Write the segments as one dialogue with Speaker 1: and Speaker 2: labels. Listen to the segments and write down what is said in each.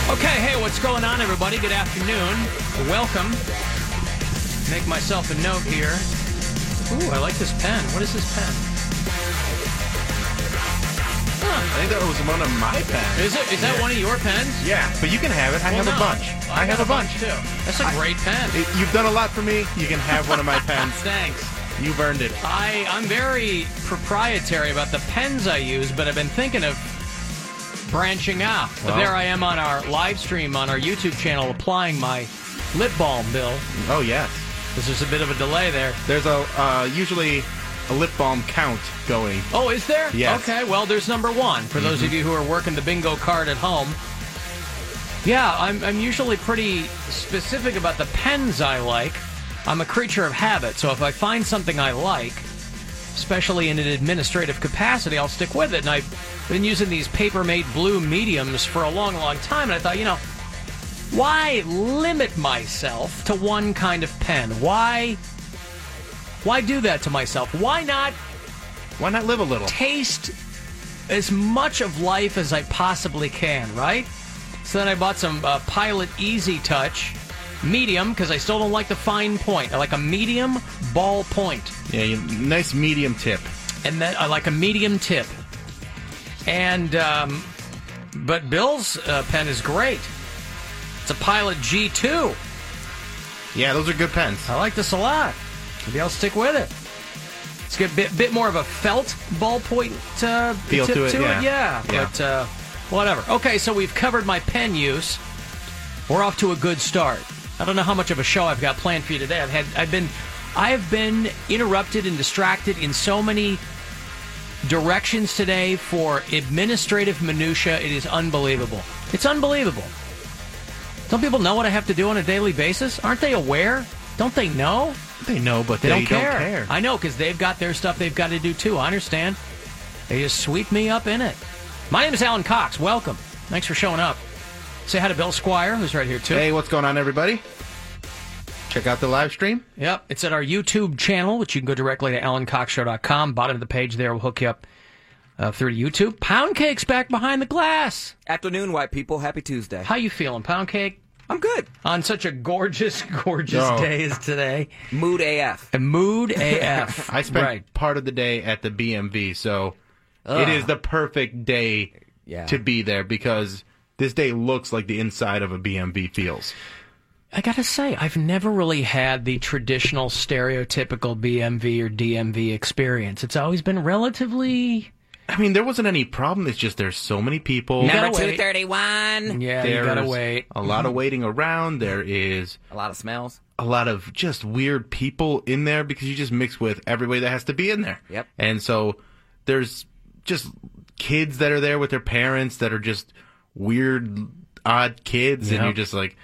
Speaker 1: Okay, hey, what's going on, everybody? Good afternoon. Welcome. Make myself a note here. Ooh, I like this pen. What is this pen?
Speaker 2: I think that was one of my pens.
Speaker 1: Is it? Is that one of your pens?
Speaker 2: Yeah, but you can have it. I
Speaker 1: Well,
Speaker 2: have a
Speaker 1: no.
Speaker 2: bunch.
Speaker 1: Well,
Speaker 2: I, have
Speaker 1: got
Speaker 2: a bunch.
Speaker 1: too. That's a great pen.
Speaker 2: It- You've done a lot for me. You can have one of my pens.
Speaker 1: Thanks.
Speaker 2: You've earned it.
Speaker 1: I I'm very proprietary about the pens I use, but I've been thinking of branching out. But
Speaker 2: Well.
Speaker 1: there I am on our live stream on our YouTube channel applying my lip balm, Bill.
Speaker 2: Oh yes.
Speaker 1: Because there's a bit of a delay there.
Speaker 2: There's a uh, usually a lip balm count going.
Speaker 1: Oh, is there?
Speaker 2: Yes.
Speaker 1: Okay, well, there's number one for those of you who are working the bingo card at home. Yeah, I'm, I'm usually pretty specific about the pens I like. I'm a creature of habit, so if I find something I like, especially in an administrative capacity, I'll stick with it. And I've been using these paper made blue mediums for a long, long time, and I thought, you know, why limit myself to one kind of pen? Why. Why do that to myself? Why not
Speaker 2: Why not live a little?
Speaker 1: taste as much of life as I possibly can, right? So then I bought some uh, Pilot Easy Touch medium because I still don't like the fine point. I like a medium ball point,
Speaker 2: Yeah, you, nice medium tip.
Speaker 1: and then I like a medium tip. And um, but Bill's uh, pen is great. It's a Pilot G2.
Speaker 2: Yeah, those are good pens.
Speaker 1: I like this a lot. Maybe I'll stick with it. It's got a bit, bit more of a felt ballpoint uh,
Speaker 2: Feel
Speaker 1: tip
Speaker 2: to it, yeah. Yeah.
Speaker 1: But uh, whatever. Okay, so we've covered my pen use. We're off to a good start. I don't know how much of a show I've got planned for you today. I've had, I've been, I have been interrupted and distracted in so many directions today for administrative minutia. It is unbelievable. It's unbelievable. Don't people know what I have to do on a daily basis? Aren't they aware? Don't they know?
Speaker 2: They know, but
Speaker 1: They,
Speaker 2: they,
Speaker 1: don't, care. I know because they've got their stuff they've got to do too. I understand. They just sweep me up in it. My name is Alan Cox. Welcome. Thanks for showing up. Say hi to Bill Squire, who's right here too.
Speaker 2: hey, what's going on, everybody? Check out the live stream.
Speaker 1: Yep, it's at our YouTube channel, which you can go directly to alancockshow.com. Bottom of the page there will hook you up uh, through to YouTube. Pound Cake's back behind the glass.
Speaker 3: Afternoon, white people. Happy Tuesday.
Speaker 1: How you feeling, Pound Cake?
Speaker 3: I'm good.
Speaker 1: On such a gorgeous, gorgeous
Speaker 2: Oh.
Speaker 1: day as today.
Speaker 3: Mood AF.
Speaker 1: And mood AF.
Speaker 2: I spent
Speaker 1: Right.
Speaker 2: part of the day at the BMV, so it is the perfect day
Speaker 3: Yeah.
Speaker 2: to be there because this day looks like the inside of a BMV feels.
Speaker 1: I gotta say, I've never really had the traditional stereotypical BMV or DMV experience. It's always been relatively
Speaker 2: I mean, there wasn't any problem. It's just there's so many people.
Speaker 1: Yeah,
Speaker 3: Number
Speaker 1: gotta wait.
Speaker 3: 231.
Speaker 1: yeah.
Speaker 2: There's
Speaker 1: you gotta wait.
Speaker 2: a lot of waiting around. There is
Speaker 3: A lot of smells.
Speaker 2: a lot of just weird people in there because you just mix with everybody that has to be in there.
Speaker 3: Yep.
Speaker 2: And so there's just kids that are there with their parents that are just weird odd kids, and
Speaker 1: Yeah.
Speaker 2: you're just like,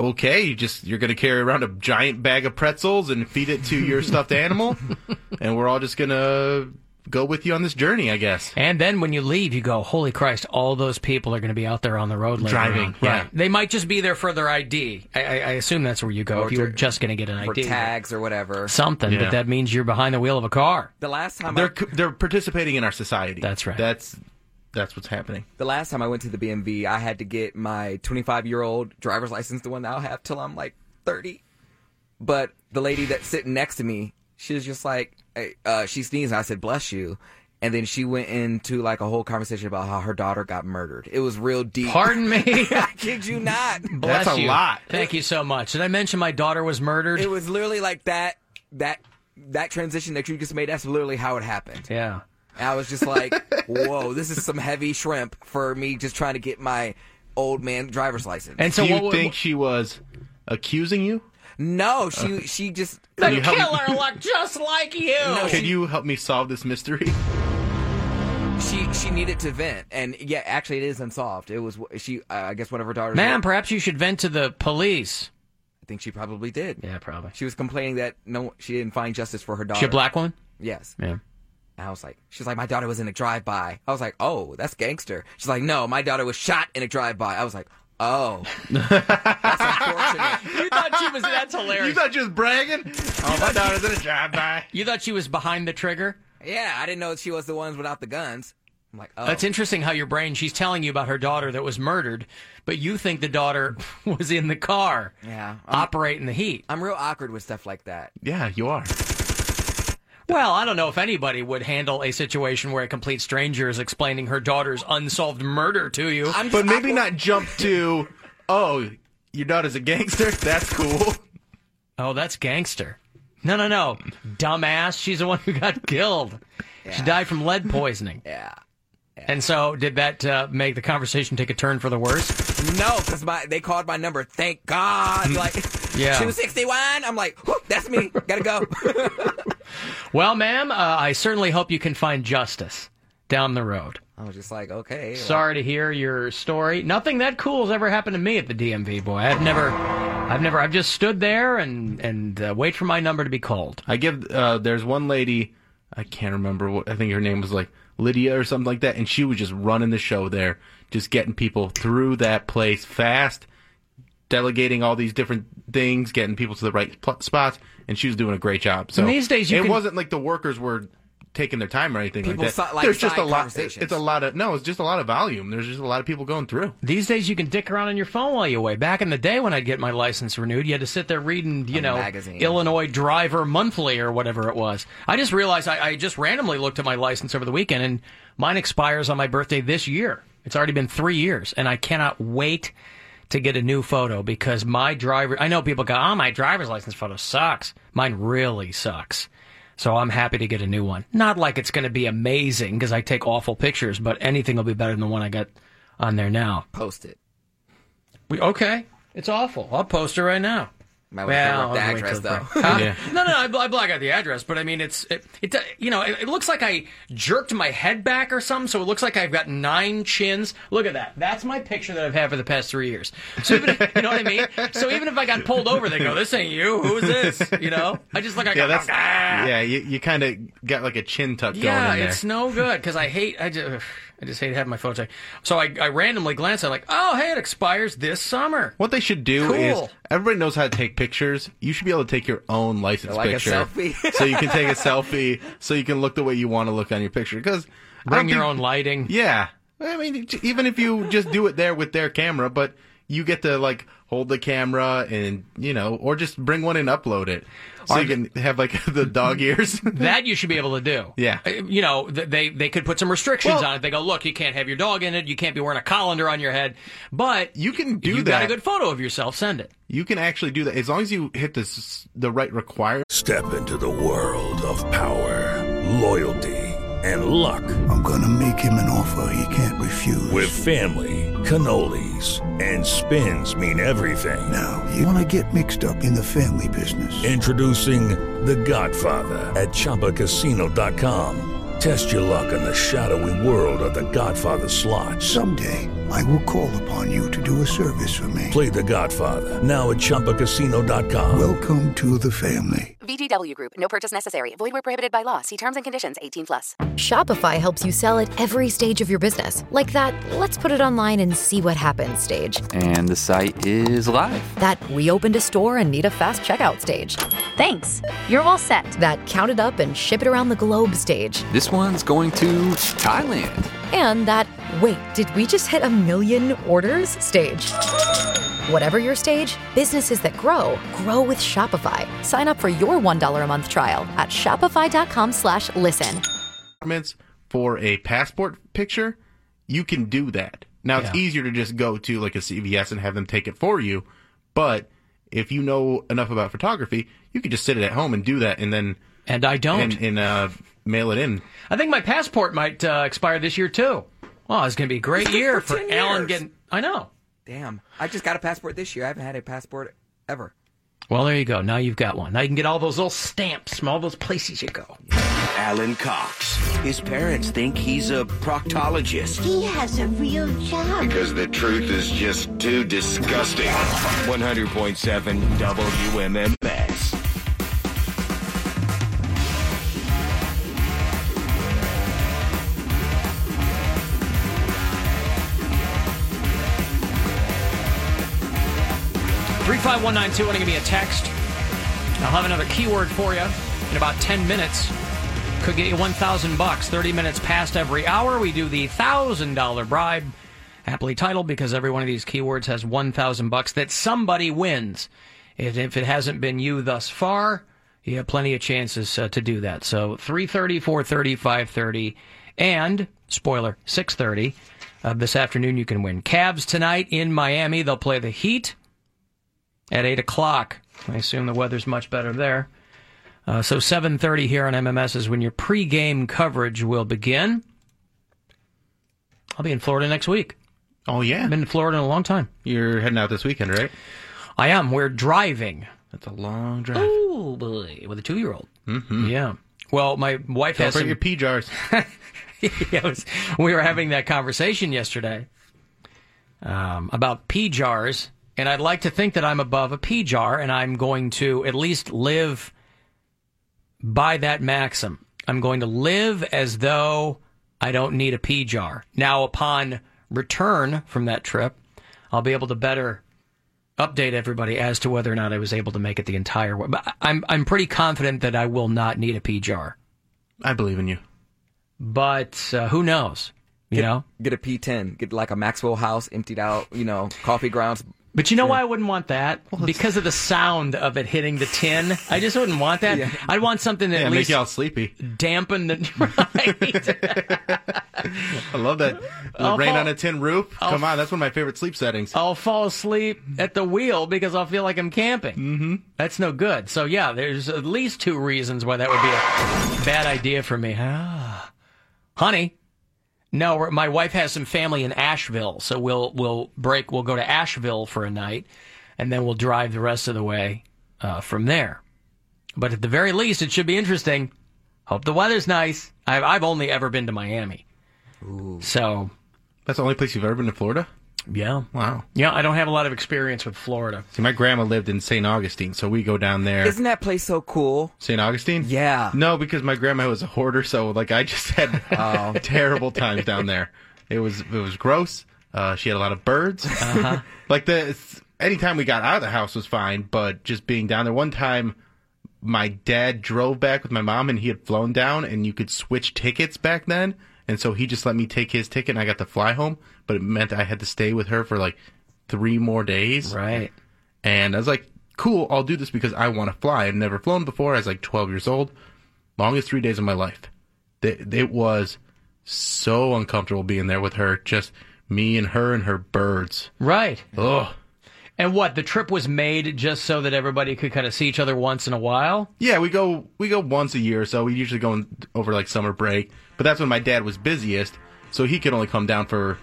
Speaker 2: okay, you just you're gonna carry around a giant bag of pretzels and feed it to your stuffed animal, and we're all just gonna go with you on this journey, I guess.
Speaker 1: And then when you leave, you go, holy Christ, all those people are going to be out there on the road later
Speaker 2: Driving,
Speaker 1: on."
Speaker 2: yeah.
Speaker 1: Right. They might just be there for their ID. I, I, I assume that's where you go
Speaker 3: Or
Speaker 1: if you were
Speaker 3: to-
Speaker 1: just going to get an
Speaker 3: for
Speaker 1: ID.
Speaker 3: tags or whatever.
Speaker 1: Something,
Speaker 2: Yeah.
Speaker 1: but that means you're behind the wheel of a car.
Speaker 3: The last time
Speaker 2: They're
Speaker 3: I,
Speaker 2: they're participating in our society. That's right. That's that's what's happening.
Speaker 3: the last time I went to the BMV, I had to get my 25 year old driver's license, the one that I'll have till I'm like 30. But the lady that's sitting next to me, she was just like, hey, uh, she sneezed, and I said, "Bless you." And then she went into like a whole conversation about how her daughter got murdered. It was real deep.
Speaker 1: Pardon me?
Speaker 3: I kid you not.
Speaker 1: Bless you. Thank you so much. Did I mention my daughter was murdered?
Speaker 3: It was literally like that that that transition that you just made. That's literally how it happened.
Speaker 1: Yeah.
Speaker 3: And I was just like, "Whoa, this is some heavy shrimp for me just trying to get my old man driver's license."
Speaker 2: And so, you think she was accusing you?
Speaker 3: No, she she just
Speaker 2: Can you help me-
Speaker 1: looked just like you.
Speaker 2: Can you help me solve this mystery?
Speaker 3: she she needed to vent, and yeah, actually, it is unsolved. It was she. Uh, I guess one of her daughters.
Speaker 1: Ma'am, perhaps you should vent to the police.
Speaker 3: I think she probably did.
Speaker 1: Yeah, probably.
Speaker 3: She was complaining that no, she didn't find justice for her daughter.
Speaker 1: She a black woman?
Speaker 3: Yes.
Speaker 1: Yeah.
Speaker 3: And I was like, she's like, my daughter was in a drive by. I was like, oh, that's gangster. She's like, no, my daughter was shot in a drive by. I was like, oh.
Speaker 1: You thought she was. That's hilarious.
Speaker 2: You thought she was bragging? Oh, my daughter's in a drive-by.
Speaker 1: You thought she was behind the trigger?
Speaker 3: Yeah, I didn't know she was the ones without the guns. I'm like, oh.
Speaker 1: That's interesting how your brain, she's telling you about her daughter that was murdered, but you think the daughter was in the car
Speaker 3: Yeah.
Speaker 1: operating the heat.
Speaker 3: I'm real awkward with stuff like that.
Speaker 2: Yeah, you are.
Speaker 1: Well, I don't know if anybody would handle a situation where a complete stranger is explaining her daughter's unsolved murder to you.
Speaker 2: but maybe not jump to, oh, your daughter's a gangster? That's cool.
Speaker 1: Oh, that's gangster. No, no, no. Dumbass. She's the one who got killed. She died from lead poisoning.
Speaker 3: Yeah.
Speaker 1: And so, did that uh, make the conversation take a turn for the worse?
Speaker 3: No, because my they called my number. Thank God. Like,
Speaker 1: Yeah.
Speaker 3: 261. I'm like, whoop, that's me. Gotta go.
Speaker 1: Well, ma'am, uh, I certainly hope you can find justice down the road.
Speaker 3: I was just like, okay. well,
Speaker 1: Sorry to hear your story. Nothing that cool has ever happened to me at the DMV, boy. I've never, I've never, I've just stood there and and uh, wait for my number to be called.
Speaker 2: I give, uh, there's one lady, I can't remember what, I think her name was like Lydia or something like that, and she was just running the show there, just getting people through that place fast, delegating all these different things, getting people to the right pl- spots, and she was doing a great job. So
Speaker 1: And these days you
Speaker 2: it
Speaker 1: can-
Speaker 2: wasn't like the workers were taking their time or anything
Speaker 3: People
Speaker 2: like that.
Speaker 3: saw- like,
Speaker 2: there's just
Speaker 3: side
Speaker 2: a lot,
Speaker 3: conversations.
Speaker 2: it's a lot of, no, it's just a lot of volume. There's just a lot of people going through.
Speaker 1: These days, you can dick around on your phone while you wait. Back in the day, when I'd get my license renewed, you had to sit there reading, you know,
Speaker 3: magazine.
Speaker 1: Illinois Driver Monthly or whatever it was. I just realized I, I just randomly looked at my license over the weekend, and mine expires on my birthday this year. It's already been three years, and I cannot wait to get a new photo because my driver. I know people go, "Oh, my driver's license photo sucks." Mine really sucks. So I'm happy to get a new one. Not like it's going to be amazing because I take awful pictures, but anything will be better than the one I got on there now.
Speaker 3: Post it.
Speaker 1: We okay? It's awful. I'll post it right now.
Speaker 3: Might wanna cover up the
Speaker 1: I'll wait
Speaker 3: address,
Speaker 1: till the-
Speaker 3: though.
Speaker 1: Huh?
Speaker 3: Yeah.
Speaker 1: No, no, I, bl- I black out the address, but I mean, it's it, it uh, you know, it, it looks like I jerked my head back or something, so it looks like I've got nine chins. Look at that. That's my picture that I've had for the past three years. So even if, you know what I mean? So even if I got pulled over, they go, "This ain't you. Who's this?" You know? I just look like
Speaker 2: yeah,
Speaker 1: a-
Speaker 2: that's yeah. You, you kind of got like a chin tuck
Speaker 1: Ah. yeah,
Speaker 2: going in there.
Speaker 1: it's no good because I hate I just I just hate having my phone checked. So I, I randomly glance at it like, oh hey, it expires this summer.
Speaker 2: What they should do
Speaker 1: Cool.
Speaker 2: is everybody knows how to take pictures. You should be able to take your own license
Speaker 1: Like a
Speaker 2: picture,
Speaker 1: selfie.
Speaker 2: so you can take a selfie, so you can look the way you want to look on your picture. Because
Speaker 1: Bring your own lighting.
Speaker 2: Yeah, I mean, j- even if you just do it there with their camera, but you get to like hold the camera and you know, or just bring one and upload it, so you can have like the dog ears.
Speaker 1: that you should be able to do.
Speaker 2: Yeah.
Speaker 1: Uh, You know, th- they they could put some restrictions
Speaker 2: Well-
Speaker 1: on it. They go, look, you can't have your dog in it. You can't be wearing a colander on your head. But
Speaker 2: you can do
Speaker 1: you got a
Speaker 2: that.
Speaker 1: good photo of yourself. Send it.
Speaker 2: You can actually do that as long as you hit this the right require.
Speaker 4: Step into the world of power, loyalty, and luck. I'm going to make him an offer he can't refuse. With family, cannolis, and spins mean everything. Now,
Speaker 5: You want to get mixed up in the family business.
Speaker 4: introducing The Godfather at ChumbaCasino.com. Test your luck in the shadowy world of The Godfather slot.
Speaker 5: Someday, I will call upon you to do a service for me.
Speaker 4: Play the Godfather now at ChumbaCasino.com.
Speaker 5: Welcome to the family.
Speaker 6: VGW Group. No purchase necessary. Void where prohibited by law. See terms and conditions. 18 plus.
Speaker 7: Shopify helps you sell at every stage of your business. Like that, let's put it online and see what happens stage.
Speaker 8: And the site is live.
Speaker 7: That we opened a store and need a fast checkout stage. Thanks. You're all set. That count it up and ship it around the globe stage.
Speaker 8: This one's going to Thailand.
Speaker 7: And that wait, did we just hit a million orders stage? Whatever your stage, businesses that grow grow with Shopify. Sign up for your $1 a month trial at shopify.com slash listen.
Speaker 2: requirements for a passport picture, you can do that. Now it's easier to just go to like a CVS and have them take it for you, but if you know enough about photography, you could just sit it at home and do that, and then
Speaker 1: and I don't
Speaker 2: and, uh, mail it in.
Speaker 1: I think my passport might uh, expire this year too. Well, it's going to be a great year for, Alan getting. I know.
Speaker 3: Damn. I just got a passport this year. I haven't had a passport ever.
Speaker 1: Well, there you go. Now you've got one. Now you can get all those little stamps from all those places you go.
Speaker 9: Alan Cox. His parents think he's a proctologist.
Speaker 10: He has a real job.
Speaker 9: Because the truth is just too disgusting. 100.7 WMMS.
Speaker 1: Three five one nine two. I'm going to give me a text. I'll have another keyword for you in about ten minutes. Could get you one thousand bucks. Thirty minutes past every hour, we do the thousand dollar bribe, happily titled because every one of these keywords has one thousand bucks that somebody wins. If, if it hasn't been you thus far, you have plenty of chances uh, to do that. So 3.30, 4.30, 5.30, and, spoiler, 6.30 uh, this afternoon you can win. Cavs tonight in Miami. They'll play the Heat at 8 o'clock. I assume the weather's much better there. Uh, so 7.30 here on MMS is when your pregame coverage will begin. I'll be in Florida next week.
Speaker 2: Oh, yeah. I've
Speaker 1: been in Florida in a long time.
Speaker 2: You're heading out this weekend, right?
Speaker 1: I am. We're driving.
Speaker 2: That's a long drive.
Speaker 1: Oh, boy. With a two year old. Mm-hmm. Yeah. Well, my wife
Speaker 2: Don't
Speaker 1: has
Speaker 2: forget
Speaker 1: some...
Speaker 2: your pee jars.
Speaker 1: Yeah, it was- we were having that conversation yesterday um, about pee jars, and I'd like to think that I'm above a pee jar, and I'm going to at least live by that maxim. I'm going to live as though I don't need a pee jar. Now, upon return from that trip, I'll be able to better update everybody as to whether or not I was able to make it the entire way. But I- I'm I'm pretty confident that I will not need a pee jar.
Speaker 2: I believe in you.
Speaker 1: But uh, who knows? You
Speaker 3: Get-
Speaker 1: know.
Speaker 3: Get a P10. Get like a Maxwell house emptied out, you know, coffee grounds.
Speaker 1: But you know why I wouldn't want that? because of the sound of it hitting the tin. I just wouldn't want that.
Speaker 3: Yeah.
Speaker 1: I'd want something that
Speaker 2: Yeah,
Speaker 1: at
Speaker 2: make
Speaker 1: least
Speaker 2: you all sleepy.
Speaker 1: dampen the.
Speaker 2: I love that. The
Speaker 1: I'll
Speaker 2: rain
Speaker 1: fall-
Speaker 2: on a tin roof.
Speaker 1: I'll-
Speaker 2: Come on, that's one of my favorite sleep settings.
Speaker 1: I'll fall asleep at the wheel because I'll feel like I'm camping. Mm-hmm. That's no good. So yeah, there's at least two reasons why that would be a bad idea for me. Ah. Honey, no, we're- my wife has some family in Asheville, so we'll we'll break. We'll go to Asheville for a night, and then we'll drive the rest of the way uh, from there. But at the very least, it should be interesting. Hope the weather's nice. I've, I've only ever been to Miami, so
Speaker 2: That's the only place you've ever been to Florida?
Speaker 1: Yeah.
Speaker 2: Wow.
Speaker 1: yeah, I don't have a lot of experience with Florida.
Speaker 2: See, my grandma lived in St. Augustine, so we go down there.
Speaker 3: Isn't that place so cool?
Speaker 2: St. Augustine?
Speaker 3: Yeah.
Speaker 2: No, because my grandma was a hoarder, so like I just had terrible times down there. It was it was gross. Uh, she had a lot of birds.
Speaker 1: Uh-huh.
Speaker 2: like the anytime we got out of the house was fine, but just being down there. One time, my dad drove back with my mom, and he had flown down, and you could switch tickets back then. And so he just let me take his ticket, and I got to fly home. But it meant I had to stay with her for like three more days.
Speaker 1: Right.
Speaker 2: And I was like, cool, I'll do this because I want to fly. I'd never flown before. I was like 12 years old. Longest three days of my life. Th- It was so uncomfortable being there with her, just me and her and her birds.
Speaker 1: Right.
Speaker 2: Ugh.
Speaker 1: And what the trip was made just so that everybody could kind of see each other once in a while.
Speaker 2: Yeah, we go we go once a year, so we usually go in, over like summer break. But that's when my dad was busiest, so he could only come down for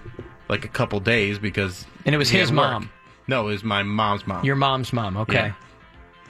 Speaker 2: like a couple days because.
Speaker 1: And it was
Speaker 2: he had
Speaker 1: his
Speaker 2: work.
Speaker 1: mom.
Speaker 2: No, it was my mom's mom.
Speaker 1: Your mom's mom. Okay.
Speaker 2: Yeah.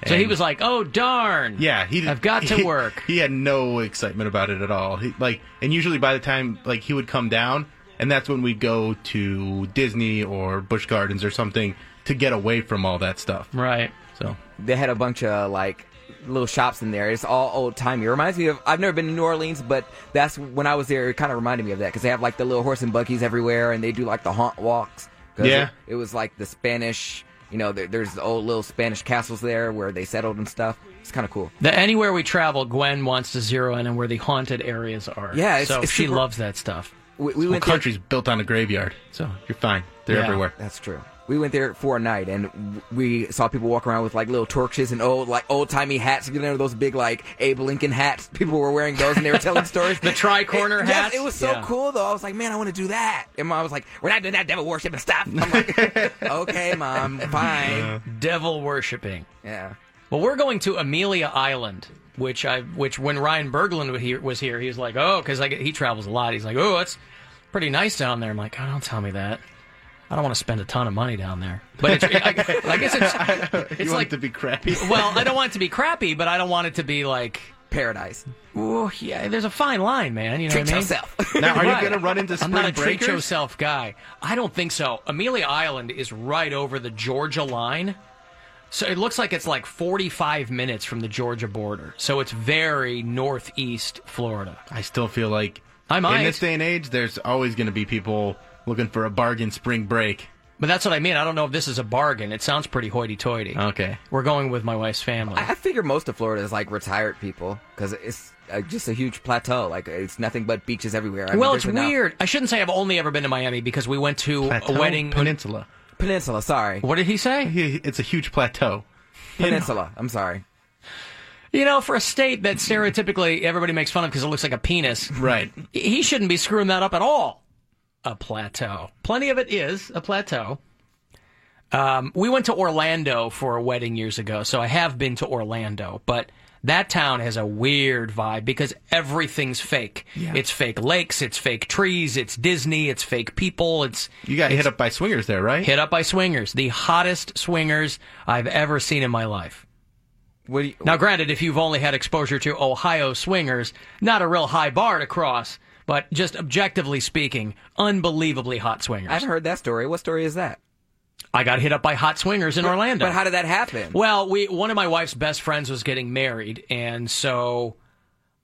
Speaker 1: So he
Speaker 2: And-
Speaker 1: was like, "Oh darn."
Speaker 2: Yeah, he.
Speaker 1: I've got to
Speaker 2: he-
Speaker 1: work.
Speaker 2: He had no excitement about it at all. He, like, and usually by the time like he would come down, And that's when we go to Disney or Busch Gardens or something to get away from all that stuff.
Speaker 1: Right.
Speaker 2: So
Speaker 3: they had a bunch of like little shops in there. It's all old timey. It reminds me of I've never been to New Orleans, but that's when I was there. It kind of reminded me of that because they have like the little horse and buggies everywhere, and they do like the haunt walks. 'Cause
Speaker 2: Yeah.
Speaker 3: it, it was like the Spanish. You know, there, there's the old little Spanish castles there where they settled and stuff. It's kind of cool.
Speaker 1: The, anywhere we travel, Gwen wants to zero in on where the haunted areas are.
Speaker 3: Yeah, it's-
Speaker 1: so
Speaker 3: it's
Speaker 1: she
Speaker 3: super-
Speaker 1: loves that stuff.
Speaker 3: We, we
Speaker 2: the whole
Speaker 3: went there-
Speaker 2: country's built on a graveyard, so you're fine. They're
Speaker 3: Yeah.
Speaker 2: everywhere.
Speaker 3: That's true. We went there for a night, and w- we saw people walk around with like little torches and old, like old timey hats. You know those big like Abe Lincoln hats. People were wearing those, and they were telling stories.
Speaker 1: The tricorner
Speaker 3: It- Yes,
Speaker 1: hats?
Speaker 3: it was so
Speaker 1: Yeah.
Speaker 3: cool though. I was like, man, I want to do that. And mom was like, we're not doing that devil worship and stuff. I'm like, okay, mom, um, fine.
Speaker 1: Devil worshiping.
Speaker 3: Yeah.
Speaker 1: Well, we're going to Amelia Island, which I which when Ryan Berglund was here, was here he was like, oh, because he travels a lot. He's like, oh, it's pretty nice down there. I'm like, oh, don't tell me that. I don't want to spend a ton of money down there. But it's, I, I guess it's, it's
Speaker 2: you want
Speaker 1: like
Speaker 2: it to be crappy.
Speaker 1: well, I don't want it to be crappy, but I don't want it to be like
Speaker 3: paradise.
Speaker 1: Oh yeah, there's a fine line, man. You know
Speaker 2: Treat
Speaker 1: what I mean?
Speaker 2: yourself. Now, are you
Speaker 1: Right.
Speaker 2: gonna run into
Speaker 1: I'm not a
Speaker 2: spring breakers?
Speaker 1: treat yourself guy. I don't think so. Amelia Island is right over the Georgia line, so it looks like it's like 45 minutes from the Georgia border. So it's very northeast Florida.
Speaker 2: I still feel like
Speaker 1: I might.
Speaker 2: in this day and age, there's always going to be people looking for a bargain spring break.
Speaker 1: But that's what I mean. I don't know if this is a bargain. It sounds pretty hoity-toity.
Speaker 2: Okay.
Speaker 1: We're going with my wife's family.
Speaker 3: I figure most of Florida is like retired people because it's uh, just a huge plateau. Like it's nothing but beaches everywhere. I mean,
Speaker 1: well,
Speaker 3: there's
Speaker 1: it's
Speaker 3: enough-
Speaker 1: weird. I shouldn't say I've only ever been to Miami because we went to
Speaker 2: Plateau
Speaker 1: a wedding
Speaker 2: Peninsula.
Speaker 3: Peninsula. Sorry.
Speaker 1: What did he say?
Speaker 2: It's a huge plateau.
Speaker 3: Peninsula. I'm sorry.
Speaker 1: You know, for a state that stereotypically everybody makes fun of because it looks like a penis,
Speaker 2: right?
Speaker 1: He shouldn't be screwing that up at all. A plateau. Plenty of it is a plateau. Um, we went to Orlando for a wedding years ago, so I have been to Orlando, but that town has a weird vibe because everything's fake. It's fake lakes, it's fake trees, it's Disney, it's fake people. It's
Speaker 2: you got hit up by swingers there, right?
Speaker 1: Hit up by swingers, the hottest swingers I've ever seen in my life.
Speaker 3: What do you,
Speaker 1: now, granted, if you've only had exposure to Ohio swingers, not a real high bar to cross, but just objectively speaking, unbelievably hot swingers.
Speaker 3: I've heard that story. What story is that?
Speaker 1: I got hit up by hot swingers in Orlando.
Speaker 3: But how did that happen?
Speaker 1: Well, we one of my wife's best friends was getting married, and so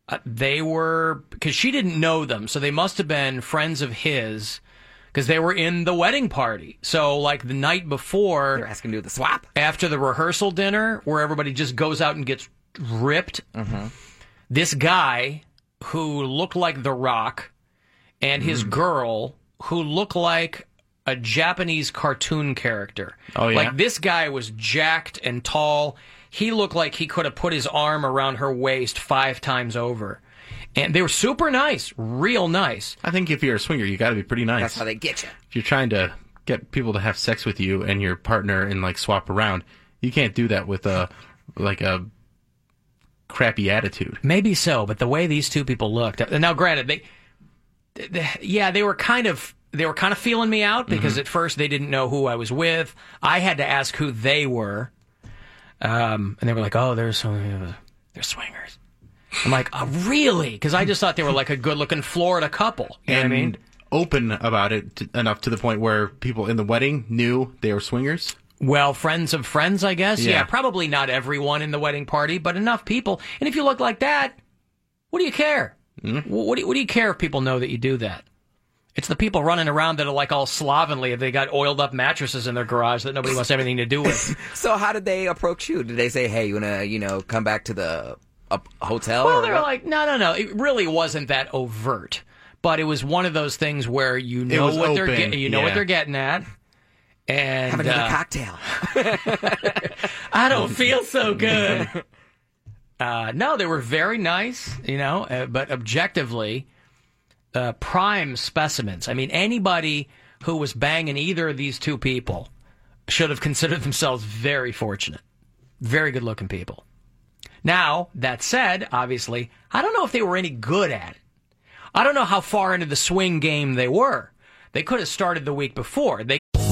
Speaker 1: uh, they were because she didn't know them, so they must have been friends of his because they were in the wedding party. So like the night before, they're
Speaker 3: asking to do the swap
Speaker 1: after the rehearsal dinner, where everybody just goes out and gets ripped.
Speaker 3: Mm-hmm.
Speaker 1: This guy who looked like The Rock and
Speaker 2: Hmm.
Speaker 1: his girl who looked like a Japanese cartoon character.
Speaker 2: Oh, yeah?
Speaker 1: Like this guy was jacked and tall. He looked like he could have put his arm around her waist five times over. And they were super nice, real nice.
Speaker 2: I think if you're a swinger, you got to be pretty nice.
Speaker 1: That's how
Speaker 3: they get you.
Speaker 2: If you're trying to get people to have sex with you and your partner and like swap around, you can't do that with a like a crappy attitude.
Speaker 1: Maybe so, but the way these two people looked. Now, granted, they, they- yeah, they were kind of they were kind of feeling me out because
Speaker 2: Mm-hmm.
Speaker 1: at first they didn't know who I was with. I had to ask who they were, um, and they were like, "Oh, there's some, they're swingers." I'm like, oh, "Really?" Because I just thought they were like a good-looking Florida couple. You know what I
Speaker 2: and
Speaker 1: mean?
Speaker 2: open about it t enough to the point where people in the wedding knew they were swingers.
Speaker 1: Well, friends of friends, I guess. Yeah.
Speaker 2: Yeah.
Speaker 1: probably not everyone in the wedding party, but enough people. And if you look like that, what do you care?
Speaker 2: Hmm?
Speaker 1: Wh- What, do you, what do you care if people know that you do that? It's the people running around that are like all slovenly. They got oiled up mattresses in their garage that nobody wants anything to do with.
Speaker 3: So how did they approach you? Did they say, "Hey, you wanna, you know, come back to the uh, hotel?"
Speaker 2: Oh,
Speaker 1: Well,
Speaker 3: or
Speaker 1: they're
Speaker 3: what?
Speaker 1: like, no, no, no. It really wasn't that overt, but it was one of those things where you know
Speaker 2: was
Speaker 1: what they're
Speaker 2: open,
Speaker 1: getting. You know what
Speaker 2: yeah.
Speaker 1: they're getting at. And
Speaker 3: "Have another
Speaker 1: uh,
Speaker 3: cocktail."
Speaker 1: I don't feel so good. Uh, no, they were very nice, you know, uh, but objectively, uh, prime specimens. I mean, anybody who was banging either of these two people should have considered themselves very fortunate. Very good looking people. Now, that said, obviously, I don't know if they were any good at it. I don't know how far into the swing game they were. They could have started the week before. They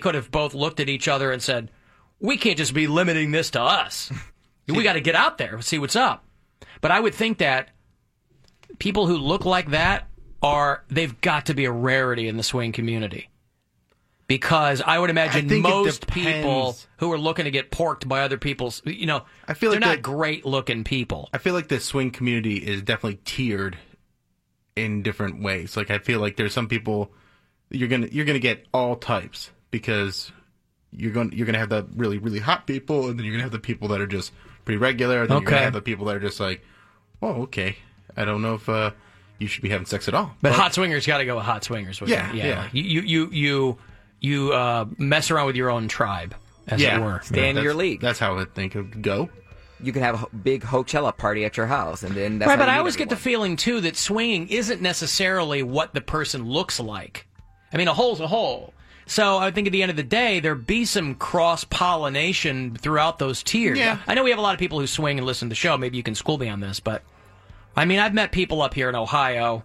Speaker 1: could have both looked at each other and said, "We can't just be limiting this to us. we got to get out there and see what's up." But I would think that people who look like that are they've got to be a rarity in the swing community. Because I would imagine
Speaker 2: I think it
Speaker 1: most
Speaker 2: depends.
Speaker 1: people who are looking to get porked by other people's, you know, I feel they're not great looking people.
Speaker 2: I feel like the swing community is definitely tiered in different ways. Like I feel like there's some people you're gonna you're gonna get all types because you're going to you're gonna have the really really hot people, and then you're gonna have the people that are just pretty regular. And then you're
Speaker 1: Okay.
Speaker 2: gonna have the people that are just like, oh okay, I don't know if uh, you should be having sex at all.
Speaker 1: But hot swingers got to go with hot swingers. With
Speaker 2: Yeah,
Speaker 1: you.
Speaker 2: yeah.
Speaker 1: Like, You you you you uh, mess around with your own tribe, as
Speaker 2: Yeah.
Speaker 1: it were.
Speaker 2: Stay in
Speaker 1: Yeah,
Speaker 2: your
Speaker 1: that's-
Speaker 3: league.
Speaker 2: That's how I think it would go.
Speaker 3: You can have a ho- big Coachella party at your house, and then that's how
Speaker 1: right, but
Speaker 3: you
Speaker 1: I
Speaker 3: meet
Speaker 1: always get the feeling too that swinging isn't necessarily what the person looks like. I mean, a hole's a hole. So I think at the end of the day, there be some cross pollination throughout those tiers.
Speaker 2: Yeah.
Speaker 1: I know we have a lot of people who swing and listen to the show. Maybe you can school me on this, but I mean, I've met people up here in Ohio,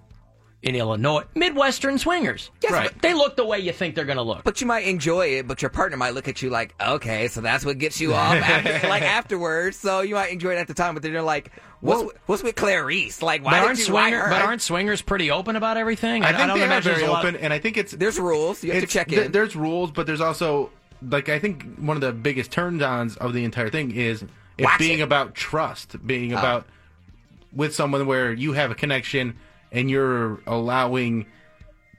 Speaker 1: in Illinois, Midwestern swingers. Yes, right. They look the way you think they're going to look.
Speaker 3: But you might enjoy it, but your partner might look at you like, okay, so that's what gets you off, after, like afterwards. So you might enjoy it at the time, but then you're like, what's
Speaker 1: Well-
Speaker 3: what's with Clarice? Like,
Speaker 1: but
Speaker 3: why
Speaker 1: aren't
Speaker 3: did you? Why
Speaker 1: swinger-
Speaker 3: her?
Speaker 1: But aren't swingers pretty open about everything?
Speaker 2: I think
Speaker 1: don't
Speaker 2: they are
Speaker 1: imagine
Speaker 2: very
Speaker 1: there's a lot-
Speaker 2: open, and I think it's
Speaker 3: there's rules. You have to
Speaker 2: It's-
Speaker 3: check
Speaker 2: th-
Speaker 3: in.
Speaker 2: There's rules, but there's also like I think one of the biggest turns ons of the entire thing is it
Speaker 3: Watch
Speaker 2: being
Speaker 3: it.
Speaker 2: about trust, being
Speaker 3: Oh.
Speaker 2: about with someone where you have a connection and you're allowing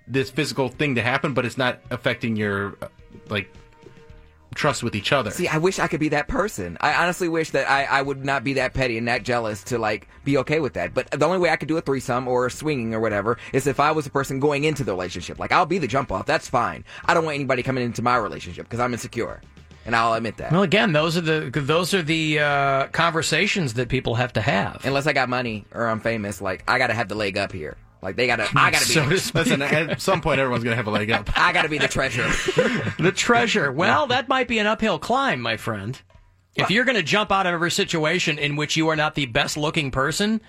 Speaker 2: this physical thing to happen, but it's not affecting your uh, like trust with each other.
Speaker 3: See, I wish I could be that person. I honestly wish that I, I would not be that petty and that jealous to like be okay with that. But the only way I could do a threesome or swinging or whatever is if I was the person going into the relationship. Like I'll be the jump off. That's fine. I don't want anybody coming into my relationship because I'm insecure, and I'll admit that.
Speaker 1: Well, again, those are the those are the uh, conversations that people have to have.
Speaker 3: Unless I got money or I'm famous, like I gotta have the leg up here. Like they gotta, I gotta be.
Speaker 1: So to speak.
Speaker 2: Listen, at some point everyone's gonna have a leg up.
Speaker 3: I gotta be the treasure.
Speaker 1: the treasure. Well, that might be an uphill climb, my friend. If you're going to jump out of every situation in which you are not the best looking person,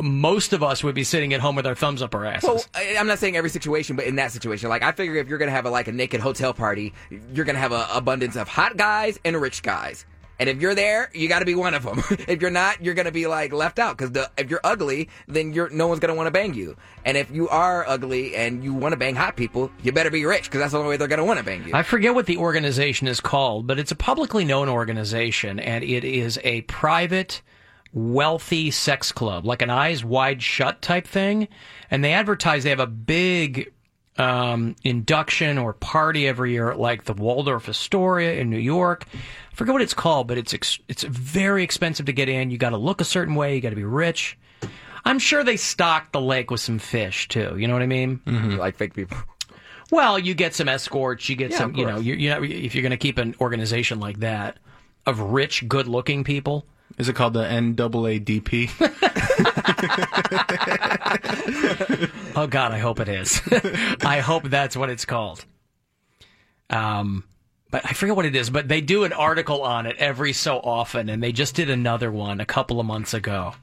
Speaker 1: most of us would be sitting at home with our thumbs up our asses.
Speaker 3: Well, I- I'm not saying every situation, but in that situation, like I figure if you're gonna have a, like a naked hotel party, you're gonna have an abundance of hot guys and rich guys. And if you're there, you got to be one of them. if you're not, you're gonna be like left out because if you're ugly, then you're no one's gonna want to bang you. And if you are ugly and you want to bang hot people, you better be rich because that's the only way they're gonna want to bang you.
Speaker 1: I forget what the organization is called, but it's a publicly known organization, and it is a private, wealthy sex club, like an eyes wide shut type thing. And they advertise they have a big um, induction or party every year at like the Waldorf Astoria in New York. I forget what it's called, but it's ex- it's very expensive to get in. You got to look a certain way. You got to be rich. I'm sure they stocked the lake with some fish too. You know what I mean?
Speaker 3: Mm-hmm. Like fake people.
Speaker 1: Well, you get some escorts. You get
Speaker 3: Yeah,
Speaker 1: some.
Speaker 3: of
Speaker 1: You know,
Speaker 3: course.
Speaker 1: you you know, if you're going to keep an organization like that of rich, good-looking people.
Speaker 2: Is it called the NAADP?
Speaker 1: oh God, I hope it is. I hope that's what it's called. Um, but I forget what it is. But they do an article on it every so often, and they just did another one a couple of months ago.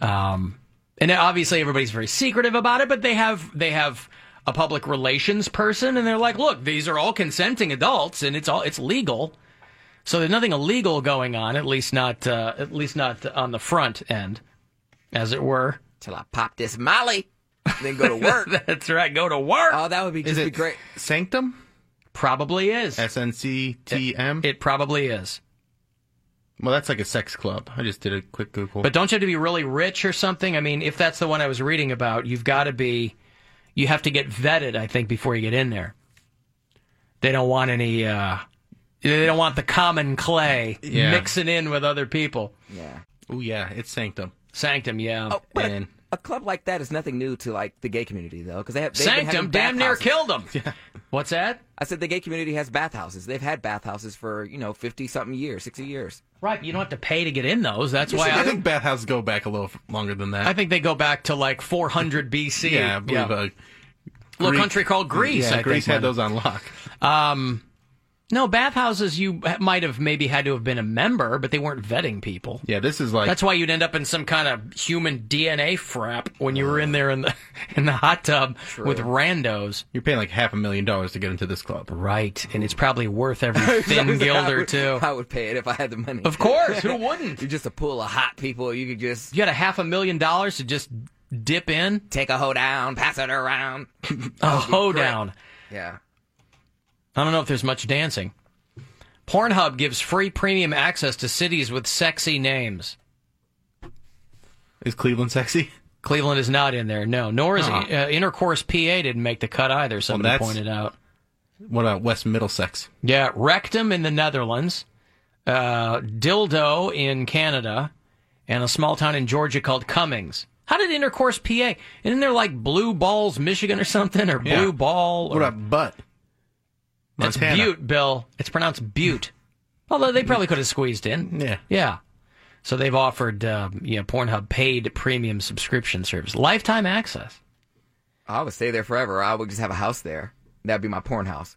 Speaker 1: Um, and obviously everybody's very secretive about it, but they have they have a public relations person, and they're like, look, these are all consenting adults, and it's all it's legal. So there's nothing illegal going on, at least not uh, at least not on the front end, as it were.
Speaker 3: Till I pop this Molly, then go to work.
Speaker 1: That's right. Go to work.
Speaker 3: Oh, that would be just be great.
Speaker 2: Sanctum?
Speaker 1: Probably is.
Speaker 2: SNCTM?
Speaker 1: It, probably is.
Speaker 2: Well, that's like a sex club. I just did a quick Google.
Speaker 1: But don't you have to be really rich or something? I mean, if that's the one I was reading about, you've got to be, you have to get vetted, I think, before you get in there. They don't want any, uh, they don't want the common clay
Speaker 2: Yeah.
Speaker 1: mixing in with other people.
Speaker 3: Yeah.
Speaker 2: Oh yeah, it's Sanctum.
Speaker 1: Sanctum, yeah.
Speaker 3: Oh, but a, a club like that is nothing new to like the gay community though, because they have they've been
Speaker 1: Sanctum
Speaker 3: having
Speaker 1: damn near
Speaker 3: bathhouses.
Speaker 1: killed them. What's that?
Speaker 3: I said the gay community has bathhouses. They've had bathhouses for you know fifty something years, sixty years.
Speaker 1: Right, but you don't have to pay to get in those. That's
Speaker 3: Yes,
Speaker 1: why
Speaker 3: you
Speaker 1: I
Speaker 3: do.
Speaker 1: think
Speaker 2: bathhouses go back a little f- longer than that.
Speaker 1: I think they go back to like 400 BC.
Speaker 2: Yeah, I believe, uh,
Speaker 1: little
Speaker 2: Greek-
Speaker 1: country called Greece.
Speaker 2: Yeah,
Speaker 1: I think,
Speaker 2: Greece had
Speaker 1: when-
Speaker 2: those on lock.
Speaker 1: Um, no, bathhouses. You ha- might have maybe had to have been a member, but they weren't vetting people.
Speaker 2: Yeah, this is like
Speaker 1: That's why you'd end up in some kind of human DNA frap when you were in there in the in the hot tub with randos.
Speaker 2: You're paying like half a million dollars to get into this club,
Speaker 1: right? And it's probably worth every thin gilder too.
Speaker 3: I would pay it if I had the money.
Speaker 1: Of course, who wouldn't?
Speaker 3: You're just a pool of hot people. You could just
Speaker 1: You had a half a million dollars to just dip in,
Speaker 3: take a hoe down, pass it around.
Speaker 1: a hoe down.
Speaker 3: Yeah.
Speaker 1: I don't know if there's much dancing. Pornhub gives free premium access to cities with sexy names.
Speaker 2: Is Cleveland sexy?
Speaker 1: Cleveland is not in there, no. Nor is
Speaker 2: Oh.
Speaker 1: uh, Intercourse PA didn't make the cut either, somebody
Speaker 2: that's-
Speaker 1: pointed out.
Speaker 2: What about West Middlesex?
Speaker 1: Yeah, Rectum in the Netherlands, uh, Dildo in Canada, and a small town in Georgia called Cummings. How did Intercourse PA? Isn't there like Blue Balls, Michigan or something? Or
Speaker 2: Yeah.
Speaker 1: Blue Ball? Or,
Speaker 2: What about Butt?
Speaker 1: That's
Speaker 2: Montana.
Speaker 1: Butte, Bill. It's pronounced Butte. Although they probably could have squeezed in.
Speaker 2: Yeah.
Speaker 1: Yeah. So they've offered, uh, you know, Pornhub paid premium subscription service, lifetime access.
Speaker 3: I would stay there forever. I would just have a house there. That'd be my porn house.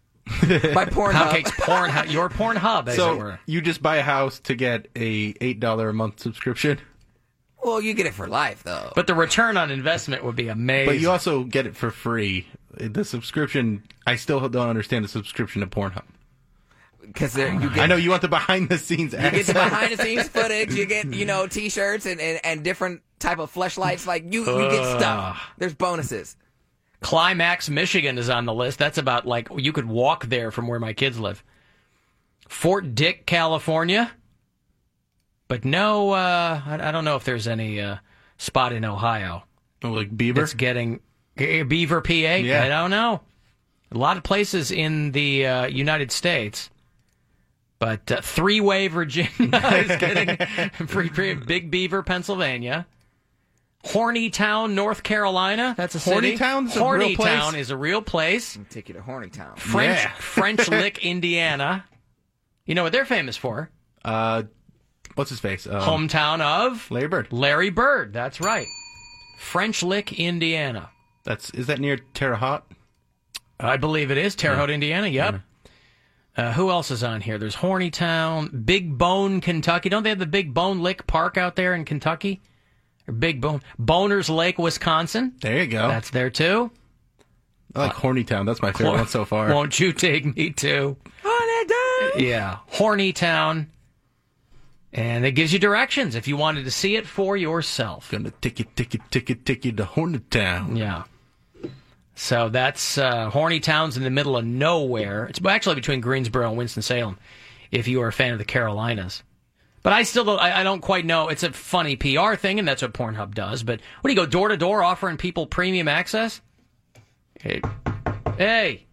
Speaker 3: my porn hub.
Speaker 1: Hotcakes porn, hu- your porn hub, as it
Speaker 2: So
Speaker 1: were.
Speaker 2: you just buy a house to get a eight dollar a month subscription,
Speaker 3: Well, you get it for life though.
Speaker 1: But the return on investment would be amazing.
Speaker 2: but you also get it for free. The subscription, I still don't understand the subscription to Pornhub.
Speaker 3: Because you
Speaker 2: I know you want the behind the scenes.
Speaker 3: You get the behind the scenes footage. You get you know t-shirts and, and, and different type of fleshlights. Like you you get stuff. There's bonuses.
Speaker 1: Climax, Michigan is on the list. That's about like you could walk there from where my kids live. Fort Dick, California. But no, uh, I, I don't know if there's any uh, spot in Ohio.
Speaker 2: Oh, like Beaver?
Speaker 1: It's getting eh, Beaver, PA.
Speaker 2: Yeah.
Speaker 1: I don't know. A lot of places in the uh, United States. But uh, Three Way, Virginia is getting free, free- Big Beaver, Pennsylvania. Horny Town, North Carolina. That's a
Speaker 2: Horny
Speaker 1: city.
Speaker 2: Town's a
Speaker 1: Horny
Speaker 2: real place?
Speaker 1: Town is a real place.
Speaker 3: Take you to Horny Town.
Speaker 1: French
Speaker 2: Yeah.
Speaker 1: French Lick, Indiana. You know what they're famous for?
Speaker 2: Uh, what's his face? Um,
Speaker 1: Hometown of
Speaker 2: Larry Bird.
Speaker 1: Larry Bird. That's right. French Lick, Indiana.
Speaker 2: That's is that near Terre Haute?
Speaker 1: I believe it is Terre Haute, Indiana. Yep. Uh, who else is on here? There's Horny Town, Big Bone, Kentucky. Don't they have the Big Bone Lick Park out there in Kentucky? Or Big Bone Boners Lake, Wisconsin.
Speaker 2: There you go.
Speaker 1: That's there too.
Speaker 2: I like Horny Town. That's my favorite
Speaker 1: Cor-
Speaker 2: one so far.
Speaker 1: Won't you take me to Yeah, Horny Town, and it gives you directions if you wanted to see it for yourself.
Speaker 2: Gonna take you, take you, take you, take you to Horny Town.
Speaker 1: Yeah. So that's uh, Horny Town's in the middle of nowhere. It's actually between Greensboro and Winston Salem, if you are a fan of the Carolinas. But I still don't. I, I don't quite know. It's a funny PR thing, and that's what Pornhub does. But what do you go door to door offering people premium access? Hey, hey,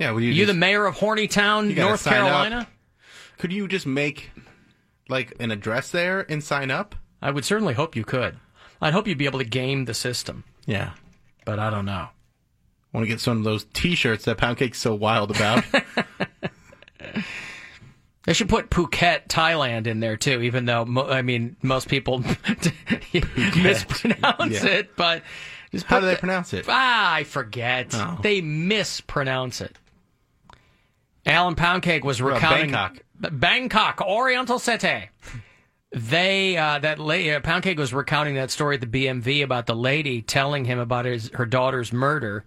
Speaker 2: Yeah, well,
Speaker 1: you,
Speaker 2: you,
Speaker 1: the
Speaker 2: just-
Speaker 1: mayor of Horny Town,
Speaker 2: you gotta
Speaker 1: North
Speaker 2: sign up.
Speaker 1: Carolina?
Speaker 2: Could you just make like an address there and sign up?
Speaker 1: I would certainly hope you could. I'd hope you'd be able to game the system.
Speaker 2: Yeah.
Speaker 1: But I don't know.
Speaker 2: Want to get some of those T-shirts that Pound Cake's so wild about?
Speaker 1: They should put Phuket, Thailand in there too, even though, mo- I mean, most people mispronounce
Speaker 2: Yeah.
Speaker 1: it, but. Just
Speaker 2: How
Speaker 1: put
Speaker 2: do they
Speaker 1: the-
Speaker 2: pronounce it?
Speaker 1: Ah, I forget.
Speaker 2: Oh.
Speaker 1: They mispronounce it. Alan Poundcake was
Speaker 2: What about
Speaker 1: recounting
Speaker 2: Bangkok?
Speaker 1: B- Bangkok, Oriental City. They uh, that la- uh, Poundcake was recounting that story at the BMV about the lady telling him about his her daughter's murder.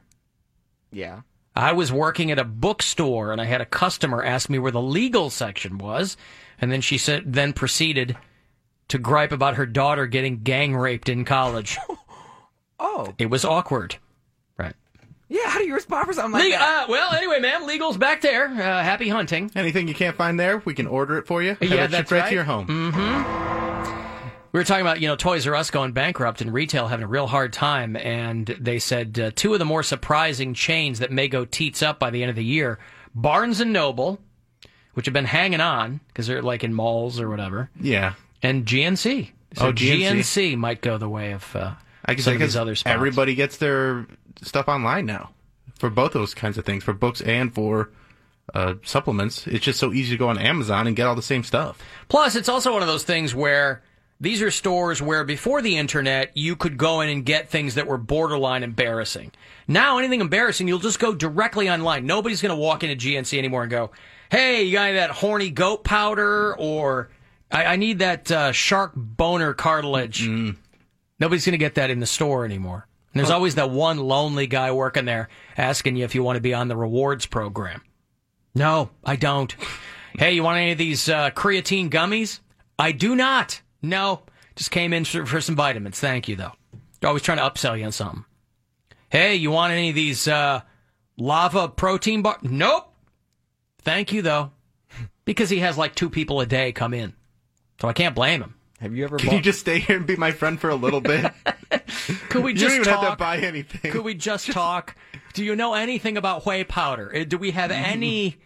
Speaker 3: Yeah.
Speaker 1: I was working at a bookstore and I had a customer ask me where the legal section was, and then she said then proceeded to gripe about her daughter getting gang raped in college.
Speaker 3: Oh.
Speaker 1: It was awkward. Right.
Speaker 3: Yeah, how do you respond for something like
Speaker 1: Le-
Speaker 3: that?
Speaker 1: uh, well, anyway, ma'am, legal's back there. Uh, happy hunting.
Speaker 2: Anything you can't find there, we can order it for you. Have
Speaker 1: Yeah,
Speaker 2: it shipped
Speaker 1: that's
Speaker 2: right
Speaker 1: right.
Speaker 2: to your home.
Speaker 1: Mm-hmm. We were talking about, you know, Toys R Us going bankrupt and retail having a real hard time. And they said uh, two of the more surprising chains that may go teats up by the end of the year Barnes and Noble, which have been hanging on because they're like in malls or whatever,
Speaker 2: Yeah.
Speaker 1: and GNC. So
Speaker 2: Oh, GNC.
Speaker 1: GNC might go the way of uh,
Speaker 2: I guess,
Speaker 1: some
Speaker 2: I
Speaker 1: of
Speaker 2: guess
Speaker 1: these other spots.
Speaker 2: everybody gets their stuff online now for both those kinds of things, for books and for uh, supplements. It's just so easy to go on Amazon and get all the same stuff.
Speaker 1: Plus, it's also one of those things where these are stores where before the internet, you could go in and get things that were borderline embarrassing. Now, anything embarrassing, you'll just go directly online. Nobody's going to walk into GNC anymore and go, hey, you got any of that horny goat powder or I, I need that uh, shark boner cartilage. Nobody's going to get that in the store anymore. And there's always that one lonely guy working there asking you if you want to be on the rewards program. No, I don't. Hey, you want any of these uh, creatine gummies? I do not. No, just came in for, for some vitamins. Thank you, though. They're always trying to upsell you on something. Hey, you want any of these uh, lava protein bar? Nope. Thank you, though, because he has like two people a day come in, so I can't blame him.
Speaker 3: Have you ever?
Speaker 2: Can you just stay here and be my friend for a little bit?
Speaker 1: Could we
Speaker 2: You
Speaker 1: just
Speaker 2: don't even
Speaker 1: talk?
Speaker 2: have to buy anything.
Speaker 1: Could we just, talk? Do you know anything about whey powder? Uh, Do we have
Speaker 2: Mm-hmm.
Speaker 1: any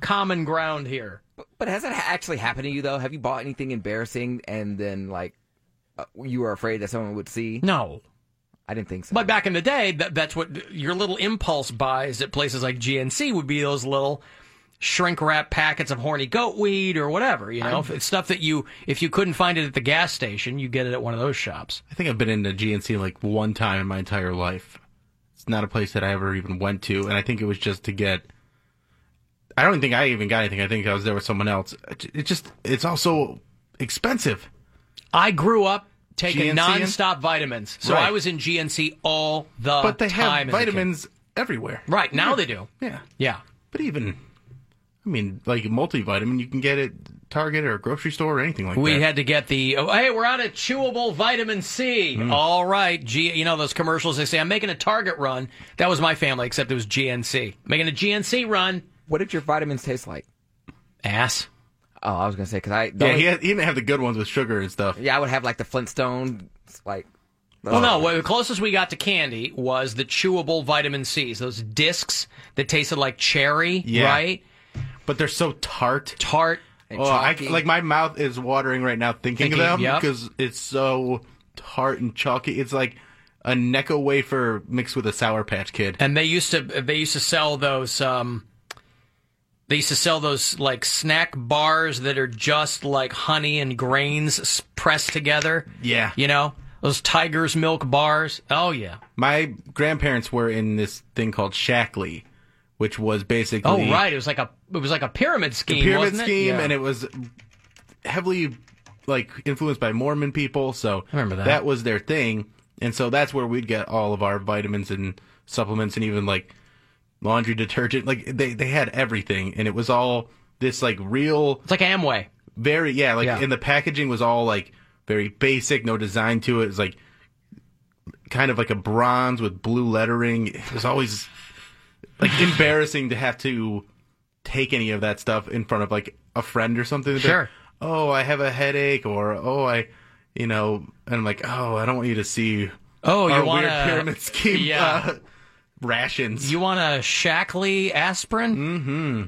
Speaker 1: common ground here?
Speaker 3: But has that actually happened to you though? Have you bought anything embarrassing and then like uh, you were afraid that someone would see?
Speaker 1: No,
Speaker 3: I didn't think so.
Speaker 1: But back in the day, that, that's what your little impulse buys at places like GNC would be those little shrink wrap packets of horny goat weed or whatever. You know,
Speaker 2: I'm-
Speaker 1: If it's stuff that you if you couldn't find it at the gas station, you get it at one of those shops.
Speaker 2: I think I've been into GNC like one time in my entire life. It's not a place that I ever even went to, and I think it was just to get. I don't think I even got anything. I think I was there with someone else. It- It just it's also expensive.
Speaker 1: I grew up
Speaker 2: GNC?
Speaker 1: taking nonstop vitamins, so
Speaker 2: Right.
Speaker 1: I was in GNC all the
Speaker 2: but they
Speaker 1: time.
Speaker 2: have
Speaker 1: as a kid.
Speaker 2: vitamins everywhere.
Speaker 1: Right now they do.
Speaker 2: Yeah.
Speaker 1: Yeah.
Speaker 2: But even, I mean, like a multivitamin, you can get it Target or a grocery store or anything like
Speaker 1: we
Speaker 2: that.
Speaker 1: had to get the oh, hey, we're out of chewable vitamin C. All right, G. You know those commercials they say I'm making a Target run. That was my family, except it was GNC making a GNC run.
Speaker 3: What did your vitamins taste like?
Speaker 1: Ass.
Speaker 3: Oh, I was gonna say because I
Speaker 2: yeah, he, had, he didn't have the good ones with sugar and stuff.
Speaker 3: yeah I would have like the Flintstone like. oh,
Speaker 1: Well, no, well, the closest we got to candy was the chewable vitamin C's, those discs that tasted like cherry,
Speaker 2: Yeah.
Speaker 1: right?
Speaker 2: But they're so tart.
Speaker 1: Tart.
Speaker 2: Oh, I, like my mouth is watering right now thinking,
Speaker 1: Thinking,
Speaker 2: of them
Speaker 1: yep.
Speaker 2: because it's so tart and chalky. It's like a Necco wafer mixed with a Sour Patch Kid.
Speaker 1: and they used to they used to sell those um they used to sell those like snack bars that are just like honey and grains s- pressed together
Speaker 2: Yeah.
Speaker 1: you know those tiger's milk bars oh yeah
Speaker 2: My grandparents were in this thing called Shackley, which was basically
Speaker 1: oh right it was like a it was like a pyramid
Speaker 2: the
Speaker 1: scheme
Speaker 2: pyramid
Speaker 1: wasn't it?
Speaker 2: scheme,
Speaker 1: Yeah.
Speaker 2: and it was heavily like influenced by Mormon people. So
Speaker 1: I remember that.
Speaker 2: was their thing, and so that's where we'd get all of our vitamins and supplements, and even like laundry detergent. Like they they had everything, and it was all this like real. It's
Speaker 1: like Amway.
Speaker 2: Very yeah, like and the packaging was all like very basic, no design to it. It's like kind of like a bronze with blue lettering. It was always like embarrassing to have to take any of that stuff in front of like a friend or something. They'd be like,
Speaker 1: Sure.
Speaker 2: oh, I have a headache, or oh, I, you know, and I'm like, oh, I don't want you to see.
Speaker 1: oh
Speaker 2: our
Speaker 1: you
Speaker 2: weird
Speaker 1: want
Speaker 2: pyramid scheme?
Speaker 1: yeah
Speaker 2: uh, rations
Speaker 1: you want a shackley aspirin mm-hmm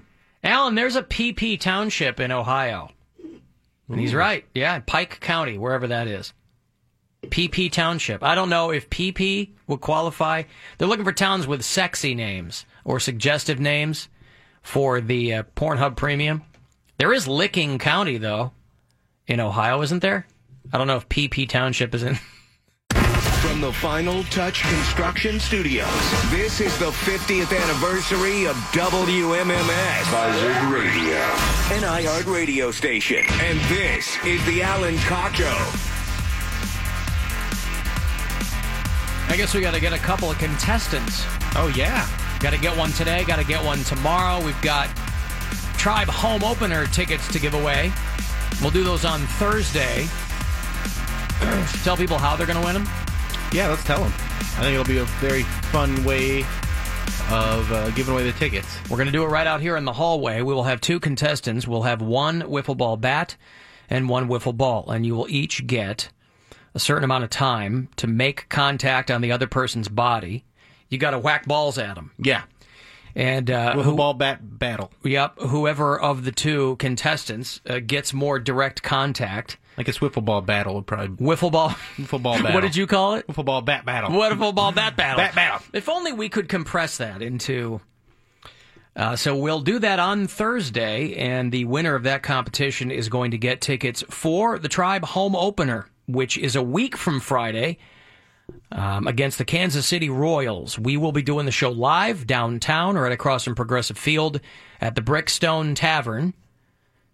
Speaker 1: alan there's a pp township in ohio And he's
Speaker 2: Ooh.
Speaker 1: right. Yeah, Pike County, wherever that is. PP Township. I don't know if PP would qualify. They're looking for towns with sexy names or suggestive names for the uh, Pornhub Premium. There is Licking County, though, in Ohio, isn't there? I don't know if PP Township is in.
Speaker 9: From the Final Touch Construction Studios, this is the 50th anniversary of WMMS. Buzzard Radio. An iHeart radio station. And this is the Alan Cox Show.
Speaker 1: I guess we got to get a couple of contestants.
Speaker 2: Oh yeah,
Speaker 1: got to get one today. Got to get one tomorrow. We've got Tribe home opener tickets to give away. We'll do those on Thursday. Tell people how they're going to win them.
Speaker 2: Yeah, let's tell them. I think it'll be a very fun way of uh, giving away the tickets.
Speaker 1: We're going to do it right out here in the hallway. We will have two contestants. We'll have one wiffle ball bat and one wiffle ball, and you will each get a certain amount of time to make contact on the other person's body. You got to whack balls at them.
Speaker 2: Yeah.
Speaker 1: And uh,
Speaker 2: Wiffle ball bat battle.
Speaker 1: Yep. Whoever of the two contestants uh, gets more direct contact.
Speaker 2: I guess wiffle ball battle would probably
Speaker 1: wiffle ball
Speaker 2: wiffle ball battle.
Speaker 1: What did you call it?
Speaker 2: Wiffle ball bat battle.
Speaker 1: Wiffle ball bat battle.
Speaker 2: Bat battle.
Speaker 1: If only we could compress that into. Uh, so we'll do that on Thursday, and the winner of that competition is going to get tickets for the Tribe home opener, which is a week from Friday um, against the Kansas City Royals. We will be doing the show live downtown or right across from Progressive Field at the Brickstone Tavern.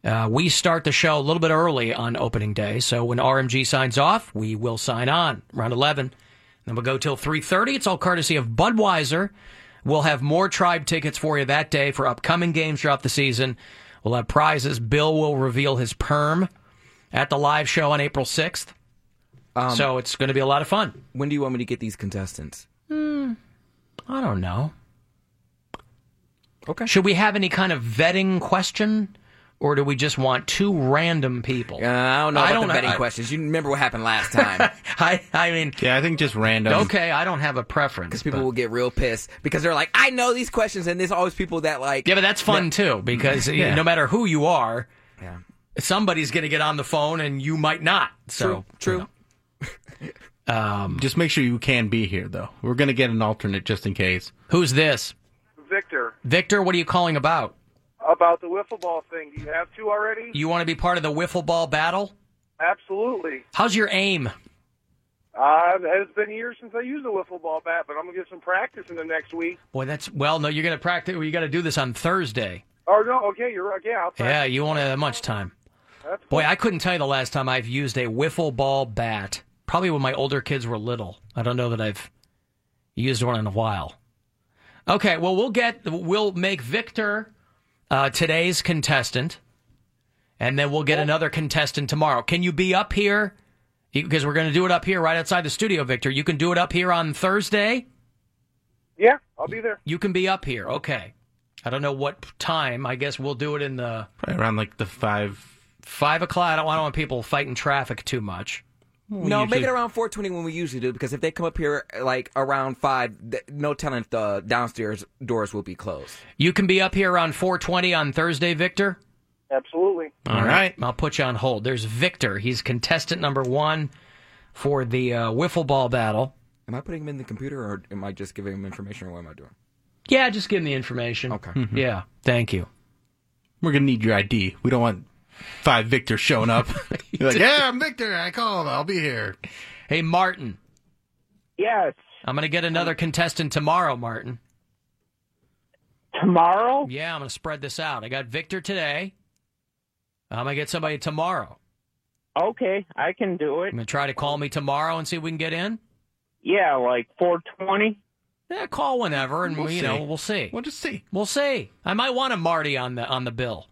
Speaker 1: Uh, we start the show a little bit early on opening day, so when RMG signs off, we will sign on around eleven. Then we'll go till three thirty. It's all courtesy of Budweiser. We'll have more tribe tickets for you that day for upcoming games throughout the season. We'll have prizes. Bill will reveal his perm at the live show on April sixth.
Speaker 3: Um,
Speaker 1: so it's going to be a lot of fun.
Speaker 3: When do you want me to get these contestants?
Speaker 1: Hmm. I don't know. Okay. Should we have any kind of vetting question, or do we just want two random people?
Speaker 3: Uh, I don't know
Speaker 1: I
Speaker 3: about
Speaker 1: don't
Speaker 3: the betting
Speaker 1: I-
Speaker 3: questions. You remember what happened last time?
Speaker 1: I, I mean,
Speaker 2: yeah, I think just random.
Speaker 1: Okay, I don't have a preference
Speaker 3: because people will get real pissed because they're like, I know these questions, and there's always people that like.
Speaker 1: Yeah, but that's fun too because you-
Speaker 3: Yeah.
Speaker 1: no matter who you are,
Speaker 3: Yeah.
Speaker 1: somebody's going to get on the phone and you might not. So
Speaker 3: true.
Speaker 2: Um, just make sure you can be here though. We're gonna get an alternate just in case.
Speaker 1: Who's this?
Speaker 11: Victor,
Speaker 1: Victor, what are you calling about?
Speaker 11: about the wiffle ball thing, do you have two already?
Speaker 1: You want to be part of the wiffle ball battle?
Speaker 11: Absolutely.
Speaker 1: How's your aim?
Speaker 11: Uh, it has been years since I used a wiffle ball bat, but I'm gonna get some practice in the next week.
Speaker 1: Boy, that's well. No, you're going to practice. You got to do this on Thursday.
Speaker 11: Oh no, okay, you're okay. I'll practice.
Speaker 1: Yeah, you won't have that much time.
Speaker 11: That's
Speaker 1: Boy, I couldn't tell you the last time I've used a wiffle ball bat. Probably when my older kids were little. I don't know that I've used one in a while. Okay, well we'll get we'll make Victor uh, today's contestant, and then we'll get another contestant tomorrow. Can you be up here? Because we're going to do it up here, right outside the studio, Victor. You can do it up here on Thursday.
Speaker 11: Yeah, I'll be there.
Speaker 1: You can be up here. Okay. I don't know what time. I guess we'll do it in the
Speaker 2: Probably around like the five.
Speaker 1: five o'clock. I don't, I don't want people fighting traffic too much.
Speaker 3: no, make it around 4:20 when we usually do because if they come up here like around five, th- no telling if the downstairs doors will be closed.
Speaker 1: You can be up here around 420 on Thursday, Victor.
Speaker 11: Absolutely.
Speaker 1: All right. I'll put you on hold. There's Victor. He's contestant number one for the uh, wiffle ball battle.
Speaker 3: Am I putting him in the computer or am I just giving him information or what am I doing?
Speaker 1: Yeah, just give him the information. Okay. Yeah. Thank you.
Speaker 2: Mm-hmm. We're gonna need your ID. We don't want five Victor showing up. You're like, yeah, I'm Victor. I called. I'll be here.
Speaker 1: Hey, Martin.
Speaker 11: Yes.
Speaker 1: I'm going to get another contestant tomorrow, Martin.
Speaker 11: Tomorrow?
Speaker 1: Yeah, I'm going to spread this out. I got Victor today. I'm going to get somebody tomorrow.
Speaker 11: Okay, I can do it.
Speaker 1: I'm going to try to call me tomorrow and see if we can get in.
Speaker 11: Yeah, like 420.
Speaker 1: Yeah, call whenever, and
Speaker 11: We'll
Speaker 1: we you know
Speaker 11: see.
Speaker 1: we'll see.
Speaker 2: We'll just see.
Speaker 1: We'll see. I might want a Marty on the on the bill.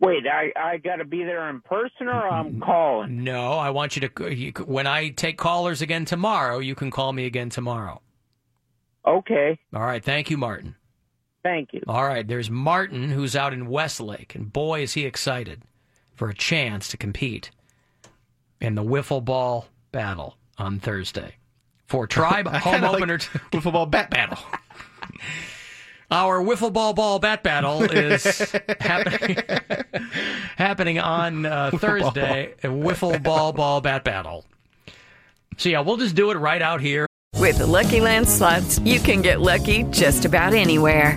Speaker 11: Wait, I I got to be there in person or I'm calling.
Speaker 1: No, I want you to. You, when I take callers again tomorrow, you can call me again tomorrow.
Speaker 11: Okay,
Speaker 1: All right. Thank you, Martin.
Speaker 11: thank you.
Speaker 1: All right. There's Martin who's out in Westlake, and boy, is he excited for a chance to compete in the wiffle ball battle on Thursday for Tribe
Speaker 2: I
Speaker 1: Home
Speaker 2: kinda like
Speaker 1: Opener.
Speaker 2: wiffle ball bat battle.
Speaker 1: Our wiffle ball ball bat battle is happening happening on
Speaker 2: Wiffle
Speaker 1: uh,
Speaker 2: ball
Speaker 1: Thursday. A Wiffle ball ball bat battle. So yeah, we'll just do it right out here.
Speaker 12: With the Lucky Land slots, you can get lucky just about anywhere.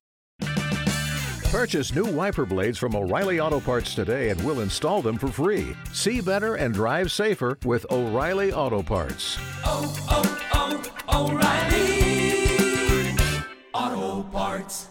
Speaker 13: Purchase new wiper blades from O'Reilly Auto Parts today and we'll install them for free. See better and drive safer with O'Reilly Auto Parts.
Speaker 14: Oh, oh, O'Reilly Auto Parts.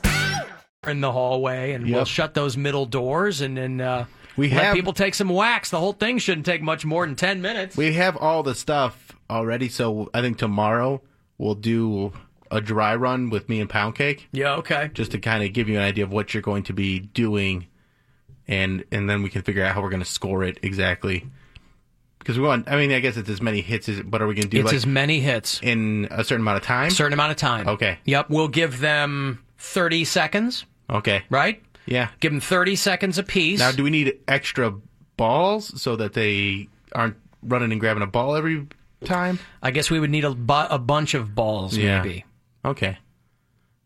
Speaker 1: in the hallway, and we'll
Speaker 2: Yep.
Speaker 1: shut those middle doors, and then uh,
Speaker 2: We
Speaker 1: let
Speaker 2: have-
Speaker 1: people take some wax. The whole thing shouldn't take much more than ten minutes.
Speaker 2: We have all the stuff already, so I think tomorrow we'll do a dry run with me and Pound Cake.
Speaker 1: Yeah, okay.
Speaker 2: Just to kind of give you an idea of what you're going to be doing, and and then we can figure out how we're going to score it exactly. Because we want, I mean, I guess it's as many hits as, but are we going to do
Speaker 1: It's
Speaker 2: like
Speaker 1: as many hits
Speaker 2: in a certain amount of time?
Speaker 1: Certain amount of time.
Speaker 2: Okay.
Speaker 1: Yep, we'll give them thirty seconds,
Speaker 2: Okay.
Speaker 1: right?
Speaker 2: Yeah.
Speaker 1: Give them thirty seconds apiece.
Speaker 2: Now, do we need extra balls so that they aren't running and grabbing a ball every time?
Speaker 1: I guess we would need a, bu- a bunch of balls, maybe.
Speaker 2: Okay.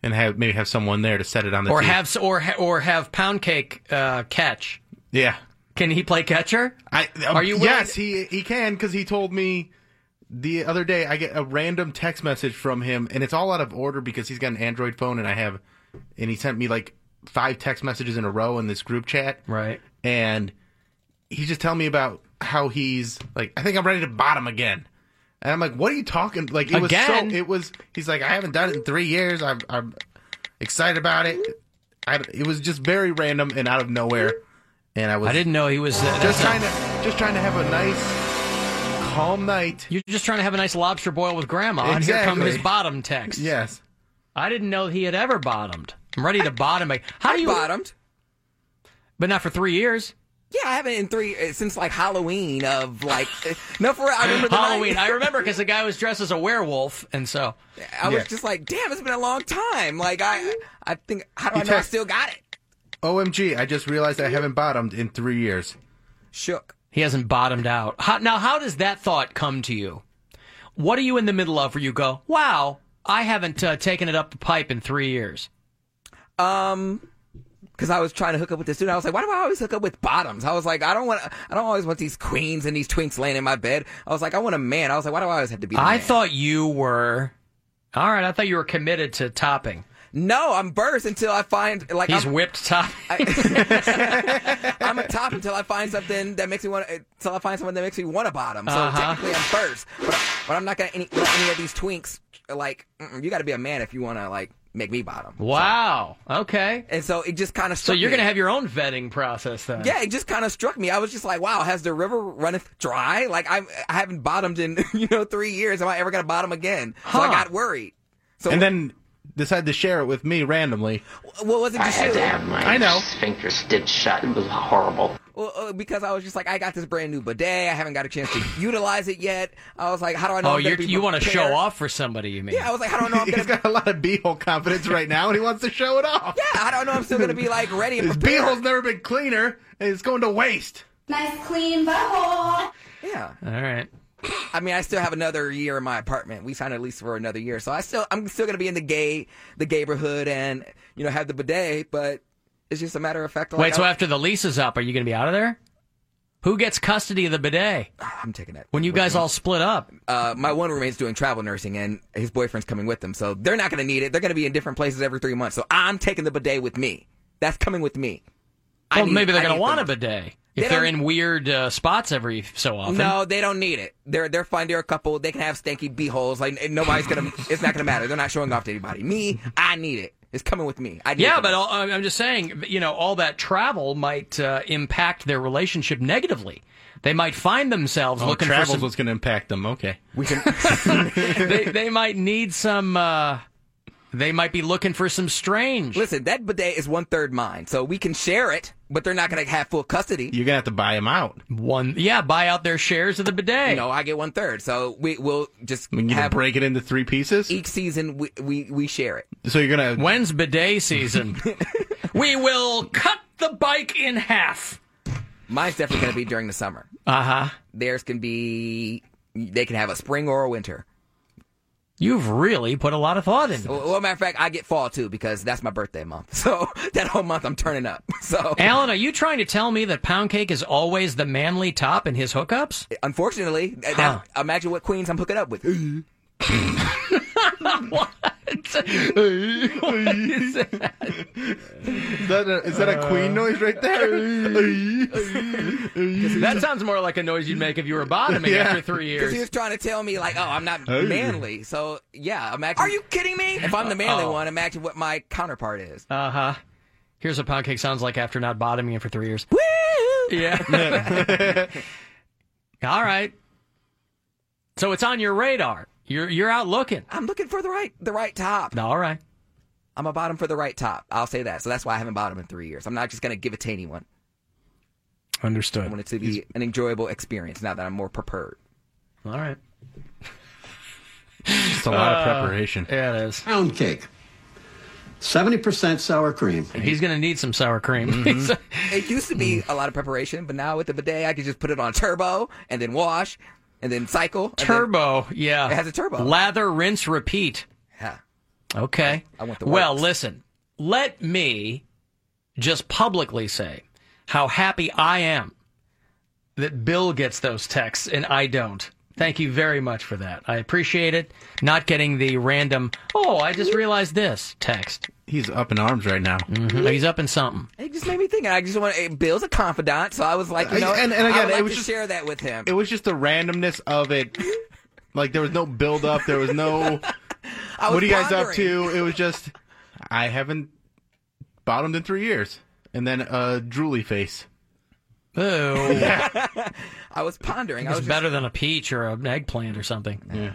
Speaker 2: And have maybe have someone there to set it on the
Speaker 1: or
Speaker 2: tee.
Speaker 1: have or ha- or have pound cake uh, catch.
Speaker 2: Yeah.
Speaker 1: Can he play catcher?
Speaker 2: I um,
Speaker 1: Are you willing-
Speaker 2: Yes, he he can because he told me the other day I get a random text message from him and it's all out of order because he's got an Android phone and I have and he sent me like five text messages in a row in this group chat.
Speaker 1: Right.
Speaker 2: And he's just telling me about how he's like I think I'm ready to bottom again. And I'm like, what are you talking? Like it
Speaker 1: Again?
Speaker 2: was so. It was. He's like, I haven't done it in three years. I'm, I'm excited about it. I, it was just very random and out of nowhere. And I was.
Speaker 1: I didn't know he was uh,
Speaker 2: just
Speaker 1: that's
Speaker 2: trying
Speaker 1: a-
Speaker 2: to just trying to have a nice calm night.
Speaker 1: You're just trying to have a nice lobster boil with grandma. And here come
Speaker 2: Exactly.
Speaker 1: his bottom text.
Speaker 2: Yes.
Speaker 1: I didn't know he had ever bottomed. I'm ready to bottom. ag- How do you
Speaker 3: bottomed?
Speaker 1: But not for three years.
Speaker 3: Yeah, I haven't in three uh, since like Halloween of like eh, no for real. I remember the
Speaker 1: Halloween.
Speaker 3: night-
Speaker 1: I remember because the guy was dressed as a werewolf, and so
Speaker 3: I was just like, damn, it's been a long time. Like I, I think how do I
Speaker 2: You
Speaker 3: know I
Speaker 2: text-
Speaker 3: still got it?
Speaker 2: Omg! I just realized I haven't bottomed in three years.
Speaker 3: Shook.
Speaker 1: He hasn't bottomed out. How, now, how does that thought come to you? What are you in the middle of where you go, wow, I haven't uh, taken it up the pipe in three years?
Speaker 3: Um, because I was trying to hook up with this dude. I was like, why do I always hook up with bottoms? I was like, I don't want, I don't always want these queens and these twinks laying in my bed. I was like, I want a man. I was like, why do I always have to be? The
Speaker 1: I
Speaker 3: man?
Speaker 1: thought you were. All right, I thought you were committed to topping.
Speaker 3: No, I'm burst until I find like
Speaker 1: He's
Speaker 3: I'm,
Speaker 1: whipped top.
Speaker 3: I'm a top until I find something that makes me want. Until I find someone that makes me want a bottom. So
Speaker 1: Uh-huh.
Speaker 3: technically, I'm burst, but, but I'm not gonna any, let any of these twinks like. Mm-mm, you got to be a man if you want to like make me bottom.
Speaker 1: Wow. Okay.
Speaker 3: And so it just kind of.
Speaker 1: So you're going to have your own vetting process then.
Speaker 3: Yeah, it just kind of struck me. I was just like, "Wow, has the river runneth dry? Like I'm, I haven't bottomed in you know three years. Am I ever gonna bottom again?" So I got worried. So
Speaker 2: and then decided to share it with me randomly.
Speaker 3: What was it you should?
Speaker 2: I know.
Speaker 15: Sphincter stitch shut. It was horrible.
Speaker 3: Well, uh, because I was just like, I got this brand new bidet. I haven't got a chance to utilize it yet. I was like, how do I know?
Speaker 1: Oh,
Speaker 3: I'm gonna
Speaker 1: you're,
Speaker 3: be
Speaker 1: you want to
Speaker 3: prepared?
Speaker 1: show off for somebody, you mean?
Speaker 3: Yeah, I was like, how do I know I'm gonna?
Speaker 2: He's got a lot of beehole confidence right now, and he wants to show it off.
Speaker 3: Yeah, I don't know. I'm still gonna be like ready. And
Speaker 2: His
Speaker 3: prepared.
Speaker 2: beehole's never been cleaner, and it's going to waste.
Speaker 10: Nice clean butthole.
Speaker 3: Yeah.
Speaker 1: All right.
Speaker 3: I mean, I still have another year in my apartment. We signed a lease for another year, so I still, I'm still gonna be in the gay, the neighborhood, and you know, have the bidet. But it's just a matter of fact. Like,
Speaker 1: Wait, so
Speaker 3: I-
Speaker 1: after the lease is up, are you going to be out of there? Who gets custody of the bidet?
Speaker 3: I'm taking that.
Speaker 1: When you guys all split up.
Speaker 3: uh, my one roommate's doing travel nursing and his boyfriend's coming with them. So they're not going to need it. They're going to be in different places every three months. So I'm taking the bidet with me. That's coming with me. I
Speaker 1: Well,
Speaker 3: need-
Speaker 1: maybe they're
Speaker 3: I
Speaker 1: going to
Speaker 3: need
Speaker 1: want a
Speaker 3: them.
Speaker 1: bidet
Speaker 3: They
Speaker 1: if they're
Speaker 3: don't-
Speaker 1: in weird uh, spots every so often.
Speaker 3: No, they don't need it. They're they're fine. They're a couple. They can have stanky beeholes. Like and nobody's gonna. it's not gonna matter. They're not showing off to anybody. Me, I need it. It's coming with me. I need
Speaker 1: Yeah,
Speaker 3: it.
Speaker 1: but all, I'm I'm just saying, you know, all that travel might uh, impact their relationship negatively. They might find themselves
Speaker 2: Oh,
Speaker 1: looking
Speaker 2: travel's
Speaker 1: for some.
Speaker 2: what's going to impact them. Okay.
Speaker 1: they, they might need some. Uh, they might be looking for some strange.
Speaker 3: Listen, that bidet is one third mine, so we can share it. But they're not gonna have full custody.
Speaker 2: You're gonna have to buy him out.
Speaker 1: One, yeah, buy out their shares of the bidet.
Speaker 3: No, I get one third. So we will just
Speaker 2: I mean, you can
Speaker 3: have
Speaker 2: break it into three pieces.
Speaker 3: each season. We, we we share it.
Speaker 2: So you're gonna
Speaker 1: when's bidet season? we will cut the bike in half.
Speaker 3: Mine's definitely gonna be during the summer.
Speaker 1: Uh huh.
Speaker 3: Theirs can be. They can have a spring or a winter.
Speaker 1: You've really put a lot of thought into. it.
Speaker 3: Well, well, matter of fact, I get fall too because that's my birthday month. So that whole month I'm turning up. So
Speaker 1: Alan, are you trying to tell me that Pound Cake is always the manly top in his hookups?
Speaker 3: unfortunately, that- that- imagine what queens I'm hooking up with.
Speaker 1: is that?
Speaker 2: Is that a, is that a queen noise right there?
Speaker 1: That sounds more like a noise you'd make if you were bottoming
Speaker 2: Yeah.
Speaker 1: after three
Speaker 3: Because he
Speaker 1: years.
Speaker 3: was trying to tell me like, oh, I'm not
Speaker 1: Hey.
Speaker 3: manly. So yeah, imagine. Are you kidding me? If I'm the manly
Speaker 1: Oh.
Speaker 3: one, imagine what my counterpart is.
Speaker 1: Uh huh. Here's what pound cake sounds like after not bottoming it for three years. Yeah. All right. So it's on your radar. You're you're out looking.
Speaker 3: I'm looking for the right the right top.
Speaker 1: All right.
Speaker 3: I'm a bottom for the right top. I'll say that. So that's why I haven't bottomed in three years. I'm not just going to give it to anyone. I
Speaker 16: Understood.
Speaker 3: want it to be an enjoyable experience now that I'm more prepared.
Speaker 1: All right.
Speaker 2: It's a lot of preparation.
Speaker 1: Uh, Yeah, it is.
Speaker 17: Pound cake. 70% sour cream.
Speaker 1: He's going to need some sour cream.
Speaker 2: Mm-hmm.
Speaker 3: it used to be a lot of preparation, but now with the bidet, I can just put it on turbo and then wash and then cycle. and then-
Speaker 1: Turbo, yeah.
Speaker 3: It has a turbo.
Speaker 1: Lather, rinse, repeat.
Speaker 3: Yeah.
Speaker 1: Okay.
Speaker 3: I want the
Speaker 1: well,
Speaker 3: works.
Speaker 1: listen, let me just publicly say how happy I am that Bill gets those texts and I don't. Thank you very much for that. I appreciate it. Not getting the random, oh, I just realized this text.
Speaker 2: He's up in arms right now.
Speaker 1: Mm-hmm. He's up in something.
Speaker 3: It just made me think. I just want to. Bill's a confidant, so I was like, you know,
Speaker 2: And- and
Speaker 3: I
Speaker 2: again,
Speaker 3: would
Speaker 2: it
Speaker 3: like
Speaker 2: was
Speaker 3: to
Speaker 2: just-
Speaker 3: share that with him.
Speaker 2: It was just the randomness of it. Like there was no build up. There was no.
Speaker 3: I was
Speaker 2: what are you guys up
Speaker 3: pondering.
Speaker 2: to? It was just. I haven't bottomed in three years, and then a drooly face.
Speaker 1: Oh,
Speaker 3: I was pondering. I
Speaker 1: it's
Speaker 3: was just,
Speaker 1: better than a peach or an eggplant or something.
Speaker 2: Yeah.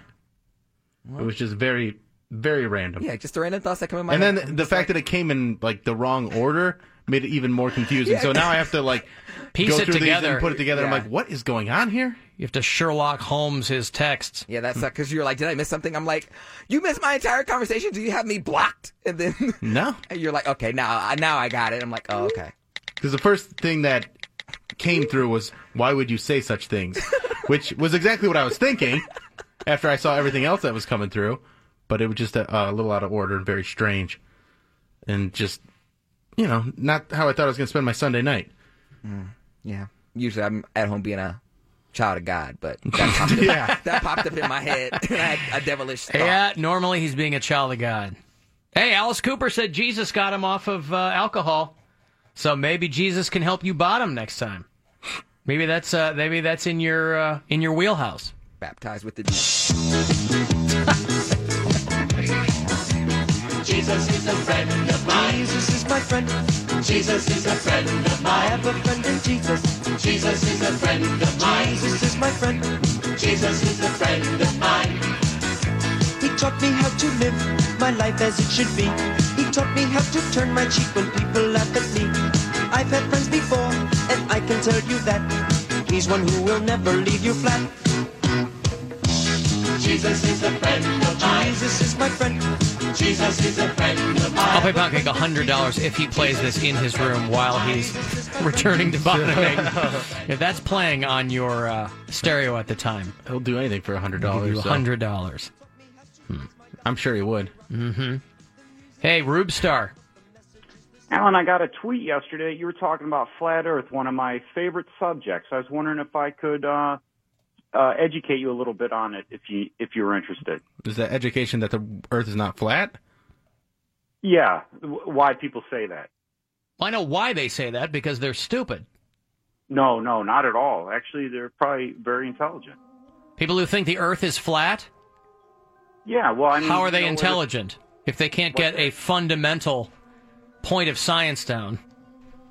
Speaker 2: It was just very, very random.
Speaker 3: yeah, just the random thoughts that come in my
Speaker 2: and
Speaker 3: head.
Speaker 2: then the fact that it came in like the wrong order made it even more confusing.
Speaker 3: Yeah.
Speaker 2: So now I have to like
Speaker 1: Piece
Speaker 2: go
Speaker 1: it
Speaker 2: through these
Speaker 1: together.
Speaker 2: and put it together. I'm
Speaker 1: Yeah.
Speaker 2: like, what is going on here?
Speaker 1: You have to Sherlock Holmes his texts.
Speaker 3: Yeah, that's because you're like, did I miss something? I'm like, you missed my entire conversation. Do you have me blocked? And then
Speaker 2: No,
Speaker 3: and you're like, okay, now I now I got it. I'm like, oh, okay.
Speaker 2: because the first thing that came through was, why would you say such things? Which was exactly what I was thinking after I saw everything else that was coming through. But it was just a, a little out of order and very strange, and just you know not how I thought I was going to spend my Sunday night.
Speaker 3: Mm, Yeah. Usually I'm at home being a child of God, but that popped up,
Speaker 2: Yeah.
Speaker 3: that popped up in my head. I had a devilish thought.
Speaker 1: Yeah, normally he's being a child of God. Hey, Alice Cooper said Jesus got him off of uh, alcohol, so maybe Jesus can help you bottom next time. Maybe that's uh, maybe that's in your uh, in your wheelhouse.
Speaker 3: Baptized with the Jesus
Speaker 18: Jesus is a friend of mine. Jesus is my friend. Jesus is a friend of mine. I have a friend in Jesus. Jesus is a friend of mine. Jesus is my friend. Jesus is a friend of mine. He taught me how to live my life as it should be. He taught me how to turn my cheek when people laugh at me. I've had friends before, and I can tell you that he's one who will never leave you flat. Jesus is a friend of mine. Jesus is my friend. Jesus is a friend of mine.
Speaker 1: I'll pay Pancake hundred dollars if he plays this in his room while he's returning to bottoming. if that's playing on your uh, stereo at the time,
Speaker 2: he'll do anything for hundred
Speaker 1: dollars.
Speaker 2: so. Hmm.
Speaker 1: Hundred dollars.
Speaker 2: I'm sure he would.
Speaker 1: Mm-hmm. Hey, Rube Star.
Speaker 19: Alan, I got a tweet yesterday. You were talking about flat Earth, one of my favorite subjects. I was wondering if I could uh, uh, educate you a little bit on it, if you if you were interested.
Speaker 2: Is that education that the Earth is not flat?
Speaker 19: Yeah, w- why people say that?
Speaker 1: Well, I know why they say that because they're stupid.
Speaker 19: No, no, not at all. Actually, they're probably very intelligent.
Speaker 1: People who think the Earth is flat.
Speaker 19: Yeah, well, I mean,
Speaker 1: How are they
Speaker 19: you know, with-
Speaker 1: intelligent if they can't get a fundamental point of science down?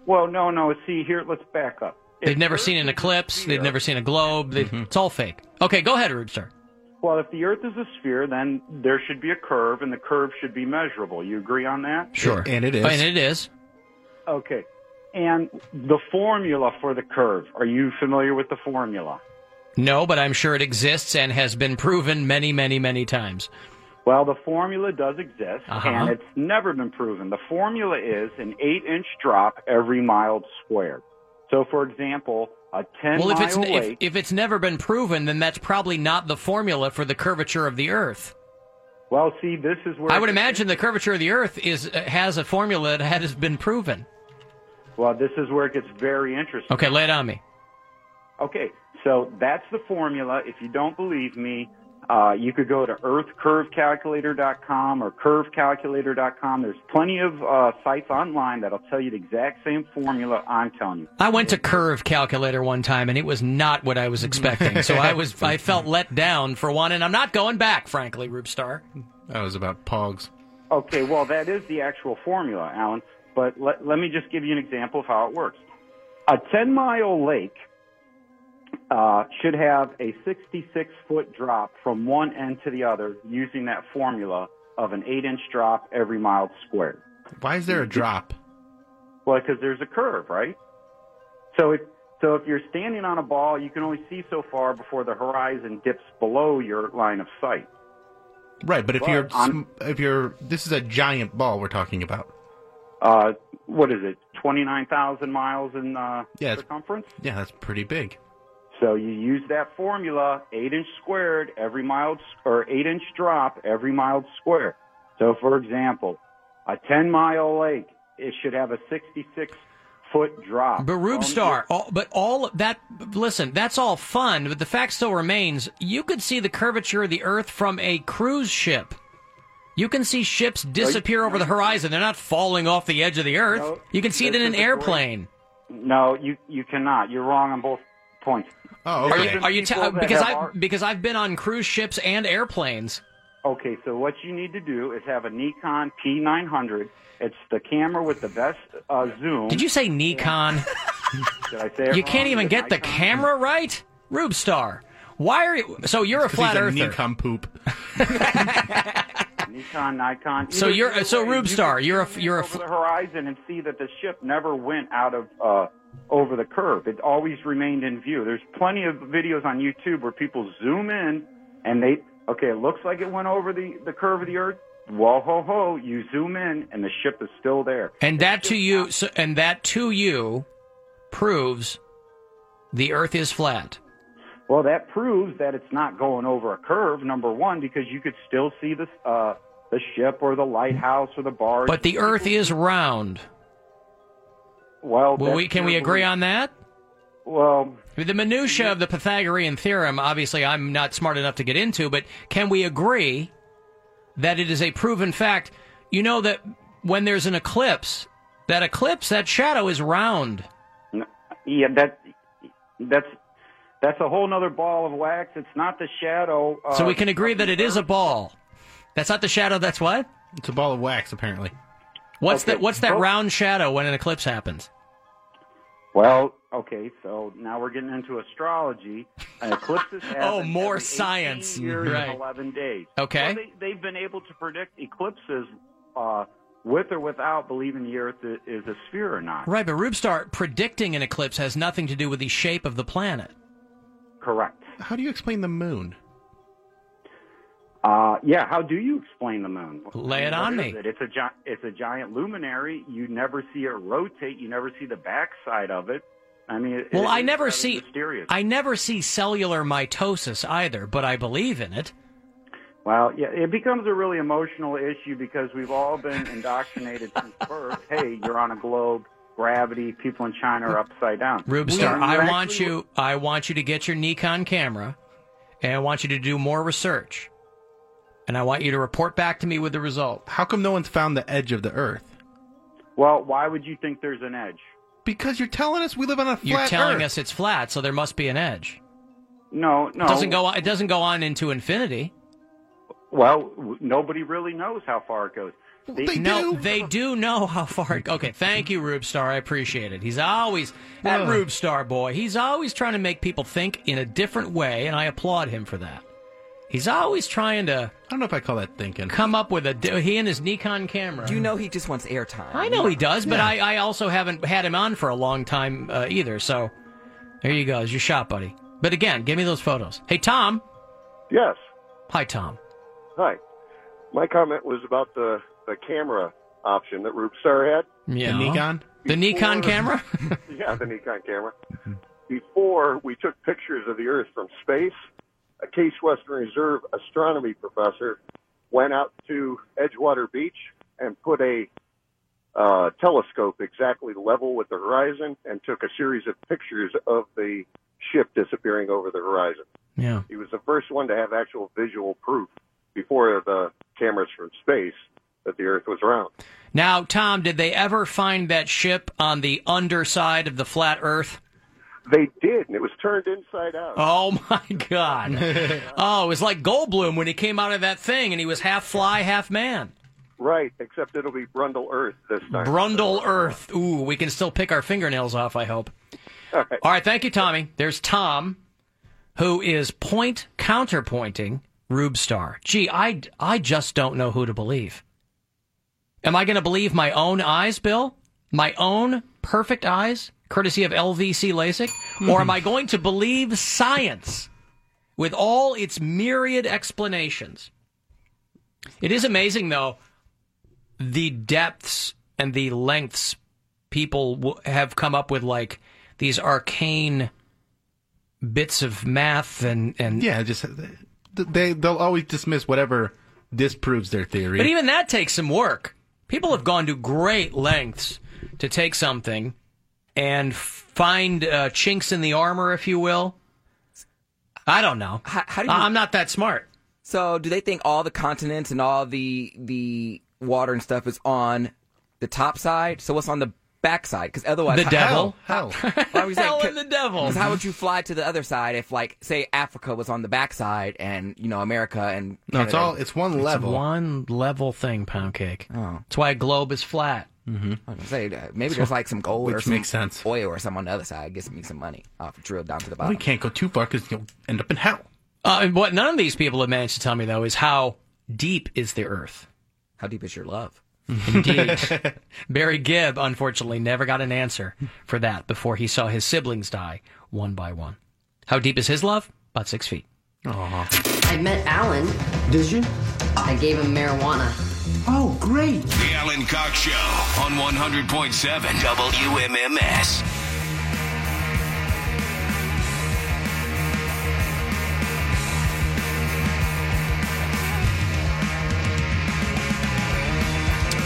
Speaker 19: Well, no, no. See, here, let's back up.
Speaker 1: They've never seen an eclipse. They've never seen a globe. They, It's all fake. Okay, go ahead, Rubster.
Speaker 19: Well, if the Earth is a sphere, then there should be a curve, and the curve should be measurable. You agree on that?
Speaker 1: Sure. And it
Speaker 19: is.
Speaker 1: And it is.
Speaker 19: Okay. And the formula for the curve, are you familiar with the formula?
Speaker 1: No, but I'm sure it exists and has been proven many, many, many times.
Speaker 19: Well, the formula does exist,
Speaker 1: Uh-huh.
Speaker 19: and it's never been proven. The formula is an eight inch drop every mile squared. So, for example, a 10
Speaker 1: well, if
Speaker 19: mile
Speaker 1: it's
Speaker 19: lake.
Speaker 1: if, if it's never been proven, then that's probably not the formula for the curvature of the Earth.
Speaker 19: well, see, this is where.
Speaker 1: I would imagine the curvature of the Earth is uh, has a formula that has been proven.
Speaker 19: Well, this is where it gets very interesting.
Speaker 1: Okay, lay it on me.
Speaker 19: Okay, so that's the formula. If you don't believe me, uh, you could go to earthcurvecalculator.com or curvecalculator.com. There's plenty of uh, sites online that'll tell you the exact same formula I'm telling you.
Speaker 1: I went to curve calculator one time and it was not what I was expecting. So I was I felt let down for one and I'm not going back, frankly, Rubestar.
Speaker 2: That was about pogs.
Speaker 19: Okay, well, that is the actual formula, Alan. but let, let me just give you an example of how it works. A 10 mile lake uh, should have a 66 foot drop from one end to the other using that formula of an 8 inch drop every mile squared.
Speaker 2: Why is there a drop?
Speaker 19: Well, because there's a curve, right? So if so, if you're standing on a ball, you can only see so far before the horizon dips below your line of sight.
Speaker 2: Right, but if
Speaker 19: Well,
Speaker 2: you're
Speaker 19: I'm-
Speaker 2: if you're this is a giant ball we're talking about.
Speaker 19: Uh, what is it? Twenty nine thousand miles in uh,
Speaker 2: Yeah, it's-
Speaker 19: circumference.
Speaker 2: Yeah, that's pretty big.
Speaker 19: So you use that formula: eight inch squared every mile, s- or eight inch drop every mile squared. So, for example, a ten mile lake it should have a sixty six foot drop.
Speaker 1: But Rube
Speaker 19: from-
Speaker 1: Star, all, but all that, listen, that's all fun, but the fact still remains you could see the curvature of the Earth from a cruise ship. You can see ships disappear over the horizon. They're not falling off the edge of the Earth.
Speaker 19: No,
Speaker 1: you can see it
Speaker 19: this
Speaker 1: in an
Speaker 19: is a great-
Speaker 1: airplane.
Speaker 19: No, you you cannot. You're wrong on both points.
Speaker 2: Oh,
Speaker 1: Are you, are you ta- because I have because I've been on cruise ships and airplanes.
Speaker 19: Okay, so what you need to do is have a Nikon P900. It's the camera with the best uh, zoom.
Speaker 1: Did you say Nikon?
Speaker 19: Did I say it
Speaker 1: You can't
Speaker 19: wrong? Is
Speaker 1: even
Speaker 19: it
Speaker 1: get the
Speaker 19: Nikon?
Speaker 1: camera right, Rube Star. Why are you? So you're a
Speaker 2: 'Cause he's
Speaker 1: flat
Speaker 2: a
Speaker 1: earther.
Speaker 2: Nikon poop.
Speaker 19: Nikon, Nikon.
Speaker 1: So
Speaker 19: Either-
Speaker 1: you're-
Speaker 19: either
Speaker 1: so
Speaker 19: way,
Speaker 1: Rube
Speaker 19: you
Speaker 1: Star,
Speaker 19: can
Speaker 1: you're a-
Speaker 19: see
Speaker 1: you're a
Speaker 19: over
Speaker 1: fl-
Speaker 19: the horizon and see that the ship never went out of uh, over the curve. It always remained in view. There's plenty of videos on YouTube where people zoom in and they okay, it looks like it went over the the curve of the Earth. Whoa, ho, ho! You zoom in and the ship is still there.
Speaker 1: And that to you, so, and that to you, proves the Earth is flat.
Speaker 19: Well, that proves that it's not going over a curve. Number one, because you could still see the uh, the ship or the lighthouse or the barge.
Speaker 1: But the Earth is round.
Speaker 19: well,
Speaker 1: Well,
Speaker 19: that's
Speaker 1: we, can
Speaker 19: your
Speaker 1: we agree
Speaker 19: belief.
Speaker 1: on that?
Speaker 19: Well,
Speaker 1: the minutia of the Pythagorean theorem, obviously, I'm not smart enough to get into. But can we agree that it is a proven fact? You know that when there's an eclipse, that eclipse, that shadow is round.
Speaker 19: Yeah, that that's that's a whole nother ball of wax. It's not the shadow. Uh,
Speaker 1: So we can agree that it is a ball. That's not the shadow. That's what? It's a ball of wax, apparently. What's
Speaker 19: Okay.
Speaker 1: that? What's that round shadow when an eclipse happens?
Speaker 19: Well, okay, so now we're getting into astrology. An eclipses happen
Speaker 1: Oh, more
Speaker 19: every 18
Speaker 3: E
Speaker 1: science.
Speaker 19: Years
Speaker 1: Right.
Speaker 19: and eleven days.
Speaker 1: Okay.
Speaker 19: Well, they, they've been able to predict eclipses uh, with or without believing the Earth i- is a sphere or not.
Speaker 1: Right, but Rubestar predicting an eclipse has nothing to do with the shape of the planet.
Speaker 19: Correct.
Speaker 2: How do you explain the moon?
Speaker 19: Uh, yeah. How do you explain the moon?
Speaker 1: Lay it
Speaker 19: What
Speaker 1: on
Speaker 19: is
Speaker 1: me.
Speaker 19: It? It's a gi- it's a giant luminary. You never see it rotate. You never see the backside of it. I mean, it,
Speaker 1: Well,
Speaker 19: it
Speaker 1: I
Speaker 19: is
Speaker 1: never
Speaker 19: rather
Speaker 1: see
Speaker 19: mysterious.
Speaker 1: I never see cellular mitosis either, but I believe in it.
Speaker 19: Well, yeah, it becomes a really emotional issue because we've all been indoctrinated since birth. Hey, you're on a globe, gravity, people in China are upside down.
Speaker 1: Rubestar,
Speaker 19: We-
Speaker 1: I want you I want you to get your Nikon camera and I want you to do more research. And I want you to report back to me with the result.
Speaker 2: How come no one's found the edge of the Earth?
Speaker 19: Well, why would you think there's an edge?
Speaker 2: Because you're telling us we live on a flat
Speaker 1: You're telling
Speaker 2: Earth.
Speaker 1: us it's flat, so there must be an edge.
Speaker 19: No, no.
Speaker 1: It doesn't go on, it doesn't go on into infinity.
Speaker 19: Well, w- nobody really knows how far it goes. They,
Speaker 1: no, they do know how far. it- Okay, thank you, Rube Star. I appreciate it. He's always that
Speaker 19: Ugh.
Speaker 1: Rube Star boy. He's always trying to make people think in a different way, and I applaud him for that. He's always trying to. I don't know if I call that thinking. Come up with a. di- He and his Nikon camera.
Speaker 3: Do you know he just wants airtime?
Speaker 1: I know he does, but I, I also haven't had him on for a long time uh, either. So there you go. It's your shot, buddy. But again, give me those photos. Hey, Tom.
Speaker 4: Yes.
Speaker 1: Hi, Tom.
Speaker 4: Hi. My comment was about the, the camera option that Rube Star had.
Speaker 1: Yeah.
Speaker 2: Nikon?
Speaker 1: The Nikon
Speaker 4: Before-
Speaker 1: camera.
Speaker 4: yeah, the Nikon camera. Before we took pictures of the Earth from space, a Case Western Reserve astronomy professor went out to Edgewater Beach and put a uh, telescope exactly level with the horizon and took a series of pictures of the ship disappearing over the horizon.
Speaker 1: Yeah.
Speaker 4: He was the first one to have actual visual proof before the cameras from space that the Earth was round.
Speaker 1: Now, Tom, did they ever find that ship on the underside of the flat Earth?
Speaker 4: They did, and it was turned inside out.
Speaker 1: Oh my God! oh, it was like Goldblum when he came out of that thing, and he was half fly, half man.
Speaker 4: Right, except it'll be Brundle Earth this time.
Speaker 1: Brundle Earth. Ooh, we can still pick our fingernails off, I hope. All right. thank you, Tommy. There's Tom, who is point counterpointing Rube Star. Gee, I, I just don't know who to believe. Am I going to believe my own eyes, Bill? My own perfect eyes, courtesy of LVC LASIK? Or am I going to believe science with all its myriad explanations? It is amazing, though, the depths and the lengths people w- have come up with, like these arcane bits of math and and
Speaker 2: yeah, just they they'll always dismiss whatever disproves their theory.
Speaker 1: But even that takes some work. People have gone to great lengths to take something and find uh, chinks in the armor, if you will. I don't know.
Speaker 3: do you-
Speaker 1: I'm not that smart.
Speaker 3: So, do they think all the continents and all the the water and stuff is on the top side? So, what's on the back side? Because otherwise,
Speaker 1: The devil.
Speaker 3: How? I was
Speaker 1: Hell
Speaker 3: saying,
Speaker 1: and the devil.
Speaker 3: Because how would you fly to the other side if, like, say Africa was on the back side and you know America and
Speaker 2: No, it's
Speaker 3: Canada-
Speaker 2: all- it's one level.
Speaker 1: one level thing, pound cake. Oh. That's why a globe is flat.
Speaker 3: Mm-hmm. I was gonna say uh, maybe there's like some gold or
Speaker 2: Which
Speaker 3: some
Speaker 2: makes sense.
Speaker 3: oil or something on the other side. Gets me some money. I'll drill down to the
Speaker 2: we
Speaker 3: bottom.
Speaker 2: can't go too far because you'll end up in hell.
Speaker 1: Uh, and what none of these people have managed to tell me though is how deep is the earth?
Speaker 3: How deep is your love?
Speaker 1: Indeed. Barry Gibb unfortunately never got an answer for that before he saw his siblings die one by one. How deep is his love? About six feet.
Speaker 5: I met Alan. Did you? I gave him marijuana. Oh, great.
Speaker 9: The Alan Cox Show on 100.7 WMMS.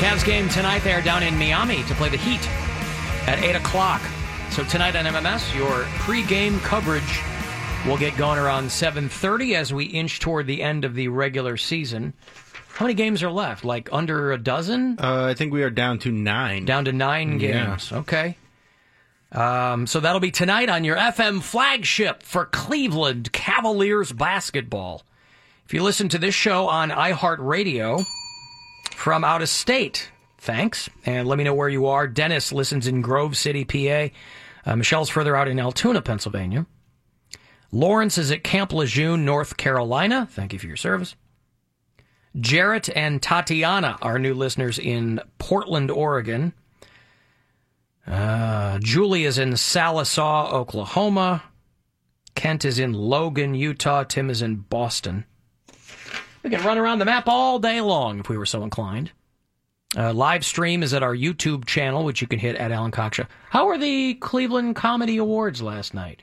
Speaker 1: Cavs game tonight. They are down in Miami to play the Heat at 8 o'clock. So tonight on MMS, your pregame coverage will get going around 7.30 as we inch toward the end of the regular season. How many games are left? Like under a dozen?
Speaker 2: Uh, I think we are down to nine.
Speaker 1: Down to nine
Speaker 2: Yeah.
Speaker 1: games. Okay. Um, so that'll be tonight on your FM flagship for Cleveland Cavaliers basketball. If you listen to this show on iHeartRadio from out of state, thanks. And let me know where you are. Dennis listens in Grove City, PA. Uh, Michelle's further out in Altoona, Pennsylvania. Lawrence is at Camp Lejeune, North Carolina. Thank you for your service. Jarrett and Tatiana are new listeners in Portland, Oregon. Uh, Julie is in Salisaw, Oklahoma. Kent is in Logan, Utah. Tim is in Boston. We can run around the map all day long if we were so inclined. Uh, live stream is at our YouTube channel, which you can hit at Alan Cox Show. How were the Cleveland Comedy Awards last night?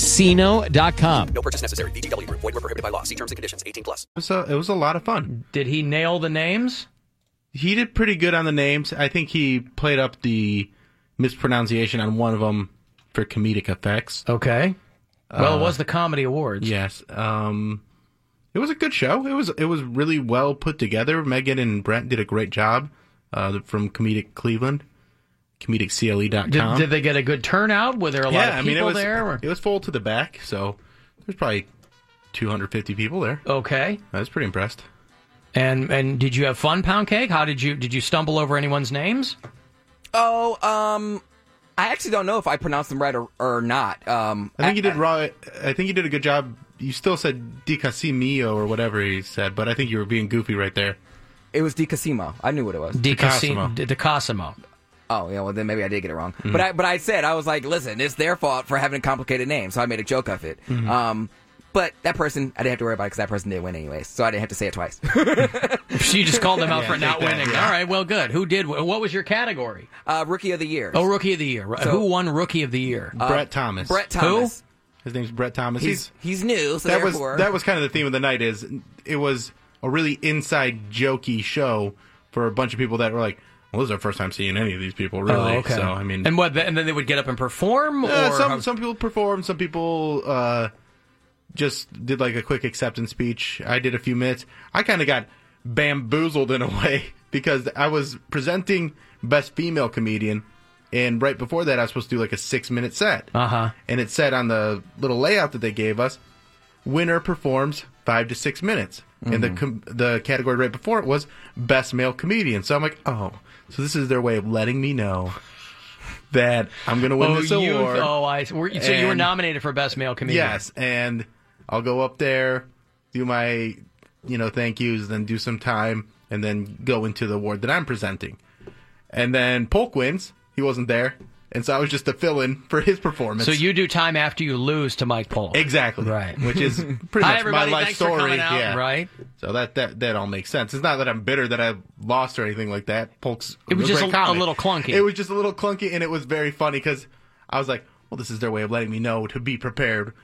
Speaker 6: ChumbaCasino.com.
Speaker 7: No purchase necessary. VGW Group. Void were prohibited by law. See terms and conditions. 18 plus.
Speaker 2: was a, it was a lot of fun.
Speaker 1: Did he nail the names?
Speaker 2: He did pretty good on the names. I think he played up the mispronunciation on one of them for comedic effects. Uh,
Speaker 1: Okay. Well, it
Speaker 3: Uh,
Speaker 1: was the comedy awards.
Speaker 2: Yes. Um, it was a good show. It was it was really well put together. Megan and Brent did a great job uh, from Comedic Cleveland, comediccle.com.
Speaker 1: Did, did they get a good turnout? Were there a lot of people
Speaker 2: it was,
Speaker 1: there? or-
Speaker 2: It was full to the back, so there's probably 250 people there.
Speaker 1: Okay.
Speaker 2: I was pretty impressed.
Speaker 1: And and did you have fun, Pound Cake? How did you did you stumble over anyone's names?
Speaker 3: Oh, um, I actually don't know if I pronounced them right or, or not. Um,
Speaker 2: I think you did raw. I think you did a good job. You still said Di Casimio or whatever he said, but I think you were being goofy right there.
Speaker 3: It was Di Casimo. I knew what it was.
Speaker 1: Di Casimo. Di Cosimo.
Speaker 3: Oh yeah, well then maybe I did get it wrong.
Speaker 2: Mm-hmm.
Speaker 3: But I but I said I was like, listen, it's their fault for having a complicated name, so I made a joke of it.
Speaker 2: Mm-hmm.
Speaker 1: Mhm.
Speaker 3: Um, but that person I didn't have to worry about because that person did win anyways, so I didn't have to say it twice.
Speaker 1: She just called them out
Speaker 3: Yeah,
Speaker 1: for not
Speaker 3: take that,
Speaker 1: winning.
Speaker 3: yeah.
Speaker 1: All right, well, good. Who did? wh- What was your category?
Speaker 3: uh, rookie of the year.
Speaker 1: Oh, rookie of the year. Right.
Speaker 3: So-
Speaker 1: Who won rookie of the year?
Speaker 2: Uh, Brett Thomas.
Speaker 3: Brett
Speaker 2: Who?
Speaker 3: Thomas.
Speaker 2: His name's Brett Thomas.
Speaker 3: He's he's new, so
Speaker 2: that was
Speaker 3: therefore
Speaker 2: that was kind of the theme of the night. Is it was a really inside jokey show for a bunch of people that were like, "Well, this is our first time seeing any of these people, really."
Speaker 1: Oh, okay.
Speaker 2: So I mean,
Speaker 1: and what? th- And then they would get up and perform.
Speaker 2: Uh,
Speaker 1: or
Speaker 2: some
Speaker 1: how-
Speaker 2: some people performed, some people uh, just did like a quick acceptance speech. I did a few minutes. I kind of got bamboozled in a way because I was presenting best female comedian, and right before that I was supposed to do like a six minute set. Uh huh. And it said on the little layout that they gave us, winner performs five to six minutes, and the
Speaker 1: Mm-hmm.
Speaker 13: Mhm.
Speaker 2: com- the category right before it was best male comedian. So I'm like, oh, so this is their way of letting me know. That I'm going to win
Speaker 1: oh,
Speaker 2: this
Speaker 1: you-
Speaker 2: award.
Speaker 1: oh, I. Were, so you were
Speaker 2: And-
Speaker 1: nominated for best male comedian.
Speaker 2: Yes, and I'll go up there, do my, you know, thank yous, then do some time, and then go into the award that I'm presenting. And then Polk wins. He wasn't there, and so I was just a fill-in for his performance.
Speaker 1: So you do time after you lose to Mike Polk.
Speaker 2: Exactly.
Speaker 1: Right.
Speaker 2: which is pretty
Speaker 1: Hi,
Speaker 2: much
Speaker 1: everybody,
Speaker 2: my life
Speaker 1: thanks for
Speaker 2: story.
Speaker 1: coming out,
Speaker 2: yeah.
Speaker 1: Right.
Speaker 2: So that, that that all makes sense. It's not that I'm bitter that I lost or anything like that. Polk's
Speaker 1: It was
Speaker 2: a
Speaker 1: just
Speaker 2: great
Speaker 1: a- a
Speaker 2: comic.
Speaker 1: little clunky.
Speaker 2: It was just a little clunky, and it was very funny because I was like, "Well, this is their way of letting me know to be prepared."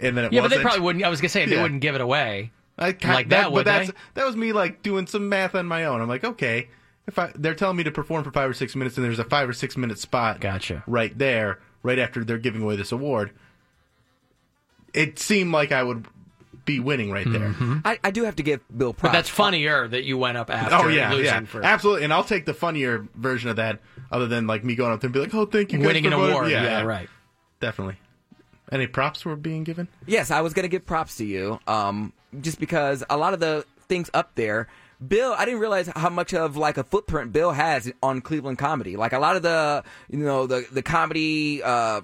Speaker 2: And then it
Speaker 1: yeah, but
Speaker 2: wasn't.
Speaker 1: they probably wouldn't. I was gonna say they
Speaker 2: Yeah.
Speaker 1: wouldn't give it away.
Speaker 2: I kind-
Speaker 1: like
Speaker 2: that,
Speaker 1: that,
Speaker 2: but
Speaker 1: would
Speaker 2: that's
Speaker 1: they?
Speaker 2: that was me like doing some math on my own. I'm like, okay, if I they're telling me to perform for five or six minutes, and there's a five or six minute spot, gotcha, right there, right after they're giving away this award. It seemed like I would be winning right there.
Speaker 3: I, I do have to give Bill
Speaker 1: Mm-hmm. But
Speaker 3: props.
Speaker 1: that's funnier that you went up after
Speaker 2: oh yeah,
Speaker 1: losing
Speaker 2: yeah,
Speaker 1: for
Speaker 2: absolutely. And I'll take the funnier version of that, other than like me going up there and be like, oh, thank you, guys
Speaker 1: winning
Speaker 2: for
Speaker 1: an
Speaker 2: voting."
Speaker 1: award. yeah, right.
Speaker 2: definitely. Any props were being given?
Speaker 3: Yes, I was going to give props to you, um, just because a lot of the things up there, Bill, I didn't realize how much of like a footprint Bill has on Cleveland comedy. Like a lot of the, you know, the the comedy. Uh,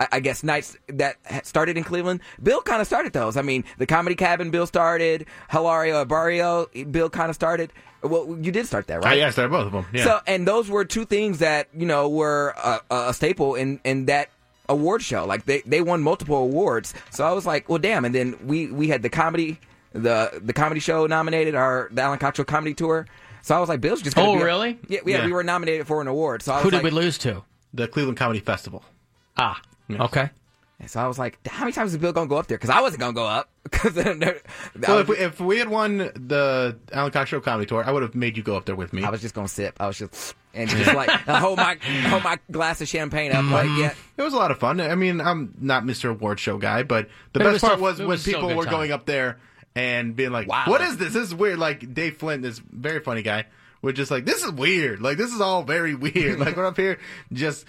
Speaker 3: I I guess nights that ha- started in Cleveland. Bill kind of started those. I mean, the Comedy Cabin. Bill started Hilario Barrio. Bill kind of started. Well, you did start that, right?
Speaker 2: I Ah, yes, they're both of them. Yeah.
Speaker 3: So, and those were two things that you know were a, a staple in in that award show. Like they they won multiple awards. So I was like, well, damn. And then we we had the comedy the the comedy show nominated our the Alan Cottrell comedy tour. So I was like, Bill's just gonna
Speaker 1: Oh,
Speaker 3: be a-
Speaker 1: really?
Speaker 3: yeah, yeah,
Speaker 1: Yeah.
Speaker 3: We were nominated for an award. So I
Speaker 1: Who
Speaker 3: was
Speaker 1: did
Speaker 3: like,
Speaker 1: we lose to?
Speaker 2: The Cleveland Comedy Festival.
Speaker 1: Ah, okay.
Speaker 3: So I was like, how many times is Bill gonna go up there? Because I wasn't gonna go up. Because
Speaker 2: So if we, if we had won the Alan Cox Show comedy tour, I would have made you go up there with me. I
Speaker 3: was just gonna sip. I was just and just like hold my hold my glass of champagne up. Like,
Speaker 1: Mm-hmm.
Speaker 3: yeah.
Speaker 2: It was a lot of fun. I mean, I'm not Mr. Award Show guy, but the
Speaker 3: But it
Speaker 2: best
Speaker 3: was
Speaker 2: part
Speaker 3: still-
Speaker 2: was
Speaker 3: it
Speaker 2: when
Speaker 3: was still a
Speaker 2: people
Speaker 3: good
Speaker 2: were
Speaker 3: time.
Speaker 2: going up there and being like,
Speaker 3: Wow.
Speaker 2: "What is this? This is weird." Like Dave Flint, this very funny guy, was just like, "This is weird. Like this is all very weird. like we're up here just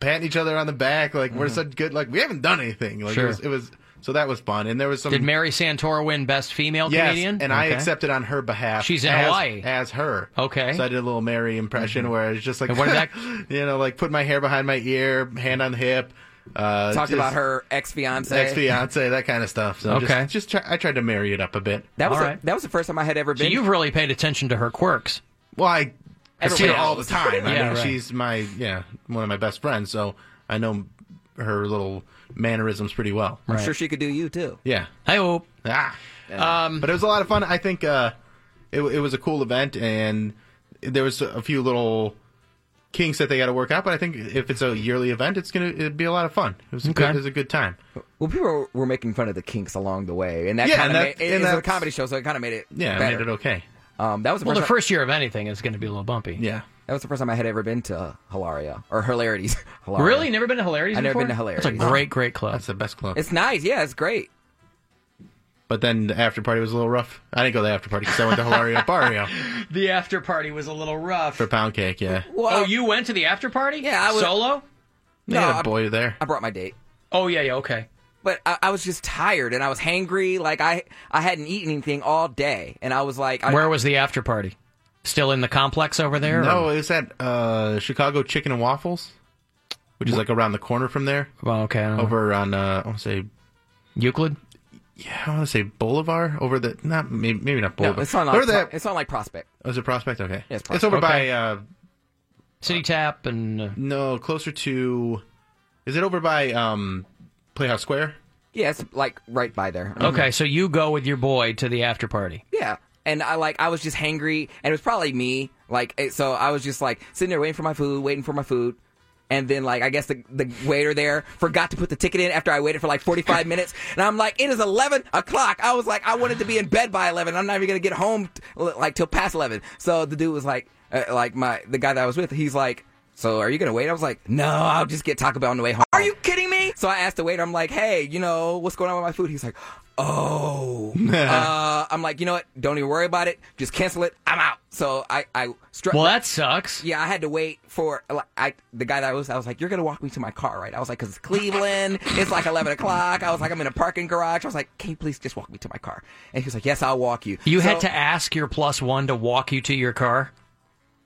Speaker 2: patting each other on the back. Like we're
Speaker 3: Mm-hmm.
Speaker 1: Mhm.
Speaker 2: such good. Like we haven't done anything. Like
Speaker 1: Sure.
Speaker 2: it, was, it was so that was fun. And there was some
Speaker 1: Did Mary Santora win best female
Speaker 2: yes,
Speaker 1: comedian?
Speaker 2: and I
Speaker 1: Okay.
Speaker 2: accepted on her behalf.
Speaker 1: She's in
Speaker 2: as-
Speaker 1: Hawaii.
Speaker 2: as her.
Speaker 1: Okay. Mm-hmm.
Speaker 2: So I did a little Mary impression where I was just like,
Speaker 1: And what did that-
Speaker 2: you know, like put my hair behind my ear, hand on the hip. Uh,
Speaker 3: Talked
Speaker 2: just-
Speaker 3: about her ex fiance.
Speaker 2: ex fiance, that kind of stuff. So
Speaker 1: Okay.
Speaker 2: just, just try, I tried to marry it up a bit.
Speaker 3: That was
Speaker 2: All
Speaker 3: the-
Speaker 2: right.
Speaker 3: that was the first time I had ever
Speaker 1: So
Speaker 3: been.
Speaker 1: you've really paid attention to her quirks.
Speaker 2: Well, I, I see her
Speaker 1: Everybody
Speaker 2: all the
Speaker 1: knows.
Speaker 2: time. I
Speaker 1: Yeah,
Speaker 2: mean,
Speaker 1: right.
Speaker 2: she's my yeah one of my best friends, so I know her little mannerisms pretty well.
Speaker 3: I'm sure she could do you too.
Speaker 2: Yeah.
Speaker 1: I hope.
Speaker 2: Ah.
Speaker 1: Um,
Speaker 2: but it was a lot of fun. I think uh, it, it was a cool event, and there was a few little kinks that they got to work out. But I think if it's a yearly event, it's gonna it'd be a lot of fun. It was, a
Speaker 3: Okay.
Speaker 2: good, it was a good time.
Speaker 3: Well, people were making fun of the kinks along the way, and that
Speaker 2: Yeah,
Speaker 3: kind
Speaker 2: and
Speaker 3: of
Speaker 2: that-
Speaker 3: made,
Speaker 2: and
Speaker 3: it, was a
Speaker 2: that's-
Speaker 3: comedy show, so it kind of made it
Speaker 2: Yeah, it
Speaker 3: better.
Speaker 2: made it okay.
Speaker 3: Um, that was the
Speaker 1: Well,
Speaker 3: first
Speaker 1: the
Speaker 3: time,
Speaker 1: first year of anything is going to be a little bumpy.
Speaker 2: Yeah,
Speaker 3: that was the first time I had ever been to Hilaria or Hilarities. Hilaria.
Speaker 1: Really? Never been to Hilarities?
Speaker 3: I've never
Speaker 1: before?
Speaker 3: been to Hilarities.
Speaker 1: It's a great, great club. That's
Speaker 2: the best club.
Speaker 3: It's nice. Yeah, it's great.
Speaker 2: But then the after party was a little rough. I didn't go to the after party because I went to Hilario Barrio
Speaker 1: The after party was a little rough.
Speaker 2: for pound cake. Yeah,
Speaker 1: oh, you went to the after party?
Speaker 3: Yeah, I was-
Speaker 1: solo.
Speaker 2: they
Speaker 3: No,
Speaker 2: had a
Speaker 3: I-
Speaker 2: boy there.
Speaker 3: I brought my date.
Speaker 1: Oh yeah, yeah, okay.
Speaker 3: But I, I was just tired and I was hangry. Like I, I hadn't eaten anything all day, and I was like, I,
Speaker 1: Where was the after party? Still in the complex over there?
Speaker 2: No, it was at Oh, uh, Chicago Chicken and Waffles, which is like around the corner from there.
Speaker 1: Well, okay.
Speaker 2: Over on uh, I want to say
Speaker 1: Euclid.
Speaker 2: Yeah, I want to say Boulevard over the not maybe, maybe not
Speaker 3: no,
Speaker 2: Boulevard.
Speaker 3: it's on like
Speaker 2: over that.
Speaker 3: it's on like Prospect.
Speaker 2: Oh, is it Prospect? Okay.
Speaker 3: Yeah, it's
Speaker 2: it's over by
Speaker 1: Prospect.
Speaker 2: uh,
Speaker 1: City Tap and uh,
Speaker 2: no closer to. Is it over by um, Playhouse Square?
Speaker 3: Yeah, it's like right by there.
Speaker 1: Okay, so you go with your boy to the after party.
Speaker 3: Yeah. And I like I was just hangry and it was probably me. Like it- so I was just like sitting there waiting for my food, waiting for my food. And then, like, I guess the, the waiter there forgot to put the ticket in after I waited for like 45 minutes. And I'm like, it is 11 o'clock. I was like, I wanted to be in bed by 11. I'm not even going to get home, t- like, till past 11. So the dude was like, uh, like, my, the guy that I was with, he's like, so are you gonna wait? I was like, no, I'll just get Taco Bell on the way home. Are you kidding me? So I asked the waiter, I'm like, hey, you know, what's going on with my food? He's like, oh. uh, I'm like, you know what? Don't even worry about it. Just cancel it. I'm out. So I, I struck.
Speaker 1: Well, that sucks.
Speaker 3: Yeah, I had to wait for like, I the guy that I was. I was like, you're gonna walk me to my car, right? I was like, cause it's Cleveland. it's like 11 o'clock. I was like, I'm in a parking garage. I was like, can you please just walk me to my car? And he was like, yes, I'll walk you.
Speaker 1: You
Speaker 3: So-
Speaker 1: had to ask your plus one to walk you to your car.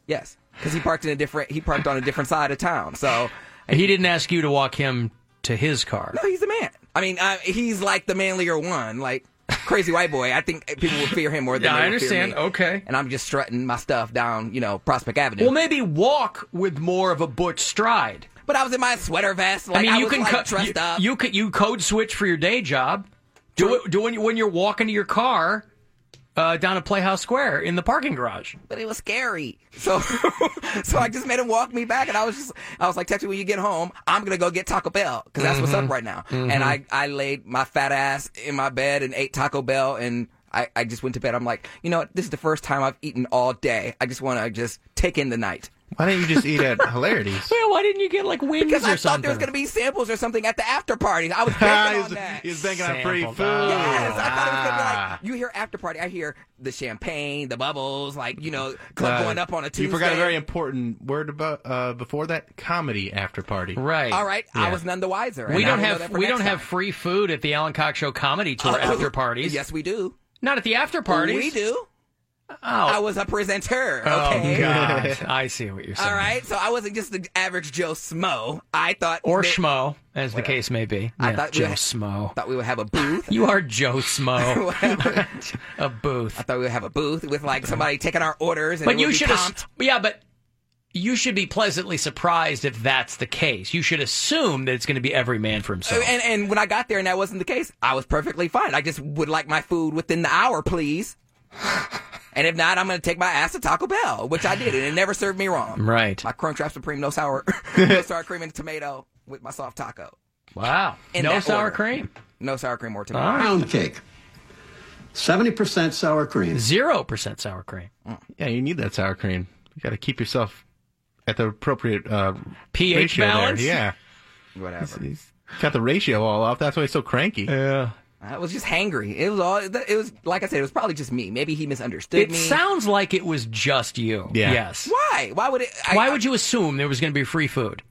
Speaker 3: Yes, because he parked in a different. He parked on a different side of town. So
Speaker 1: He didn't ask you to walk him to his car.
Speaker 3: No, he's a man. I mean, I, he's like the manlier one, like crazy white boy. I think people would fear him more than
Speaker 1: Yeah,
Speaker 3: they
Speaker 1: I
Speaker 3: would fear
Speaker 1: understand.
Speaker 3: me.
Speaker 1: Okay.
Speaker 3: And I'm just strutting my stuff down, you know, Prospect Avenue.
Speaker 1: Well, maybe walk with more of a butch stride.
Speaker 3: but I was in my sweater vest. Like,
Speaker 1: I mean, you
Speaker 3: was,
Speaker 1: can
Speaker 3: like,
Speaker 1: cut.
Speaker 3: dressed
Speaker 1: you,
Speaker 3: up.
Speaker 1: you could you code switch for your day job. Do it. Do when you when you're walking to your car uh, down at Playhouse Square in the parking garage.
Speaker 3: but it was scary. So, so I just made him walk me back, and I was just, I was like, "Text me when you get home. I'm gonna go get Taco Bell because that's what's
Speaker 2: Mm-hmm.
Speaker 1: Mhm.
Speaker 3: up right now."
Speaker 1: Mhm.
Speaker 3: And I, I laid my fat ass in my bed and ate Taco Bell, and I, I just went to bed. I'm like, you know, what? this is the first time I've eaten all day. I just want to just take in the night.
Speaker 2: Why don't you just eat at Hilarities?
Speaker 1: Yeah, why didn't you get like wings
Speaker 3: because
Speaker 2: or
Speaker 3: I thought there was
Speaker 2: something?
Speaker 3: gonna be samples or something at the after party. I was banking on that.
Speaker 2: He's thinking of
Speaker 3: Sample
Speaker 2: free food.
Speaker 3: bar. Yes, I thought it was gonna be
Speaker 1: Ah.
Speaker 3: like you hear after party. I hear the champagne, the bubbles, like you know, club
Speaker 2: Uh,
Speaker 3: going up on a Tuesday.
Speaker 2: You forgot a very important word about uh, before that comedy after party.
Speaker 1: Right.
Speaker 3: All right, I
Speaker 2: Yeah.
Speaker 3: was none the wiser.
Speaker 1: we
Speaker 3: and I will
Speaker 1: don't
Speaker 3: know that
Speaker 1: have
Speaker 3: for
Speaker 1: we
Speaker 3: next Oh,
Speaker 1: don't have free food at the Alan Cox Show comedy tour after parties.
Speaker 3: Yes, we do.
Speaker 1: Not at the after
Speaker 3: time.
Speaker 1: parties.
Speaker 3: We do.
Speaker 1: Oh,
Speaker 3: I was a presenter. Okay.
Speaker 1: Oh God, I see what you're saying.
Speaker 3: All right, so I wasn't just the average Joe Smo. I thought
Speaker 1: Or
Speaker 3: that-
Speaker 1: Schmo, as the case may be.
Speaker 3: I
Speaker 1: Yeah,
Speaker 3: thought we
Speaker 1: Joe
Speaker 3: had-
Speaker 1: Smo.
Speaker 3: Thought we would have a booth.
Speaker 1: You are Joe Smo. a booth.
Speaker 3: I thought we would have a booth with like somebody taking our orders. And
Speaker 1: but
Speaker 3: it
Speaker 1: you
Speaker 3: would be
Speaker 1: should
Speaker 3: comped.
Speaker 1: have. Yeah, but you should be pleasantly surprised if that's the case. You should assume that it's going to be every man for himself.
Speaker 3: Uh, And, and when I got there and that wasn't the case, I was perfectly fine. I just would like my food within the hour, please. And if not, I'm going to take my ass to Taco Bell, which I did, and it never served me wrong.
Speaker 1: Right.
Speaker 3: My Crunchwrap Supreme, no sour, no sour cream and tomato with my soft taco.
Speaker 1: Wow.
Speaker 3: In
Speaker 1: no
Speaker 3: that
Speaker 1: sour
Speaker 3: order.
Speaker 1: cream.
Speaker 3: No sour cream or tomato.
Speaker 17: Pound cake. 70% sour cream.
Speaker 1: 0% sour cream.
Speaker 2: Yeah, you need that sour cream. You got to keep yourself at the appropriate uh,
Speaker 1: pH
Speaker 2: ratio
Speaker 1: balance?
Speaker 2: There. Yeah.
Speaker 3: Whatever.
Speaker 2: He's, he's got the ratio all off. That's why he's so cranky.
Speaker 1: Yeah.
Speaker 3: I was just hangry. It was all. It was like I said. It was probably just me. Maybe he misunderstood
Speaker 1: It
Speaker 3: me.
Speaker 1: sounds like it was just you.
Speaker 2: Yeah.
Speaker 1: Yes.
Speaker 3: Why? Why would it? I,
Speaker 1: Why would you assume there was going to be free food?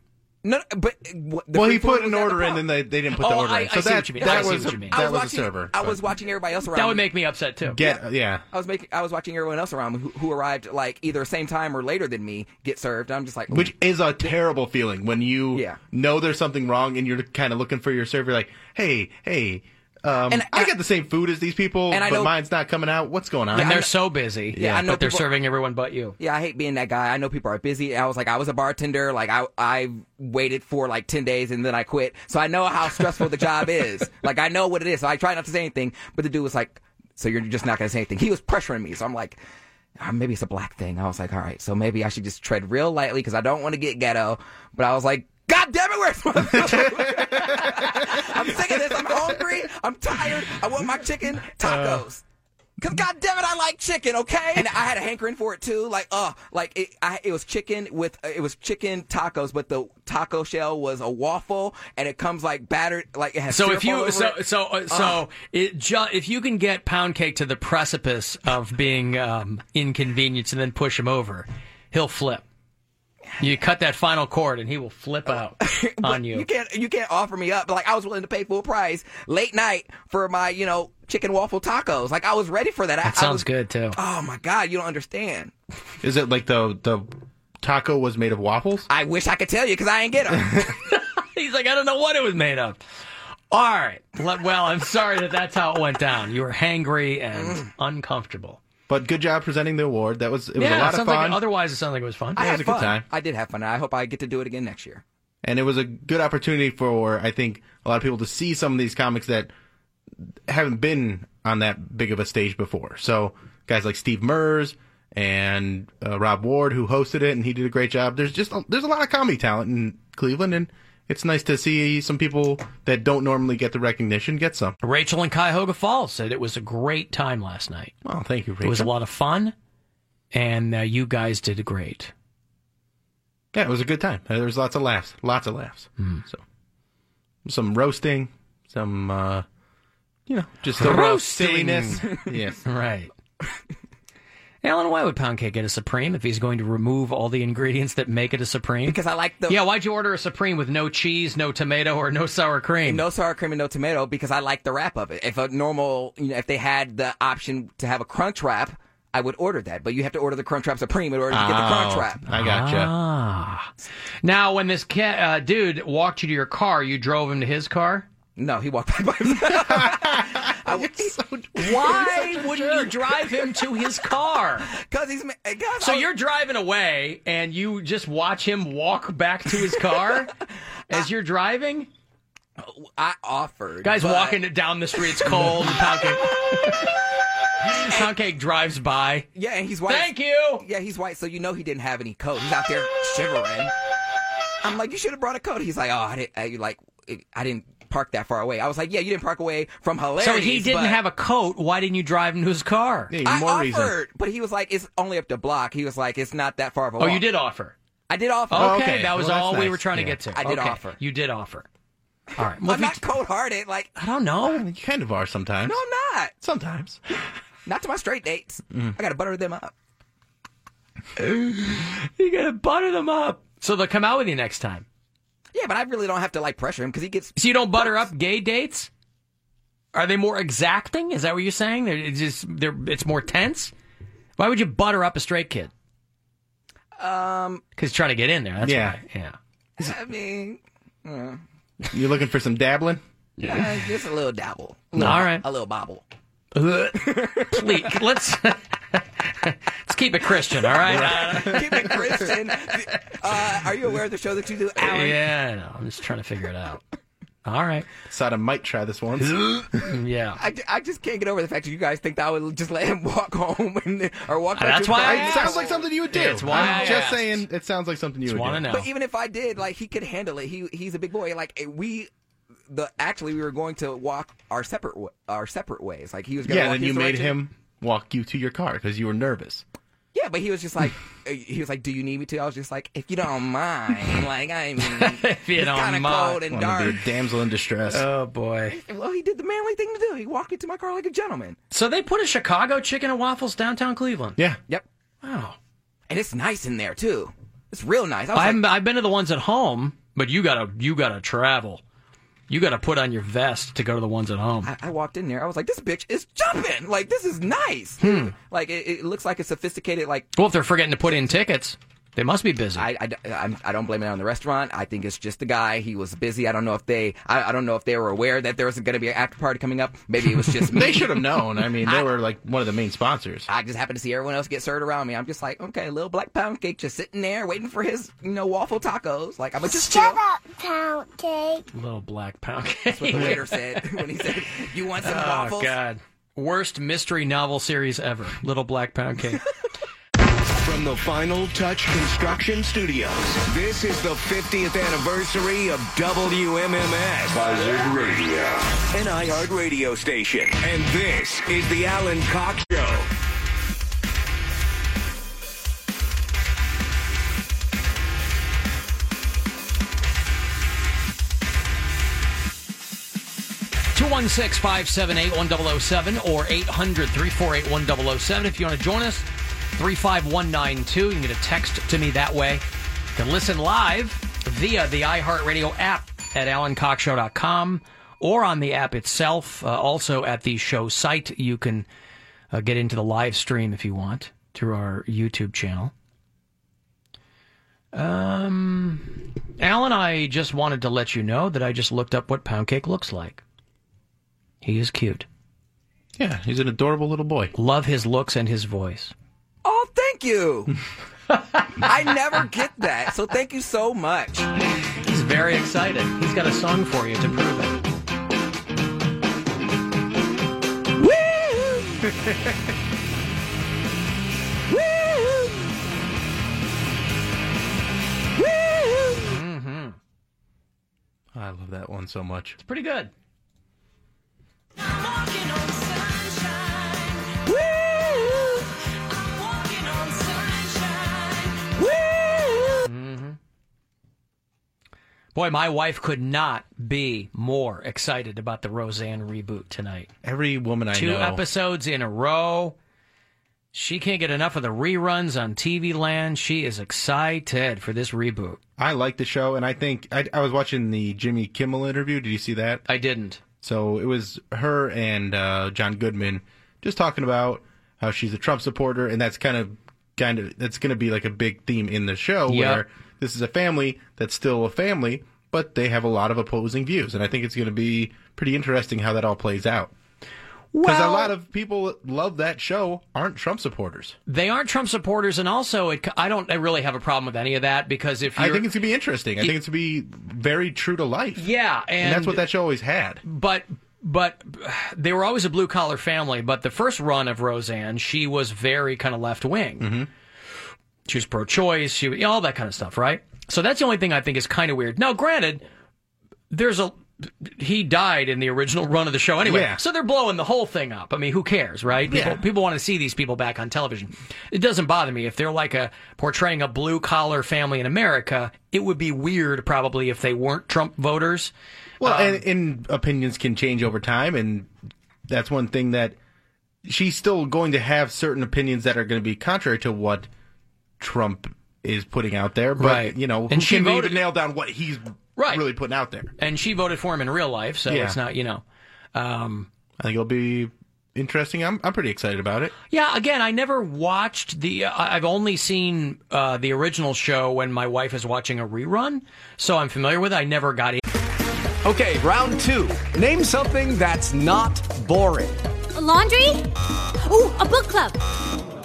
Speaker 3: No, no, but uh, what, the
Speaker 2: well, he
Speaker 3: free food
Speaker 2: put an
Speaker 3: was at the
Speaker 2: order in,
Speaker 3: pub.
Speaker 2: and they, they didn't put the
Speaker 1: Oh,
Speaker 2: order
Speaker 1: I-
Speaker 2: in.
Speaker 1: I
Speaker 2: So
Speaker 1: see
Speaker 2: that,
Speaker 1: what you mean. I
Speaker 2: that
Speaker 1: see
Speaker 2: was
Speaker 1: what
Speaker 2: a,
Speaker 1: you mean.
Speaker 2: that
Speaker 3: I
Speaker 2: was,
Speaker 3: was
Speaker 2: a
Speaker 3: watching-
Speaker 2: server.
Speaker 3: I
Speaker 2: but
Speaker 3: was watching everybody else around.
Speaker 1: That would
Speaker 3: me.
Speaker 1: make me upset too.
Speaker 2: get yeah.
Speaker 3: I was making. I was watching everyone else around me who, who arrived like either same time or later than me get served. I'm just like,
Speaker 2: Which is a terrible feeling when you know there's something wrong and you're kind of looking for your server, like, hey, hey, um, I got the same food as these people,
Speaker 3: and I
Speaker 2: but
Speaker 3: know-
Speaker 2: mine's not coming out. What's going on?
Speaker 1: and they're so busy.
Speaker 3: Yeah, I know
Speaker 1: but they're
Speaker 3: people-
Speaker 1: serving everyone but you.
Speaker 3: yeah, I hate being that guy. I know people are busy. I was like, I was a bartender. Like I, I waited for like ten days and then I quit. So I know how stressful the job is. Like I know what it is. So I try not to say anything. But the dude was like, so you're just not gonna say anything. He was pressuring me. So I'm like. "Ah, Maybe it's a black thing. I was like, all right, so maybe I should just tread real lightly because I don't want to get ghetto. But I was like, God damn it, where's my I'm sick of this. I'm hungry. I'm tired. I want my
Speaker 1: Uh.
Speaker 3: chicken tacos. Cause God damn it, I like chicken, okay? And I had a hankering for it too. Like, uh, like it, I, it was chicken with uh, it was chicken tacos, but the taco shell was a waffle, and it comes like battered, like it has.
Speaker 1: So
Speaker 3: syrup
Speaker 1: if
Speaker 3: all
Speaker 1: you
Speaker 3: over
Speaker 1: so
Speaker 3: it. Uh-huh.
Speaker 1: so uh, so
Speaker 2: Ah.
Speaker 1: it ju- if you can get pound cake to the precipice of being um, inconvenienced and then push him over, he'll flip. You cut that final cord and he will flip out on you.
Speaker 3: you can't you can't offer me up. Like I was willing to pay full price late night for my you know chicken waffle tacos. Like I was ready for that. I-
Speaker 1: That
Speaker 3: I
Speaker 1: sounds
Speaker 3: was-
Speaker 1: good too.
Speaker 3: Oh my God, you don't understand.
Speaker 2: Is it like the the taco was made of waffles?
Speaker 3: I wish I could tell you because I ain't get them.
Speaker 1: He's like, I don't know what it was made of. All right. Le- Well, I'm sorry that that's how it went down. You were hangry and uncomfortable.
Speaker 2: But good job presenting the award. That was Mm. it was a
Speaker 1: yeah,
Speaker 2: lot
Speaker 1: it
Speaker 2: of
Speaker 1: sounds
Speaker 2: fun,
Speaker 1: Like, otherwise, it sounds like it was fun.
Speaker 3: I
Speaker 2: It
Speaker 3: had
Speaker 2: was a good
Speaker 3: fun.
Speaker 2: time.
Speaker 3: I did have fun. I hope I get to do it again next year.
Speaker 2: and it was a good opportunity for I think a lot of people to see some of these comics that haven't been on that big of a stage before. So guys like Steve Murs and uh, Rob Ward, who hosted it, and he did a great job. There's just a, there's a lot of comedy talent in Cleveland, and it's nice to see some people that don't normally get the recognition get some.
Speaker 1: Rachel and Cuyahoga Falls said it was a great time last night.
Speaker 2: Well, thank you,
Speaker 1: It was a
Speaker 2: Rachel.
Speaker 1: lot of fun, and uh, you guys did great.
Speaker 2: Yeah, it was a good time. Uh, There was lots of laughs, lots of laughs.
Speaker 1: Hmm.
Speaker 2: So, some roasting, some uh, you know, just the
Speaker 1: Roasting.
Speaker 2: silliness. yes,
Speaker 1: right. Alan, why would pound cake get a supreme if he's going to remove all the ingredients that make it a supreme? Because
Speaker 3: I like the
Speaker 1: yeah. Why'd you order a supreme with no cheese, no tomato, or no sour cream?
Speaker 3: No sour cream and no tomato because I like the wrap of it. If a normal, you know, if they had the option to have a crunch wrap, I would order that. But you have to order the crunch wrap supreme in order to get the crunch
Speaker 1: Oh,
Speaker 3: wrap.
Speaker 2: I gotcha.
Speaker 1: Ah. Now, when this ca- uh, dude walked you to your car, you drove him to his car.
Speaker 3: No, he walked by himself.
Speaker 1: Why wouldn't you drive him to his car?
Speaker 3: Because he's
Speaker 1: so you're driving away and you just watch him walk back to his car as you're driving.
Speaker 3: I offered
Speaker 1: guys
Speaker 3: but-
Speaker 1: walking down the street. It's cold. and pound cake. Pound cake drives by.
Speaker 3: Yeah, and he's white.
Speaker 1: Thank you.
Speaker 3: Yeah, he's white, so you know he didn't have any coat. He's out there shivering. I'm like, you should have brought a coat. He's like, oh, I didn't. I, like, I didn't park that far away. I was like, yeah, you didn't park away from hilarious.
Speaker 1: so he didn't
Speaker 3: but-
Speaker 1: have a coat. Why didn't you drive him to his car?
Speaker 3: I offered, but he was like, "It's only up the block." He was like, "It's not that far of a."
Speaker 1: Oh, you
Speaker 3: walk."
Speaker 1: did offer.
Speaker 3: I did offer.
Speaker 1: Okay, that was all we were trying to get to.
Speaker 3: I did
Speaker 1: Okay,
Speaker 3: offer.
Speaker 1: You did offer. All right.
Speaker 3: I'm not cold hearted. Like
Speaker 1: I don't know.
Speaker 2: You kind of are sometimes.
Speaker 3: no, I'm not.
Speaker 2: Sometimes.
Speaker 3: Not to my straight dates.
Speaker 1: Mm.
Speaker 3: I gotta butter them up.
Speaker 1: you gotta butter them up. So they'll come out with you next time.
Speaker 3: Yeah, but I really don't have to like pressure him because he gets.
Speaker 1: So you don't butter up gay dates? Are they more exacting? Is that what you're saying? They're it's just they're it's more tense. Why would you butter up a straight kid?
Speaker 3: Um,
Speaker 1: Because he's trying to get in there. That's
Speaker 2: Yeah.
Speaker 1: why. yeah.
Speaker 3: I mean, uh,
Speaker 2: You're looking for some dabbling.
Speaker 3: uh, just a little dabble. A
Speaker 2: All
Speaker 3: little-
Speaker 2: right.
Speaker 3: a little bobble.
Speaker 1: Please, let's let's keep it Christian. All right.
Speaker 3: Keep it Christian. Uh, are you aware of the show that you do, Alan?
Speaker 1: yeah, I know. I'm just trying to figure it out. All right.
Speaker 2: Sodom might try this once.
Speaker 1: yeah.
Speaker 3: I, I just can't get over the fact that you guys think that I would just let him walk home and then- or walk. back to his car.
Speaker 2: it sounds like something you would do.
Speaker 1: It's why
Speaker 2: I'm
Speaker 1: I
Speaker 2: just
Speaker 1: asked.
Speaker 2: saying it sounds like something you would do.
Speaker 3: But even if I did, like he could handle it. He he's a big boy. Like eh, we, the actually we were going to walk our separate wa- our separate ways. Like he was. Gonna
Speaker 2: yeah,
Speaker 3: walk
Speaker 2: then
Speaker 3: his
Speaker 2: you made
Speaker 3: direction.
Speaker 2: him walk you to your car because you were nervous.
Speaker 3: Yeah, but he was just like eh, he was like, "Do you need me to?" I was just like, "If you don't mind." Like I mean,
Speaker 1: if you
Speaker 3: it's
Speaker 1: don't
Speaker 3: kind of
Speaker 1: mind.
Speaker 3: cold and
Speaker 2: Wanna be
Speaker 3: dark.
Speaker 2: a damsel in distress.
Speaker 1: Oh boy.
Speaker 3: Well, he did the manly thing to do. He walked into my car like a gentleman.
Speaker 1: So they put a Chicago chicken and waffles downtown Cleveland.
Speaker 2: Yeah.
Speaker 3: Yep.
Speaker 1: Wow.
Speaker 3: And it's nice in there too. It's real nice. I was
Speaker 1: I
Speaker 3: like,
Speaker 1: haven't I've been to the ones at home, but you gotta you gotta travel. You gotta put on your vest to go to the ones at home.
Speaker 3: I walked in there. I was like, "This bitch is jumping! Like this is nice.
Speaker 1: Hmm.
Speaker 3: Like it, it looks like a sophisticated like
Speaker 1: Well, if they're forgetting to put in tickets, they must be busy.
Speaker 3: I, I, I'm- I don't blame it on the restaurant. I think it's just the guy. He was busy. I don't know if they. I, I don't know if they were aware that there was going to be an after party coming up. Maybe it was just me.
Speaker 2: They should have known. I mean, they were like one of the main sponsors.
Speaker 3: I just happened to see everyone else get served around me. I'm just like, okay, little black pound cake just sitting there waiting for his, you know, waffle tacos. Like I'm gonna just chill.
Speaker 10: up, pound cake.
Speaker 1: Little black pound cake.
Speaker 3: That's what the waiter said when he said, "You want some
Speaker 1: Oh
Speaker 2: Uh,
Speaker 3: waffles?"
Speaker 1: God! Worst mystery novel series ever. Little Black Pound Cake.
Speaker 9: From the Final Touch Construction Studios, this is the 50th anniversary of WMMS. Buzzard Radio. An iHeart radio station. And this is the Alan Cox Show.
Speaker 1: Two one six five seven eight one zero zero seven or 800 348 1007. If you want to join us, 35192. You can get a text to me that way. You can listen live via the iHeartRadio app at alancockshow.com or on the app itself. Uh, also at the show site, you can uh, get into the live stream if you want through our YouTube channel. Um, Alan, I just wanted to let you know that I just looked up what pound cake looks like. He is cute.
Speaker 2: Yeah, he's an adorable little boy.
Speaker 1: Love his looks and his voice.
Speaker 3: Oh, thank you. I never get that, so thank you so much.
Speaker 1: He's very excited. He's got a song for you to prove it.
Speaker 3: Woo! Woo!
Speaker 2: Mm-hmm. love that one so much.
Speaker 1: Pretty good. Boy, my wife could not be more excited about the Roseanne reboot tonight.
Speaker 2: Every woman I
Speaker 1: Two
Speaker 2: know.
Speaker 1: episodes in a row. She can't get enough of the reruns on TV land. She is excited for this reboot.
Speaker 2: I like the show, and I think I, I was watching the Jimmy Kimmel interview. Did you see that?
Speaker 1: I didn't.
Speaker 2: So it was her and uh, John Goodman just talking about how she's a Trump supporter, and that's kind of kind of that's going to be like a big theme in the show
Speaker 1: Yep.
Speaker 2: where this is a family that's still a family, but they have a lot of opposing views, and I think it's going to be pretty interesting how that all plays out. Because a lot of people that love that show aren't Trump supporters.
Speaker 1: They aren't Trump supporters, and also it, I don't I really have a problem with any of that because if
Speaker 2: I
Speaker 1: you're,
Speaker 2: think it's gonna be interesting. I think it's gonna be very true to life.
Speaker 1: Yeah, and,
Speaker 2: that's what that show always had.
Speaker 1: But but they were always a blue collar family. But the first run of Roseanne, she was very kind of left wing.
Speaker 2: Mm-hmm.
Speaker 1: She was pro choice. She was all that kind of stuff, right? So that's the only thing I think is kind of weird. Now, granted, there's a he died in the original run of the show anyway,
Speaker 2: Yeah.
Speaker 1: so they're blowing the whole thing up. I mean, who cares, right? People,
Speaker 2: Yeah.
Speaker 1: people want to see these people back on television. It doesn't bother me if they're like a portraying a blue collar family in America. It would be weird probably if they weren't Trump voters. Um,
Speaker 2: Well, and, and opinions can change over time, and that's one thing that she's still going to have certain opinions that are going to be contrary to what Trump is putting out there. But
Speaker 1: Right.
Speaker 2: you know,
Speaker 1: And
Speaker 2: who
Speaker 1: she
Speaker 2: can
Speaker 1: voted-
Speaker 2: even nail down what he's really putting out there?
Speaker 1: and she voted for him in real life, so
Speaker 2: Yeah.
Speaker 1: it's not you know. Um,
Speaker 2: I think it'll be interesting. I'm I'm pretty excited about it.
Speaker 1: yeah, again, I never watched the. Uh, I've only seen uh, the original show when my wife is watching a rerun, so I'm familiar with. it. I never got in.
Speaker 8: Okay, round two. Name something that's not boring.
Speaker 20: A laundry? Ooh, a book club.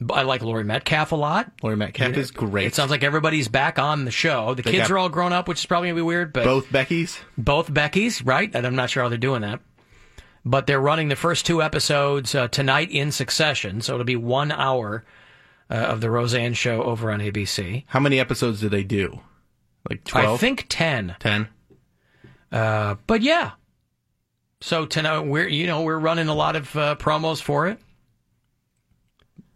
Speaker 1: but I like Lori Metcalf a lot.
Speaker 2: Lori Metcalf is great.
Speaker 1: It sounds like everybody's back on the show. The
Speaker 2: They
Speaker 1: kids
Speaker 2: got-
Speaker 1: are all grown up, which is probably gonna be weird. But
Speaker 2: Both Beckys.
Speaker 1: both Beckys, right? And I'm not sure how they're doing that. But they're running the first two episodes uh, tonight in succession, so it'll be one hour uh, of the Roseanne show over on ABC.
Speaker 2: How many episodes do they do? Like
Speaker 1: I
Speaker 2: twelve?
Speaker 1: think ten.
Speaker 2: ten.
Speaker 1: Uh, but yeah. So tonight we're you know we're running a lot of uh, promos for it.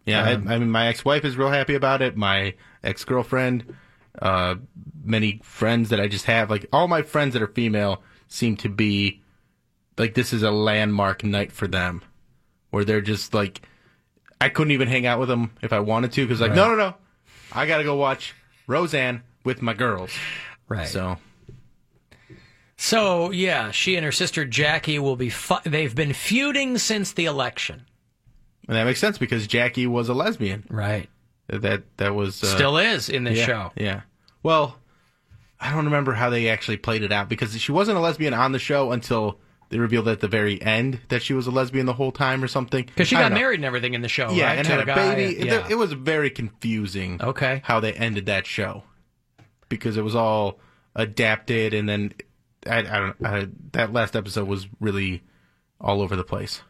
Speaker 2: Yeah,
Speaker 1: Um,
Speaker 2: I, I mean, my ex-wife is real happy about it. My ex-girlfriend, uh, many friends that I just have, like all my friends that are female, seem to be like this is a landmark night for them, where they're just like, I couldn't even hang out with them if I wanted to because like, no, no, no, I gotta go watch Roseanne with my girls.
Speaker 1: Right.
Speaker 2: So
Speaker 1: So yeah, she and her sister Jackie will be. Fu- they've been feuding since the election.
Speaker 2: and that makes sense because Jackie was a lesbian,
Speaker 1: right?
Speaker 2: That that was uh,
Speaker 1: Still is in this
Speaker 2: yeah,
Speaker 1: show.
Speaker 2: yeah. Well, I don't remember how they actually played it out because she wasn't a lesbian on the show until they revealed at the very end that she was a lesbian the whole time or something.
Speaker 1: Because she
Speaker 2: I
Speaker 1: got
Speaker 2: don't know.
Speaker 1: married and everything in the show.
Speaker 2: yeah,
Speaker 1: right?
Speaker 2: and
Speaker 1: To
Speaker 2: had a
Speaker 1: guy,
Speaker 2: baby. It-
Speaker 1: yeah.
Speaker 2: It, was very confusing. Okay, how they ended that show because it was all adapted, and then I, I don't. I, that last episode was really all over the place.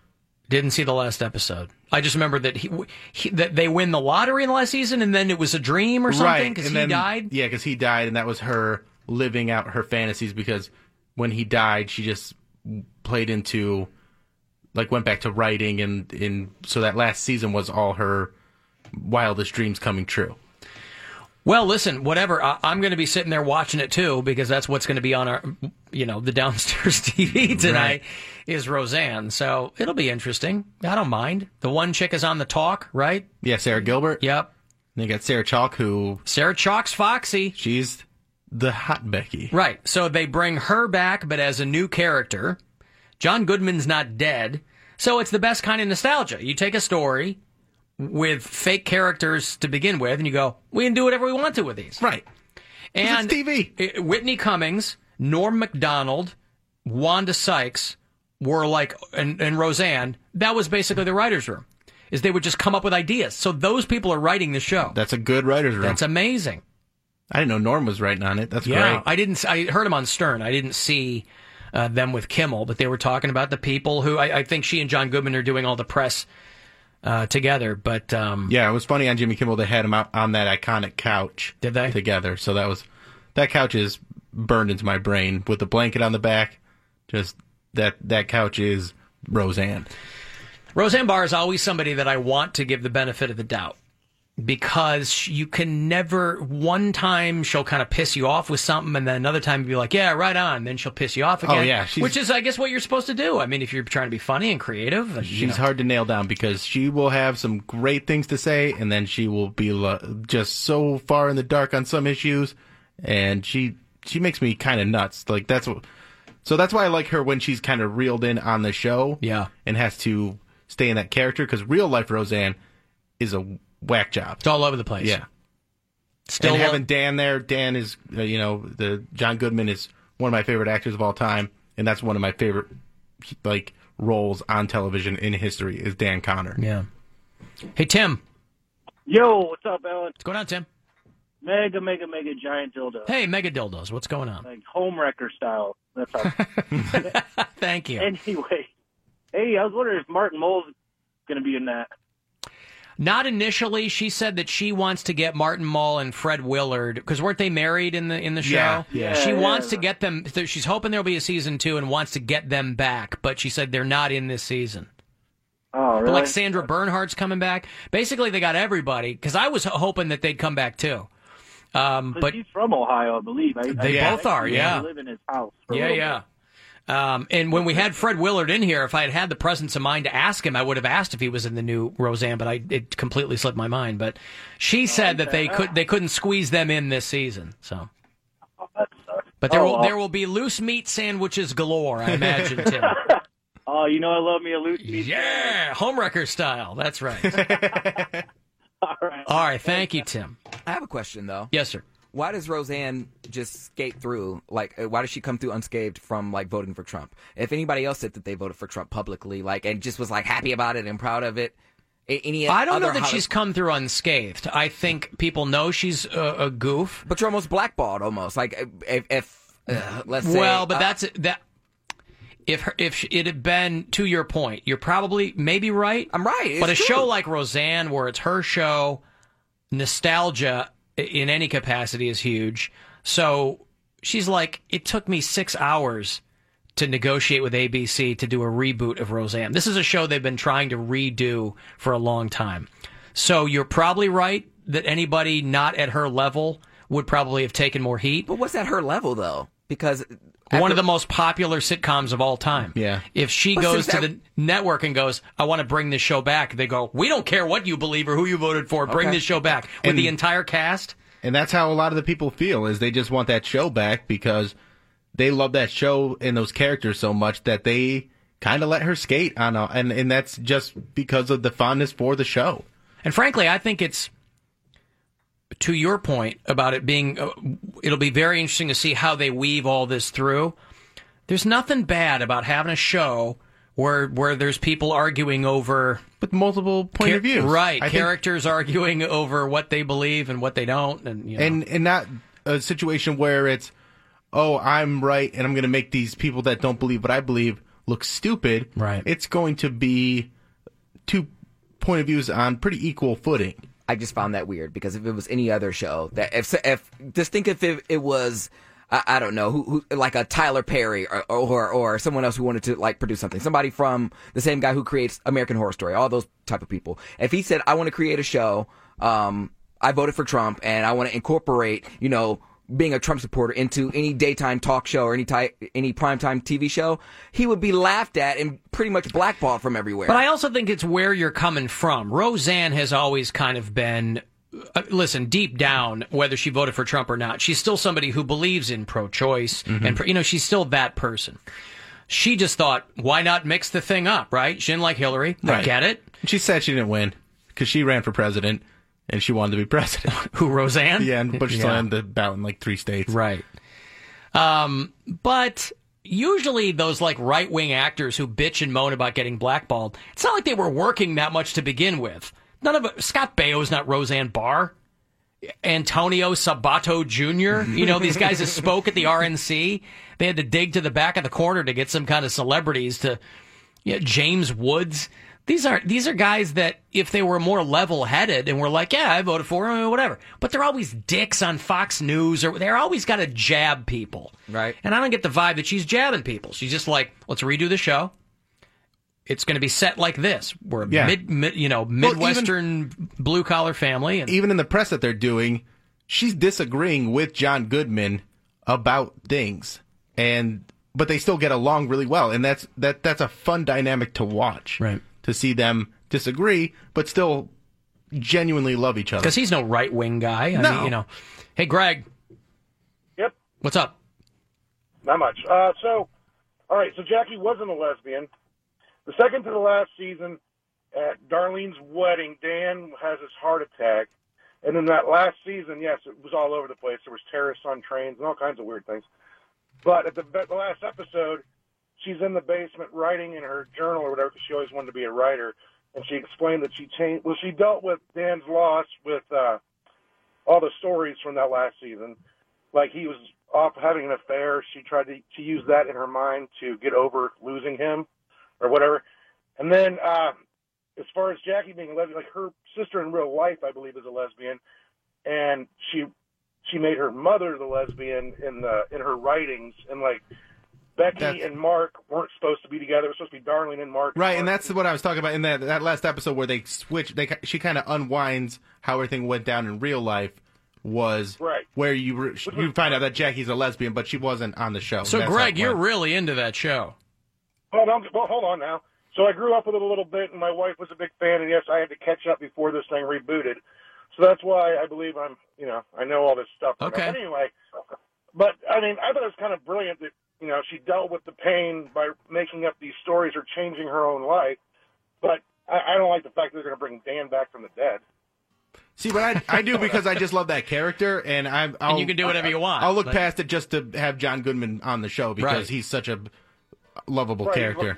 Speaker 1: Didn't see the last episode. I just remember that he, he that they win the lottery in the last season, and then it was a dream or something
Speaker 2: Right,
Speaker 1: because
Speaker 2: and
Speaker 1: he
Speaker 2: then-
Speaker 1: died.
Speaker 2: Yeah, because he died, and that was her living out her fantasies. Because when he died, she just played into, like, went back to writing, and and so that last season was all her wildest dreams coming true.
Speaker 1: Well, listen, whatever. I, I'm going to be sitting there watching it too because that's what's going to be on our, you know, the downstairs TV tonight is Roseanne. So it'll be interesting. I don't mind. The one chick is on the talk, right?
Speaker 2: Yeah, Sarah Gilbert.
Speaker 1: Yep.
Speaker 2: And they got Sarah Chalk, who
Speaker 1: Sarah Chalk's Foxy.
Speaker 2: She's the hot Becky.
Speaker 1: Right. So they bring her back, but as a new character. John Goodman's not dead. So it's the best kind of nostalgia. You take a story with fake characters to begin with, and you go, we can do whatever we want to with these.
Speaker 2: Right.
Speaker 1: And TV. Whitney Cummings, Norm MacDonald, Wanda Sykes were like, and, and Roseanne, that was basically the writer's room, is they would just come up with ideas. So those people are writing the show.
Speaker 2: That's a good writer's room.
Speaker 1: That's amazing.
Speaker 2: I didn't know Norm was writing on it. That's
Speaker 1: yeah,
Speaker 2: great.
Speaker 1: I didn't. s- I heard him on Stern. I didn't see uh, them with Kimmel, but they were talking about the people who I, I think she and John Goodman are doing all the press uh, together. But um,
Speaker 2: Yeah, it was funny on Jimmy Kimmel. They had him out on that iconic couch.
Speaker 1: Did they
Speaker 2: together? So that was that couch is burned into my brain with the blanket on the back. Just that that couch is Roseanne.
Speaker 1: Roseanne Barr is always somebody that I want to give the benefit of the doubt because you can never one time she'll kind of piss you off with something and then another time be like yeah right on then she'll piss you off
Speaker 2: Oh,
Speaker 1: again
Speaker 2: yeah, she's-
Speaker 1: which is i guess what you're supposed to do i mean if you're trying to be funny and creative and,
Speaker 2: She's
Speaker 1: you know.
Speaker 2: hard to nail down because she will have some great things to say, and then she will be lo- just so far in the dark on some issues, and she she makes me kind of nuts. Like that's what, so that's why I like her when she's kind of reeled in on the show,
Speaker 1: yeah,
Speaker 2: and has to stay in that character because real life Roseanne is a whack job. It's
Speaker 1: all over the place.
Speaker 2: Yeah,
Speaker 1: Still
Speaker 2: and
Speaker 1: lo-
Speaker 2: having Dan there. Dan is uh, you know the John Goodman is one of my favorite actors of all time, and that's one of my favorite like roles on television in history is Dan Connor.
Speaker 1: Yeah. Hey Tim.
Speaker 21: Yo, what's up, Alan? What's
Speaker 1: going on, Tim?
Speaker 21: Mega, mega, mega giant dildo.
Speaker 1: hey mega dildos what's going on
Speaker 21: Like home wrecker style. That's how.
Speaker 1: Thank you.
Speaker 21: Anyway, hey, I was wondering if Martin Mole's going to be in that.
Speaker 1: Not initially. She said that she wants to get Martin Mull and Fred Willard because weren't they married in the in the show?
Speaker 2: Yeah, yeah.
Speaker 1: She
Speaker 2: Yeah,
Speaker 1: wants
Speaker 2: yeah.
Speaker 1: to get them. th- She's hoping there'll be a season two and wants to get them back. But she said they're not in this season.
Speaker 21: Oh,
Speaker 1: But
Speaker 21: really?
Speaker 1: like Sandra Bernhardt's coming back. Basically, they got everybody because I was h- hoping that they'd come back too. Um, but
Speaker 21: he's from Ohio, I believe. I,
Speaker 1: They
Speaker 21: I,
Speaker 1: both are,
Speaker 21: I
Speaker 1: yeah.
Speaker 21: live in his house. for a
Speaker 1: yeah,
Speaker 21: little bit.
Speaker 1: yeah. Um, and when we had Fred Willard in here, if I had had the presence of mind to ask him, I would have asked if he was in the new Roseanne, but I it completely slipped my mind. But
Speaker 21: Oh,
Speaker 1: she said that they
Speaker 21: Ah.
Speaker 1: could they couldn't squeeze them in this season. So, but there
Speaker 21: Oh,
Speaker 1: will
Speaker 21: well.
Speaker 1: there will be loose meat sandwiches galore, I imagine, Tim.
Speaker 21: Oh, you know I love me a loot.
Speaker 1: yeah, homewrecker style. That's right.
Speaker 21: All right.
Speaker 1: All right, thank you, Tim.
Speaker 3: I have a question though.
Speaker 1: Yes, sir.
Speaker 3: Why does Roseanne just skate through? Like, uh, why does she come through unscathed from like voting for Trump? If anybody else said that they voted for Trump publicly, like, and just was like happy about it and proud of it, a- any
Speaker 1: I don't know
Speaker 3: other
Speaker 1: that
Speaker 3: Holly-
Speaker 1: she's come through unscathed. I think people know she's a, a goof.
Speaker 3: But you're almost blackballed, almost like uh, if, if uh, let's say,
Speaker 1: well, but
Speaker 3: uh,
Speaker 1: that's that. If her, if she- it had been to your point, you're probably maybe right. I'm
Speaker 3: right.
Speaker 1: But a
Speaker 3: it's
Speaker 1: show
Speaker 3: true.
Speaker 1: like Roseanne, where it's her show, nostalgia i- in any capacity is huge. So she's like, it took me six hours to negotiate with ABC to do a reboot of Roseanne. This is a show they've been trying to redo for a long time. So you're probably right that anybody not at her level would probably have taken more heat. But
Speaker 3: what's at her level though? Because
Speaker 1: one of the most popular sitcoms of all time. Yeah. If she
Speaker 3: But
Speaker 1: goes
Speaker 3: since
Speaker 1: to the
Speaker 3: that-
Speaker 1: network and goes, I want to bring this show back, they go, We don't care what you believe or who you voted for, bring
Speaker 2: Okay.
Speaker 1: this show back. With
Speaker 2: And-
Speaker 1: the entire cast,
Speaker 2: And that's how a lot of the people feel is they just want that show back because they love that show and those characters so much that they kind of let her skate on a, and and that's just because of the fondness for the show.
Speaker 1: And frankly, I think it's to your point about it being, uh, it'll be very interesting to see how they weave all this through. There's nothing bad about having a show where where there's people arguing over
Speaker 2: with multiple point of views.
Speaker 1: right?
Speaker 2: I think-
Speaker 1: characters arguing over what they believe and what they don't, and you know.
Speaker 2: And and not a situation where it's oh, I'm right and I'm going to make these people that don't believe what I believe look stupid. Right. It's going to be two point of views on pretty equal footing.
Speaker 3: I just found that weird because if it was any other show, that if if just think if it, it was. I, I don't know who, who, like a Tyler Perry or, or or someone else who wanted to like produce something. Somebody from the same guy who creates American Horror Story, all those type of people. If he said, "I want to create a show," um, I voted for Trump and I want to incorporate, you know, being a Trump supporter into any daytime talk show or any type any primetime TV show, he would be laughed at and pretty much blackballed from everywhere.
Speaker 1: But I also think it's where you're coming from. Roseanne has always kind of been. Uh, listen, deep down, whether she voted for Trump or not, she's still somebody who believes in pro-choice, and pro- you know she's still that person. She just thought, why not mix the thing up, right? She didn't like Hillary. I get it.
Speaker 2: She said she didn't win because she ran for president and she wanted to be president.
Speaker 1: Who, Roseanne?
Speaker 2: Yeah, and- but she's
Speaker 1: Yeah.
Speaker 2: on the ballot in like three states.
Speaker 1: Right. Um, but usually those like right wing actors who bitch and moan about getting blackballed, it's not like they were working that much to begin with. None of Scott Baio's not Roseanne Barr. Antonio Sabato Jr. You know, these guys that spoke at the RNC. They had to dig to the back of the corner to get some kind of celebrities to you know, James Woods. These are these are guys that if they were more level headed and were like, yeah, I voted for him or whatever, but they're always dicks on Fox News or they're always got to jab people, right? And I don't get the vibe that she's jabbing people. She's just like, let's redo the show. It's going to be set like this. We're a
Speaker 2: Yeah.
Speaker 1: mid, mid, you know,
Speaker 2: Well, even-
Speaker 1: midwestern blue collar family, and
Speaker 2: Even in the press that they're doing, she's disagreeing with John Goodman about things, and but they still get along really well, and that's that that's a fun dynamic to watch. Right. To see them disagree, but still genuinely love each other.
Speaker 1: because he's no right wing guy. I
Speaker 2: No.
Speaker 1: mean, you know. Hey, Greg.
Speaker 11: Yep.
Speaker 1: What's up?
Speaker 11: Not much. Uh, so, all right. So Jackie wasn't a lesbian. The second to the last season, at Darlene's wedding, Dan has his heart attack, and then that last season, yes, it was all over the place. There was terrorists on trains and all kinds of weird things. But at the, at the last episode, she's in the basement writing in her journal or whatever because she always wanted to be a writer, and she explained that she changed. Well, she dealt with Dan's loss with uh, all the stories from that last season, like he was off having an affair. She tried to, to use that in her mind to get over losing him or whatever. And then, uh, as far as Jackie being a lesbian, like her sister in real life, I believe, is a lesbian, and she she made her mother the lesbian in the in her writings, and like Becky and Mark weren't supposed to be together. It was supposed to be Darlene and Mark.
Speaker 2: Right, and that's what I was talking about in that that last episode where they switch. They ki- she kind of unwinds how everything went down in real life. Was
Speaker 11: Right.
Speaker 2: where you re- you find out that Jackie's a lesbian, but she wasn't on the show.
Speaker 1: So,
Speaker 2: That's how
Speaker 1: Greg,
Speaker 2: it
Speaker 1: you're
Speaker 2: went.
Speaker 1: really into that show.
Speaker 11: Well, no, well, hold on now. So I grew up with it a little bit, and my wife was a big fan, and yes, I had to catch up before this thing rebooted. So that's why I believe I'm, you know, I know all this stuff. now.
Speaker 1: Okay.
Speaker 11: But anyway, but I mean, I thought it was kind of brilliant that you know she dealt with the pain by making up these stories or changing her own life. But I, I don't like the fact that they're going to bring Dan back from the dead.
Speaker 2: see, but I I do because I just love that character, and I'm I'll,
Speaker 1: you can do whatever you want.
Speaker 2: I'll look
Speaker 1: Like-
Speaker 2: past it just to have John Goodman on the show because
Speaker 1: Right.
Speaker 2: he's such a lovable
Speaker 11: Right,
Speaker 2: character.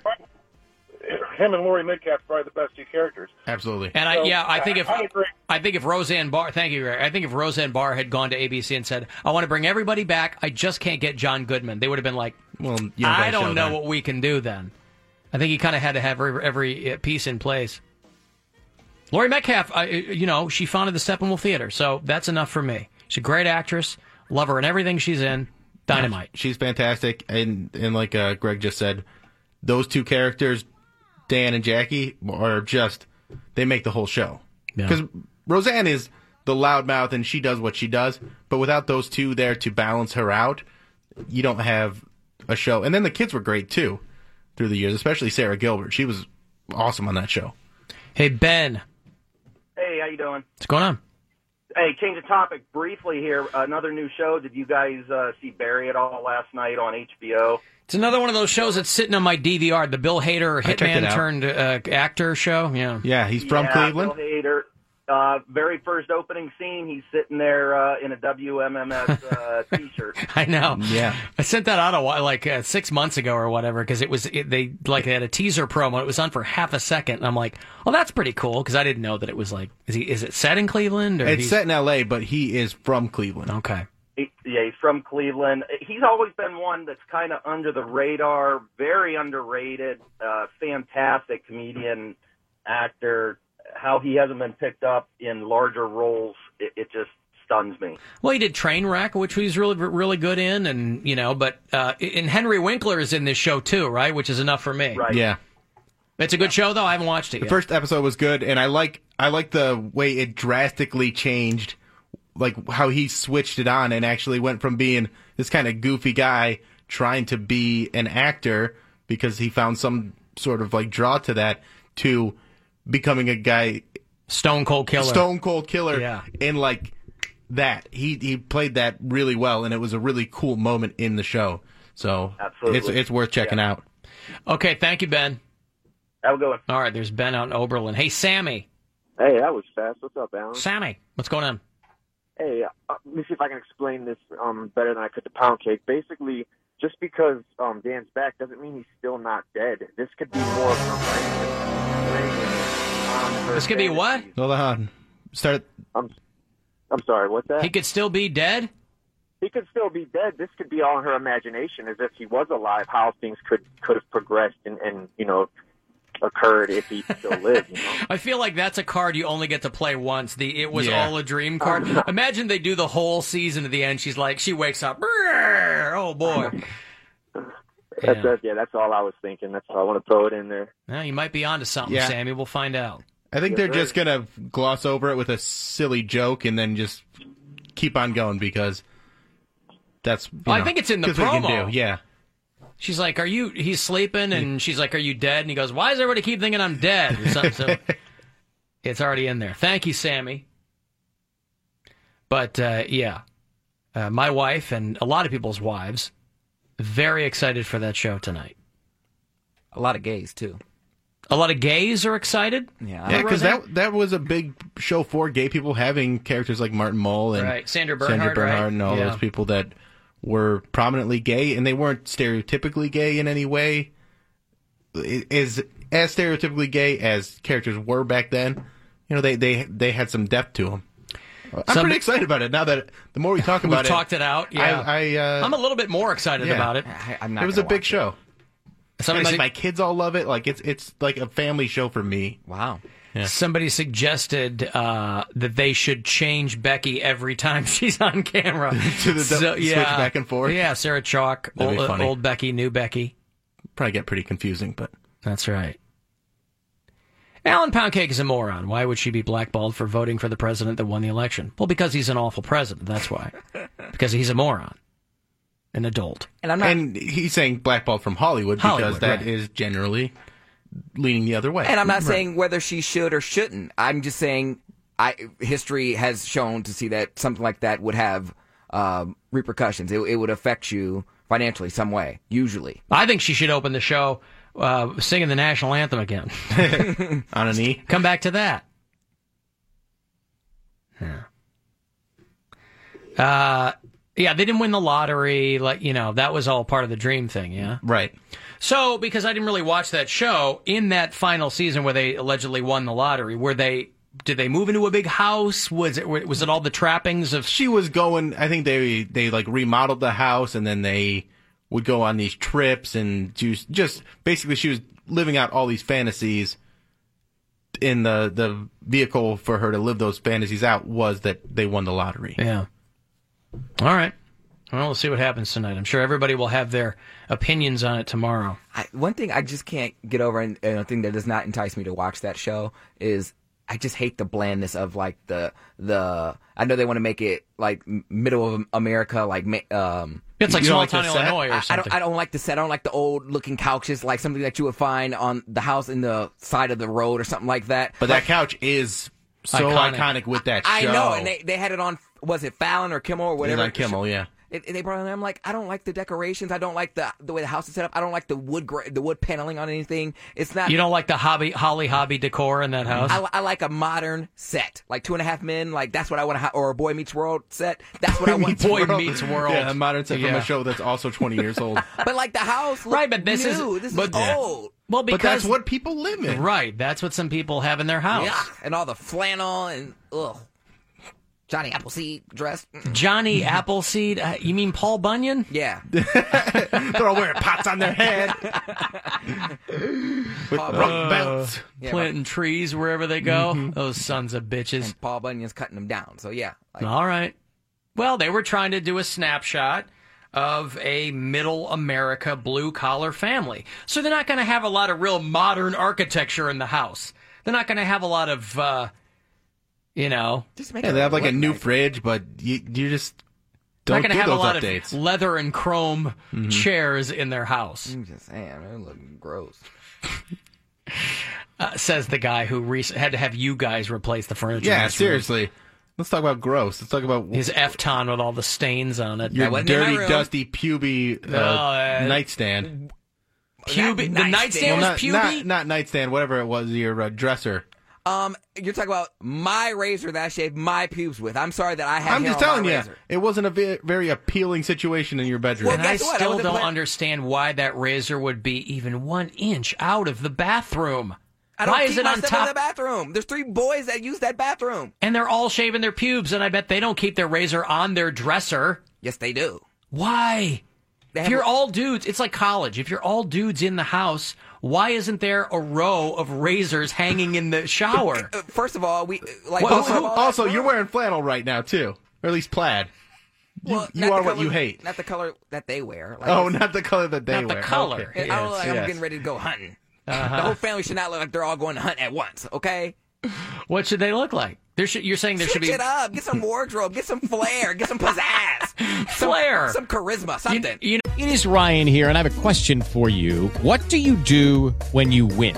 Speaker 11: Him and Lori Midcap are probably the best two characters.
Speaker 2: Absolutely.
Speaker 1: And I,
Speaker 11: So,
Speaker 1: yeah, I think if
Speaker 11: I agree.
Speaker 1: I think if Roseanne Barr, thank you, Greg. I think if Roseanne Barr had gone to ABC and said, "I want to bring everybody back, I just can't get John Goodman," they would have been like,
Speaker 18: you
Speaker 2: "Well,
Speaker 18: don't got
Speaker 1: I
Speaker 18: a show
Speaker 1: don't know
Speaker 18: then."
Speaker 1: what we can do then." I think he kind of had to have every, every uh, piece in place. Lori Metcalf, I, uh, you know, she founded the Steppenwolf Theater, so that's enough for me. She's a great actress, love her in everything she's in. Dynamite.
Speaker 2: She's fantastic, and and like uh, Greg just said, those two characters, Dan and Jackie, are just they make the whole show. Because Roseanne is the loudmouth, and she does what she does, but without those two there to balance her out, you don't have a show. And then the kids were great too through the years, especially Sarah Gilbert. She was awesome on that show.
Speaker 1: Hey Ben,
Speaker 22: Hey, how you doing?
Speaker 1: what's going on?
Speaker 22: Hey, change the topic briefly here. Another new show. Did you guys uh, see Barry at all last night on HBO?
Speaker 1: It's another one of those shows that's sitting on my DVR. The Bill Hader
Speaker 2: I checked it
Speaker 1: hitman
Speaker 2: out.
Speaker 1: turned uh, actor show. Yeah,
Speaker 2: Yeah, he's from
Speaker 22: Yeah,
Speaker 2: Cleveland.
Speaker 22: Bill Hader. Uh, very first opening scene, he's sitting there uh, in a WMMS uh, t-shirt.
Speaker 1: I know.
Speaker 2: Yeah,
Speaker 1: I sent that out a while, like uh, six months ago or whatever, because it was it, they like they had a teaser promo. It was on for half a second, and I'm like, "Well, that's pretty cool," because I didn't know that it was like, is he is it set in Cleveland? Or
Speaker 2: It's
Speaker 1: he's-
Speaker 2: set in L.A., but he is from Cleveland.
Speaker 1: Okay.
Speaker 22: He, yeah, he's from Cleveland. He's always been one that's kind of under the radar, very underrated, uh, fantastic comedian, actor. How he hasn't been picked up in larger roles, it, it just stuns me.
Speaker 1: Well, he did Trainwreck, which he's really really good in, and you know, but uh, and Henry Winkler is in this show too, right? Which is enough for me. Right.
Speaker 2: Yeah.
Speaker 1: It's a good show though. I haven't watched it
Speaker 2: The
Speaker 1: yet.
Speaker 2: first episode was good, and I like I like the way it drastically changed, like how he switched it on and actually went from being this kind of goofy guy trying to be an actor because he found some sort of like draw to that to becoming a guy
Speaker 1: Stone Cold Killer.
Speaker 2: Stone Cold Killer.
Speaker 1: Yeah.
Speaker 2: and like that he he played that really well, and it was a really cool moment in the show. So it's
Speaker 1: Absolutely.
Speaker 2: it's worth checking out.
Speaker 1: Okay, thank you, Ben.
Speaker 22: Have a good one.
Speaker 1: All right, there's Ben out in Oberlin. Hey, Sammy.
Speaker 23: Hey, that was fast. What's up, Alan?
Speaker 1: Sammy, what's going on?
Speaker 23: Hey, uh, let me see if I can explain this um, better than I could to Pound Cake. Basically, just because um, Dan's back doesn't mean he's still not dead. This could be more of a
Speaker 1: This could be what?
Speaker 2: Hold on. Start.
Speaker 23: I'm, I'm sorry, what's that?
Speaker 1: He could still be dead?
Speaker 23: He could still be dead. This could be all in her imagination, as if he was alive. How things could could have progressed and, and you know occurred if he still lived. You know?
Speaker 1: I feel like that's a card you only get to play once. The it was
Speaker 23: Yeah.
Speaker 1: all a dream card. Imagine they do the whole season at the end. She's like, she wakes up. "Brrr, Oh boy.
Speaker 23: That's, that's- yeah, that's all I was thinking. That's all I want to throw it in there.
Speaker 1: Now you might be onto something,
Speaker 2: Yeah.
Speaker 1: Sammy. We'll find out.
Speaker 2: I think they're just gonna gloss over it with a silly joke and then just keep on going because that's. you
Speaker 1: Oh, I
Speaker 2: know,
Speaker 1: think it's in the
Speaker 2: 'cause we can
Speaker 1: promo.
Speaker 2: do, Yeah.
Speaker 1: She's like, "Are you?" He's sleeping, and she's like, "Are you dead?" And he goes, "Why does everybody keep thinking I'm dead?" Or something. So it's already in there. Thank you, Sammy. But uh, yeah, uh, my wife and a lot of people's wives very excited for that show tonight.
Speaker 3: A lot of gays too.
Speaker 1: A lot of gays are excited.
Speaker 3: Yeah,
Speaker 2: Yeah, because that that was a big show for gay people having characters like Martin Mull and
Speaker 1: Right, Sandra Bernhard,
Speaker 2: Bernhard
Speaker 1: right?
Speaker 2: and all
Speaker 1: Yeah.
Speaker 2: those people that were prominently gay and they weren't stereotypically gay in any way. I- Is as stereotypically gay as characters were back then. You know, they they they had some depth to them. I'm
Speaker 1: Some-
Speaker 2: pretty excited about it now that the more we talk
Speaker 1: We've
Speaker 2: about it,
Speaker 1: talked it out. Yeah,
Speaker 2: I, I uh,
Speaker 1: I'm a little bit more excited
Speaker 2: yeah.
Speaker 1: about it.
Speaker 2: it was a big show.
Speaker 1: Somebody-
Speaker 2: Somebody, my kids all love it. Like it's it's like a family show for me.
Speaker 3: Wow.
Speaker 1: Somebody suggested uh, that they should change Becky every time she's on camera.
Speaker 2: To the- switch back and forth?
Speaker 1: Yeah, Sarah Chalk,
Speaker 2: That'd
Speaker 1: old, uh,
Speaker 2: be funny.
Speaker 1: old Becky, new Becky.
Speaker 2: Probably get pretty confusing, but
Speaker 1: that's right. Alan Poundcake is a moron. Why would she be blackballed for voting for the president that won the election? Well, because he's an awful president. That's why. because he's a moron, an adult.
Speaker 3: And I'm not.
Speaker 2: And he's saying blackballed from Hollywood,
Speaker 1: Hollywood,
Speaker 2: because that
Speaker 1: right.
Speaker 2: is generally leaning the other way.
Speaker 3: And I'm not
Speaker 2: Right.
Speaker 3: saying whether she should or shouldn't. I'm just saying I history has shown to see that something like that would have um, repercussions. It, it would affect you financially some way, usually.
Speaker 1: I think she should open the show uh, singing the national anthem again.
Speaker 2: On an E.
Speaker 1: Come back to that. Yeah. Uh, yeah, they didn't win the lottery. Like, you know, that was all part of the dream thing, yeah?
Speaker 2: Right.
Speaker 1: So, because I didn't really watch that show, in that final season where they allegedly won the lottery, were they. Did they move into a big house? Was it was it all the trappings of?
Speaker 2: She was going. I think they they like remodeled the house, and then they would go on these trips and do just basically she was living out all these fantasies. In the the vehicle for her to live those fantasies out was that they won the lottery.
Speaker 1: Yeah. All right. Well, we'll see what happens tonight. I'm sure everybody will have their opinions on it tomorrow.
Speaker 3: I, one thing I just can't get over, and, and a thing that does not entice me to watch that show is I just hate the blandness of like the the. I know they want to make it like m- middle of America, like ma- um.
Speaker 1: It's like
Speaker 3: You don't
Speaker 1: small
Speaker 3: the
Speaker 1: town
Speaker 3: set?
Speaker 1: Illinois or
Speaker 3: I- I
Speaker 1: something.
Speaker 3: don't, I don't like the set. I don't like the old looking couches, like something that you would find on the house in the side of the road or something like that.
Speaker 2: But
Speaker 3: Like-
Speaker 2: that couch is so
Speaker 3: Iconic.
Speaker 2: iconic, with that show.
Speaker 3: I know, and they, they had it on. Was it Fallon or Kimmel or whatever?
Speaker 2: on Kimmel, yeah.
Speaker 3: It, it- they brought it on. I'm like, I don't like the decorations. I don't like the the way the house is set up. I don't like the wood gra- the wood paneling on anything. It's not.
Speaker 1: You don't like the hobby holly hobby decor in that house?
Speaker 3: I, I like a modern set, like Two and a Half Men. Like that's what I want to, ha- or a Boy Meets World set. That's what I want.
Speaker 2: Yeah, a modern set from a show that's also 20 years old.
Speaker 3: But like the house,
Speaker 1: right? But this
Speaker 3: new.
Speaker 1: is
Speaker 3: this
Speaker 1: but,
Speaker 3: is old.
Speaker 1: Well, because
Speaker 2: But that's what people live in.
Speaker 1: right? That's what some people have in their house.
Speaker 3: Yeah, and all the flannel and ugh, Johnny Appleseed dress. Mm.
Speaker 1: Johnny Appleseed. Uh, you mean Paul Bunyan?
Speaker 3: Yeah.
Speaker 2: They're all wearing pots on their head. With rope belts.
Speaker 3: Yeah, Mm-hmm.
Speaker 1: planting trees wherever they go.
Speaker 2: Mm-hmm.
Speaker 1: Those sons of bitches.
Speaker 3: And Paul Bunyan's cutting them down. So yeah,
Speaker 1: All right. Well, they were trying to do a snapshot of a middle America blue collar family. So they're not going to have a lot of real modern architecture in the house. They're not going to have a lot of, uh, you know,
Speaker 2: Yeah, they have like a new fridge, but you, you just don't
Speaker 1: not going
Speaker 2: do
Speaker 1: to have a
Speaker 2: those
Speaker 1: lot
Speaker 2: updates. Mm-hmm.
Speaker 1: of leather and chrome chairs in their house.
Speaker 3: I'm just saying, it looks gross.
Speaker 1: uh, says the guy who rec- had to have you guys replace the furniture. in
Speaker 2: yeah,
Speaker 1: his room.
Speaker 2: seriously. Let's talk about gross. Let's talk about
Speaker 1: His Efton with all the stains on it.
Speaker 2: your dirty, dusty, puby uh,
Speaker 1: No, uh,
Speaker 2: nightstand.
Speaker 1: Pubi- the nightstand was
Speaker 2: Well, not,
Speaker 1: puby?
Speaker 2: Not, not nightstand, whatever it was, your uh, dresser.
Speaker 3: Um, you're talking about my razor that I shaved my pubes with. I'm sorry that I had.
Speaker 2: I'm
Speaker 3: hair
Speaker 2: just
Speaker 3: on my
Speaker 2: telling you,
Speaker 3: razor.
Speaker 2: it wasn't a ve- very appealing situation in your bedroom.
Speaker 1: and I still don't understand why that razor would be even one inch out of the bathroom.
Speaker 3: I don't
Speaker 1: why
Speaker 3: keep
Speaker 1: is it
Speaker 3: my
Speaker 1: on
Speaker 3: stuff
Speaker 1: top?
Speaker 3: in the bathroom? There's three boys that use that bathroom.
Speaker 1: and they're all shaving their pubes, and I bet they don't keep their razor on their dresser.
Speaker 3: Yes, they do.
Speaker 1: Why? if
Speaker 3: have
Speaker 1: you're
Speaker 3: a-
Speaker 1: all dudes, it's like college. If you're all dudes in the house, why isn't there a row of razors hanging in the shower?
Speaker 3: Uh, First of all, we like
Speaker 2: Well,
Speaker 3: most of
Speaker 2: also,
Speaker 3: all,
Speaker 2: also, you're wearing flannel right now too, or at least plaid. You,
Speaker 3: well,
Speaker 2: you
Speaker 3: not the
Speaker 2: are what you
Speaker 3: color-
Speaker 2: hate.
Speaker 3: Not the color that they wear.
Speaker 2: oh,
Speaker 3: it's-
Speaker 2: not the color that they
Speaker 3: Not
Speaker 2: wear.
Speaker 3: the color.
Speaker 2: Okay.
Speaker 3: I don't know, like,
Speaker 2: Yes.
Speaker 3: I'm getting ready to go hunting.
Speaker 1: Uh-huh.
Speaker 3: The whole family should not look like they're all going to hunt at once. Okay,
Speaker 1: What should they look like? There should, you're saying there should
Speaker 3: switch
Speaker 1: be
Speaker 3: it up. Get some wardrobe. Get some flair. Get some pizzazz.
Speaker 1: Flair.
Speaker 3: Some, some charisma. Something.
Speaker 6: It is Ryan here, and I have a question for you. What do you do when you win?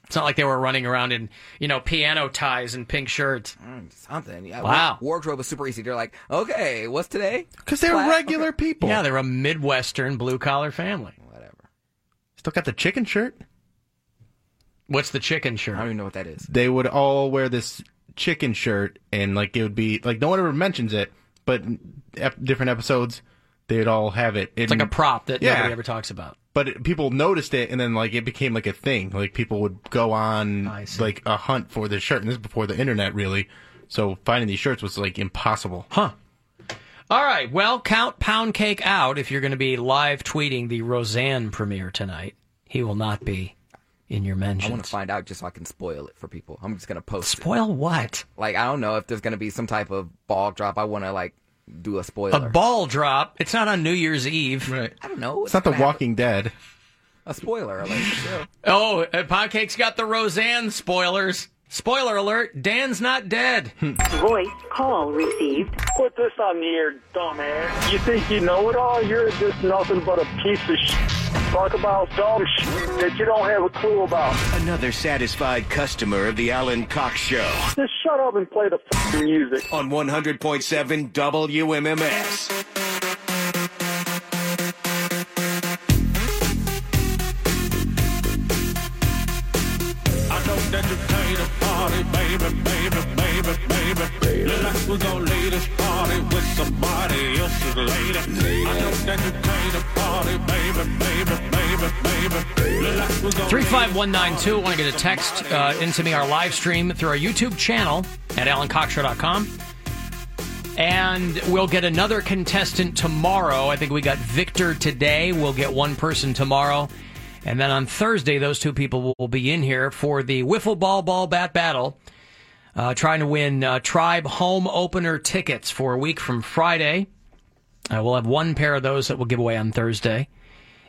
Speaker 1: It's not like they were running around in you know piano ties and pink shirts.
Speaker 3: Mm, Something. Yeah,
Speaker 1: Wow.
Speaker 3: wa- Wardrobe is super easy. They're like, okay, what's today?
Speaker 2: Because they're regular people.
Speaker 1: Yeah, they're a midwestern blue collar family.
Speaker 2: Still got the chicken shirt.
Speaker 1: What's the chicken shirt? I
Speaker 3: don't even know what that is.
Speaker 2: They would all wear this chicken shirt, and like it would be like no one ever mentions it, but in ep- different episodes they'd all have it.
Speaker 1: It's like a prop that
Speaker 2: yeah.
Speaker 1: nobody ever talks about.
Speaker 2: but it, people noticed it, and then like it became like a thing. Like people would go on like a hunt for this shirt, and this is before the internet really. So finding these shirts was like impossible.
Speaker 1: Huh. All right. Well, count pound cake out if you're going to be live tweeting the Roseanne premiere tonight. He will not be in your mentions.
Speaker 3: I want to find out just so I can spoil it for people. I'm just gonna post.
Speaker 1: Spoil what?
Speaker 3: Like I don't know if there's gonna be some type of ball drop. I want to like do a spoiler.
Speaker 1: a ball drop. It's not on New Year's Eve.
Speaker 2: Right.
Speaker 3: I don't know.
Speaker 2: It's not The Walking Dead.
Speaker 3: a spoiler alert. yeah.
Speaker 1: Oh, uh, Podcake's got the Roseanne spoilers. Spoiler alert, Dan's not dead.
Speaker 12: Voice call received.
Speaker 11: Hmm. Put this on the air, dumbass. You think you know it all? You're just nothing but a piece of sh. Talk about dumb sh that you don't have a clue about.
Speaker 9: Another satisfied customer of the Alan Cox Show.
Speaker 11: Just shut up and play the f- music.
Speaker 9: On 100.7 WMMS.
Speaker 15: I know that you came to party, baby, baby, baby, baby. Look like we gon' leave this party with somebody else's lady. I know that you came to party, baby, baby, baby, baby. Look like we gon'
Speaker 1: 35192, want to get a text uh, into me, our live stream through our YouTube channel at alancockshow.com. And we'll get another contestant tomorrow. I think we got Victor today. We'll get one person tomorrow. And then on Thursday, those two people will- will be in here for the Wiffle Ball Ball Bat Battle, uh, trying to win uh, Tribe Home Opener tickets for a week from Friday. Uh, we'll have one pair of those that we'll give away on Thursday.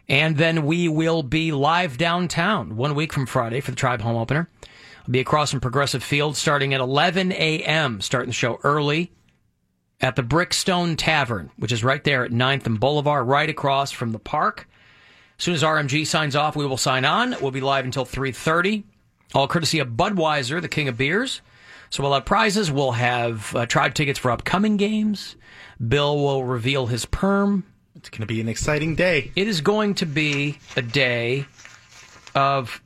Speaker 1: And then we will be live downtown one week from Friday for the Tribe Home Opener. I'll be across from Progressive Field starting at 11 a.m., starting the show early at the Brickstone Tavern, which is right there at 9th and Boulevard, right across from the park. As soon as RMG signs off, we will sign on. We'll be live until 3.30, all courtesy of Budweiser, the king of beers. So we'll have prizes. We'll have uh, tribe tickets for upcoming games. Bill will reveal his perm.
Speaker 2: It's going to be an exciting day.
Speaker 1: It is going to be a day of...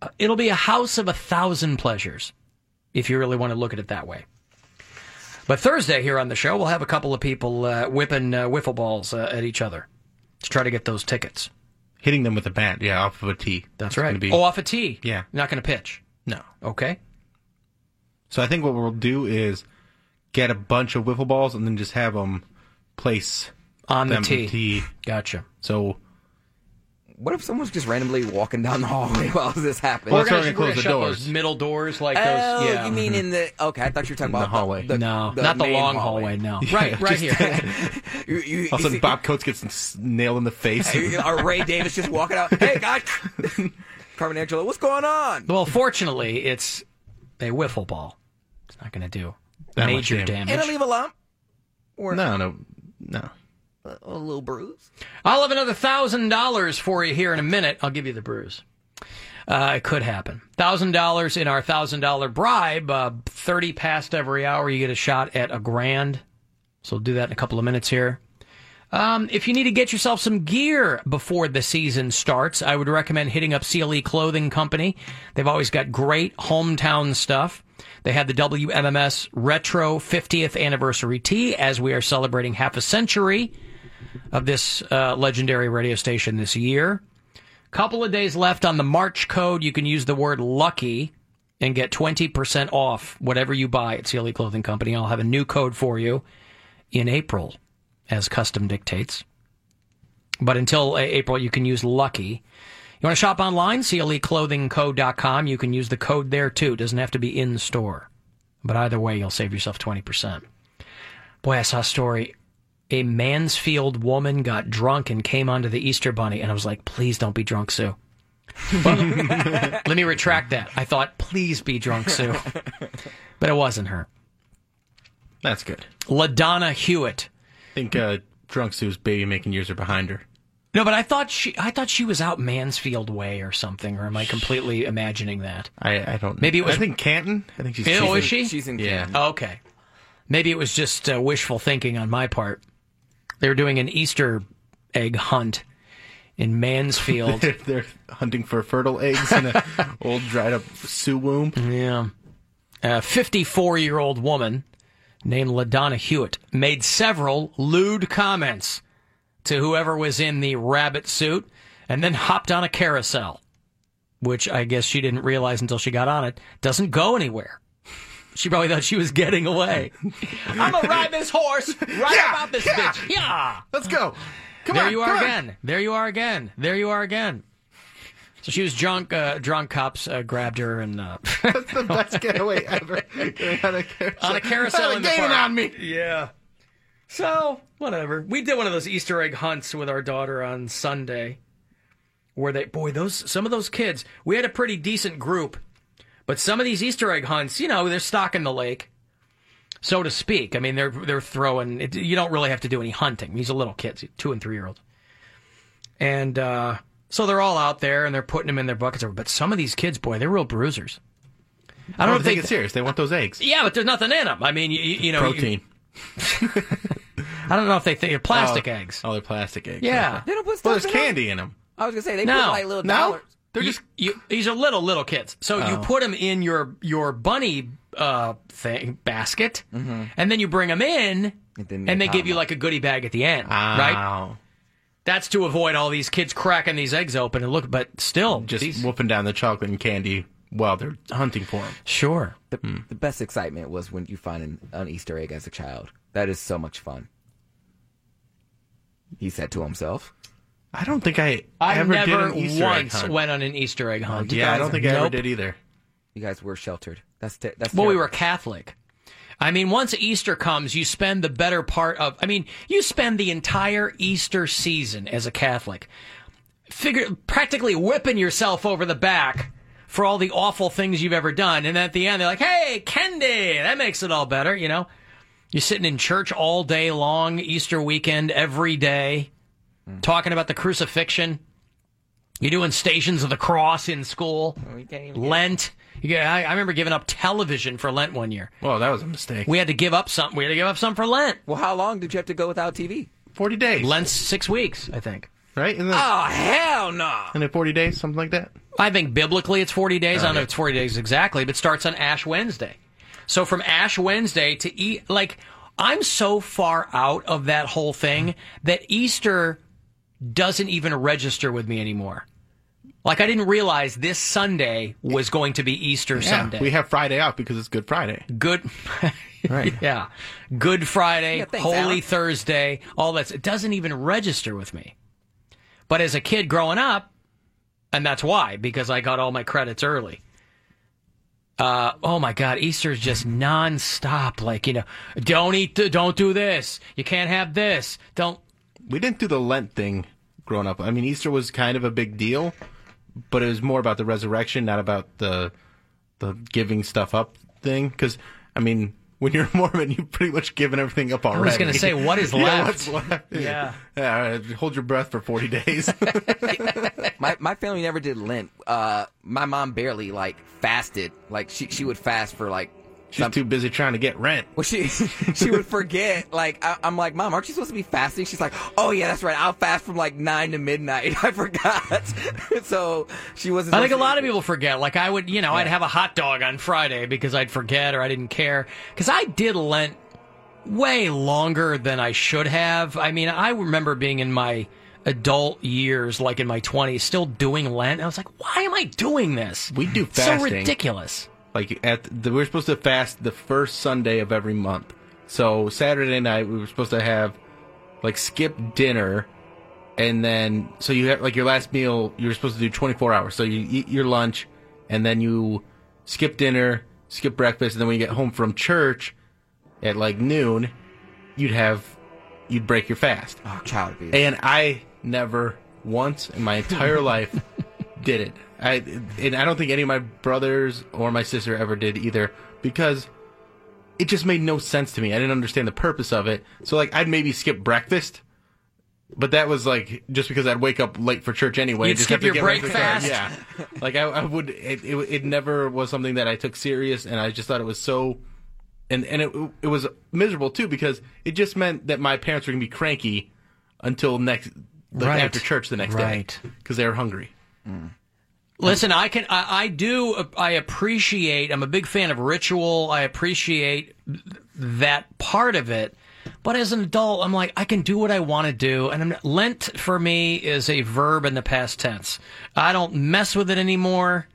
Speaker 1: uh, it'll be a house of a thousand pleasures, if you really want to look at it that way. But Thursday here on the show, we'll have a couple of people uh, whipping uh, wiffle balls uh, at each other to try to get those tickets.
Speaker 2: Hitting them with a bat, yeah, off of a tee.
Speaker 1: That's
Speaker 2: It's
Speaker 1: right.
Speaker 2: gonna Be,
Speaker 1: oh, off a tee.
Speaker 2: Yeah.
Speaker 1: Not going to pitch.
Speaker 2: No.
Speaker 1: Okay.
Speaker 2: So I think what we'll do is get a bunch of wiffle balls and then just have them place
Speaker 1: On the
Speaker 2: them
Speaker 1: tee. Gotcha.
Speaker 2: So
Speaker 3: What if someone's just randomly walking down the hallway while this happens?
Speaker 2: Well, that's why we're gonna close the
Speaker 1: shut
Speaker 2: doors.
Speaker 1: Those middle doors, like
Speaker 3: oh,
Speaker 1: those. Yeah.
Speaker 3: you mean in the okay? I thought you were talking about the hallway. The,
Speaker 1: no, not the
Speaker 3: main
Speaker 1: long hallway. no. right, right here.
Speaker 3: You- you-
Speaker 2: all of
Speaker 3: you
Speaker 2: a sudden, Bob Coates gets s- nailed in the face.
Speaker 3: see- or Ray Davis just walking out. Hey guys, Carmen Angela, what's going on?
Speaker 1: well, fortunately, it's a wiffle ball. It's not going to do
Speaker 2: That much
Speaker 1: major
Speaker 2: damage.
Speaker 1: damage.
Speaker 3: It'll leave a lump. Or
Speaker 2: No, no, no.
Speaker 3: A, a little bruise.
Speaker 1: I'll have another thousand dollars for you here in a minute. I'll give you the bruise. Uh, it could happen. Thousand dollars in our thousand dollar bribe. Uh, Thirty past every hour, you get a shot at a grand. So we'll do that in a couple of minutes here. Um, if you need to get yourself some gear before the season starts, I would recommend hitting up CLE Clothing Company. They've always got great hometown stuff. They had the WMMS Retro 50th Anniversary Tee as we are celebrating half a century of this uh, legendary radio station this year. Couple of days left on the March code. You can use the word lucky and get 20% off whatever you buy at CLE Clothing Company. I'll have a new code for you in April as custom dictates. But until uh, April, you can use lucky. You want to shop online? E CLEclothingco.com. You can use the code there too. It doesn't have to be in store. But either way, you'll save yourself 20%. Boy, I saw a story. A Mansfield woman got drunk and came onto the Easter Bunny, and I was like, please don't be drunk, Sue. Well, let me retract that. I thought, please be drunk, Sue. But it wasn't her.
Speaker 2: That's good.
Speaker 1: LaDonna Hewitt.
Speaker 2: I think uh, Drunk Sue's baby making years are behind her.
Speaker 1: No, but I thought she I thought she was out Mansfield Way or something, or am I completely imagining that?
Speaker 2: I, I don't.
Speaker 1: Maybe it was
Speaker 2: I think Canton. I think she's.
Speaker 1: Oh,
Speaker 2: she's
Speaker 1: is she?
Speaker 3: She's in
Speaker 2: Yeah.
Speaker 1: Oh, okay. Maybe it was just uh, wishful thinking on my part. They were doing an Easter egg hunt in Mansfield.
Speaker 2: They're, they're hunting for fertile eggs in an old dried up Sue womb.
Speaker 1: Yeah. A 54 year old woman named LaDonna Hewitt made several lewd comments to whoever was in the rabbit suit and then hopped on a carousel, which I guess she didn't realize until she got on it doesn't go anywhere. She probably thought she was getting away. I'm gonna ride this horse right about this bitch. Yeah.
Speaker 2: Let's go. Come
Speaker 1: there
Speaker 2: on,
Speaker 1: you
Speaker 2: come
Speaker 1: are
Speaker 2: on.
Speaker 1: again. There you are again. There you are again. So she was drunk. Uh, drunk cops uh, grabbed her and uh,
Speaker 2: the best getaway ever. on a carousel,
Speaker 1: on a carousel
Speaker 2: Kinda
Speaker 1: in the
Speaker 2: gaining
Speaker 1: park.
Speaker 2: on me.
Speaker 1: Yeah. So whatever. We did one of those Easter egg hunts with our daughter on Sunday, where they boy those some of those kids. We had a pretty decent group, but some of these Easter egg hunts, you know, they're stocking the lake, so to speak. I mean, they're they're throwing. It, you don't really have to do any hunting. These are little kids, two and three year olds, and uh, so they're all out there and they're putting them in their buckets. But some of these kids, boy, they're real bruisers. I don't
Speaker 2: Oh,
Speaker 1: know if
Speaker 2: they
Speaker 1: they
Speaker 2: take it serious. They want those eggs.
Speaker 1: yeah, but there's nothing in them. I mean, you, you you know, you-
Speaker 2: Protein.
Speaker 1: I don't know if they think they're plastic
Speaker 2: Oh,
Speaker 1: eggs.
Speaker 2: Oh, they're plastic eggs.
Speaker 1: Yeah.
Speaker 2: Okay.
Speaker 1: They
Speaker 3: don't put
Speaker 2: well,
Speaker 3: stuff
Speaker 2: there's
Speaker 3: in 'em?
Speaker 2: candy in them.
Speaker 3: I was gonna say they
Speaker 1: no,
Speaker 3: put like little dollars.
Speaker 1: They're just you, these are little little kids. So you
Speaker 2: Oh.
Speaker 1: put them in your your bunny uh thing basket,
Speaker 2: Mm-hmm.
Speaker 1: and then you bring them in,
Speaker 3: then
Speaker 1: and,
Speaker 3: they
Speaker 1: they
Speaker 3: pop
Speaker 1: give you like a goodie bag at the end, right? That's to avoid all these kids cracking these eggs open and look, but still,
Speaker 2: Just
Speaker 1: these-
Speaker 2: whooping down the chocolate and candy while they're hunting for them.
Speaker 1: Sure.
Speaker 3: The,
Speaker 2: Hmm.
Speaker 3: the best excitement was when you find an, an Easter egg as a child. That is so much fun. He said to himself.
Speaker 2: I don't think I,
Speaker 1: I
Speaker 2: ever did
Speaker 1: never
Speaker 2: an e Easter egg
Speaker 1: once
Speaker 2: hunt.
Speaker 1: went on an Easter egg hunt.
Speaker 2: Oh, yeah, I don't think I ever
Speaker 1: Nope.
Speaker 2: did either.
Speaker 3: You guys were sheltered. That's te- that's.
Speaker 1: Well, we
Speaker 3: terrible.
Speaker 1: were Catholic. I mean, once Easter comes, you spend the better part of, I mean, you spend the entire Easter season as a Catholic, figure, practically whipping yourself over the back for all the awful things you've ever done. And at the end, they're like, hey, candy, that makes it all better, you know? You're sitting in church all day long, Easter weekend, every day,
Speaker 3: Mm.
Speaker 1: talking about the crucifixion. You're doing Stations of the Cross in school.
Speaker 3: Oh,
Speaker 1: Lent. Yeah, I, I remember giving up television for Lent one year.
Speaker 2: Well, that was a mistake.
Speaker 1: We had to give up something. We had to give up something for Lent.
Speaker 3: Well, how long did you have to go without TV?
Speaker 2: Forty days.
Speaker 1: Lent's six weeks, I think.
Speaker 2: Right? Isn't it,
Speaker 3: Oh hell no!
Speaker 2: isn't it forty days, something like that?
Speaker 1: I think biblically it's 40 days. I don't know if it's 40 days exactly, but it starts on Ash Wednesday. So from Ash Wednesday to eat, like, I'm so far out of that whole thing that Easter doesn't even register with me anymore. Like, I didn't realize this Sunday was going to be Easter
Speaker 2: Yeah,
Speaker 1: Sunday.
Speaker 2: We have Friday off because it's Good Friday.
Speaker 1: Good. right. Yeah. Good Friday,
Speaker 2: Yeah, thanks,
Speaker 1: Holy
Speaker 2: Alan.
Speaker 1: Thursday, all that. It doesn't even register with me. But as a kid growing up, and that's why, because I got all my credits early. Uh, oh my God, Easter's just nonstop. Like, you know, don't eat, th- don't do this. You can't have this. Don't.
Speaker 2: We didn't do the Lent thing growing up. I mean, Easter was kind of a big deal, but it was more about the resurrection, not about the the giving stuff up thing. Because I mean, when you're a Mormon, you've pretty much given everything up
Speaker 1: was
Speaker 2: already.
Speaker 1: gonna say, what is
Speaker 2: Yeah,
Speaker 1: left?
Speaker 2: what's left?
Speaker 1: Yeah.
Speaker 2: Yeah, hold your breath for 40 days.
Speaker 3: my my family never did Lent. Uh, my mom barely like fasted. Like she she would fast for like.
Speaker 2: She's too busy trying to get rent.
Speaker 3: Well, she she would forget. Like I, I'm like, mom, aren't you supposed to be fasting? She's like, oh yeah, that's right. I'll fast from like nine to midnight. I forgot. so she wasn't.
Speaker 1: I
Speaker 3: supposed
Speaker 1: think a
Speaker 3: to-
Speaker 1: lot of people forget. Like I would, you know, I'd have a hot dog on Friday because I'd forget or I didn't care. Because I did Lent way longer than I should have. I mean, I remember being in my adult years, like in my twenties, still doing Lent. I was like, why am I doing this?
Speaker 2: We do
Speaker 1: So
Speaker 2: fasting.
Speaker 1: ridiculous.
Speaker 2: Like at the, we're supposed to fast the first Sunday of every month. So Saturday night we were supposed to have like skip dinner, and then so you have like your last meal you're supposed to do 24 hours. So you eat your lunch, and then you skip dinner, skip breakfast, and then when you get home from church at like noon, you'd have you'd break your fast.
Speaker 3: Oh, child abuse.
Speaker 2: And I never once in my entire life did it. I and I don't think any of my brothers or my sister ever did either because it just made no sense to me. I didn't understand the purpose of it. So like I'd maybe skip breakfast, but that was like just because I'd wake up late for church anyway.
Speaker 1: You'd
Speaker 2: just have
Speaker 1: skip
Speaker 2: to
Speaker 1: your
Speaker 2: get ready
Speaker 1: break
Speaker 2: for church.
Speaker 1: fast.
Speaker 2: Yeah, like I, I would. It, it it never was something that I took serious, and I just thought it was so. And and it it was miserable too because it just meant that my parents were gonna be cranky until next like
Speaker 1: Right.
Speaker 2: after church the next
Speaker 1: Right.
Speaker 2: day because they were hungry.
Speaker 1: Mm. Listen, I can, I, I do, I appreciate, I'm a big fan of ritual. I appreciate that part of it. But as an adult, I'm like, I can do what I want to do. And I'm, Lent for me is a verb in the past tense. I don't mess with it anymore.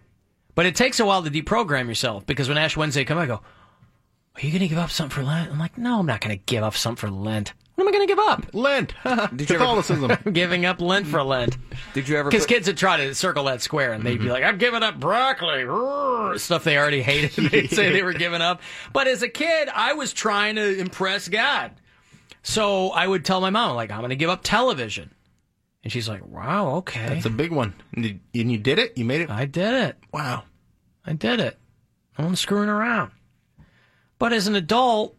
Speaker 1: But it takes a while to deprogram yourself because when Ash Wednesday comes, I go, Are you going to give up something for Lent? I'm like, No, I'm not going to give up something for Lent. What am I going to give up? Lent.
Speaker 3: Did you ever- Catholicism.
Speaker 1: I'm giving up Lent for Lent.
Speaker 3: Did you ever?
Speaker 1: Because
Speaker 3: put- Mm-hmm.
Speaker 1: kids would try to circle that square and they'd be like, I'm giving up broccoli. rrr," Stuff they already hated. They'd say they were giving up. But as a kid, I was trying to impress God. So I would tell my mom, like, I'm going to give up television. And she's like, wow, okay.
Speaker 2: That's a big one. And you, and you did it. You made it.
Speaker 1: I did it.
Speaker 2: Wow.
Speaker 1: I did it. I'm screwing around. But as an adult,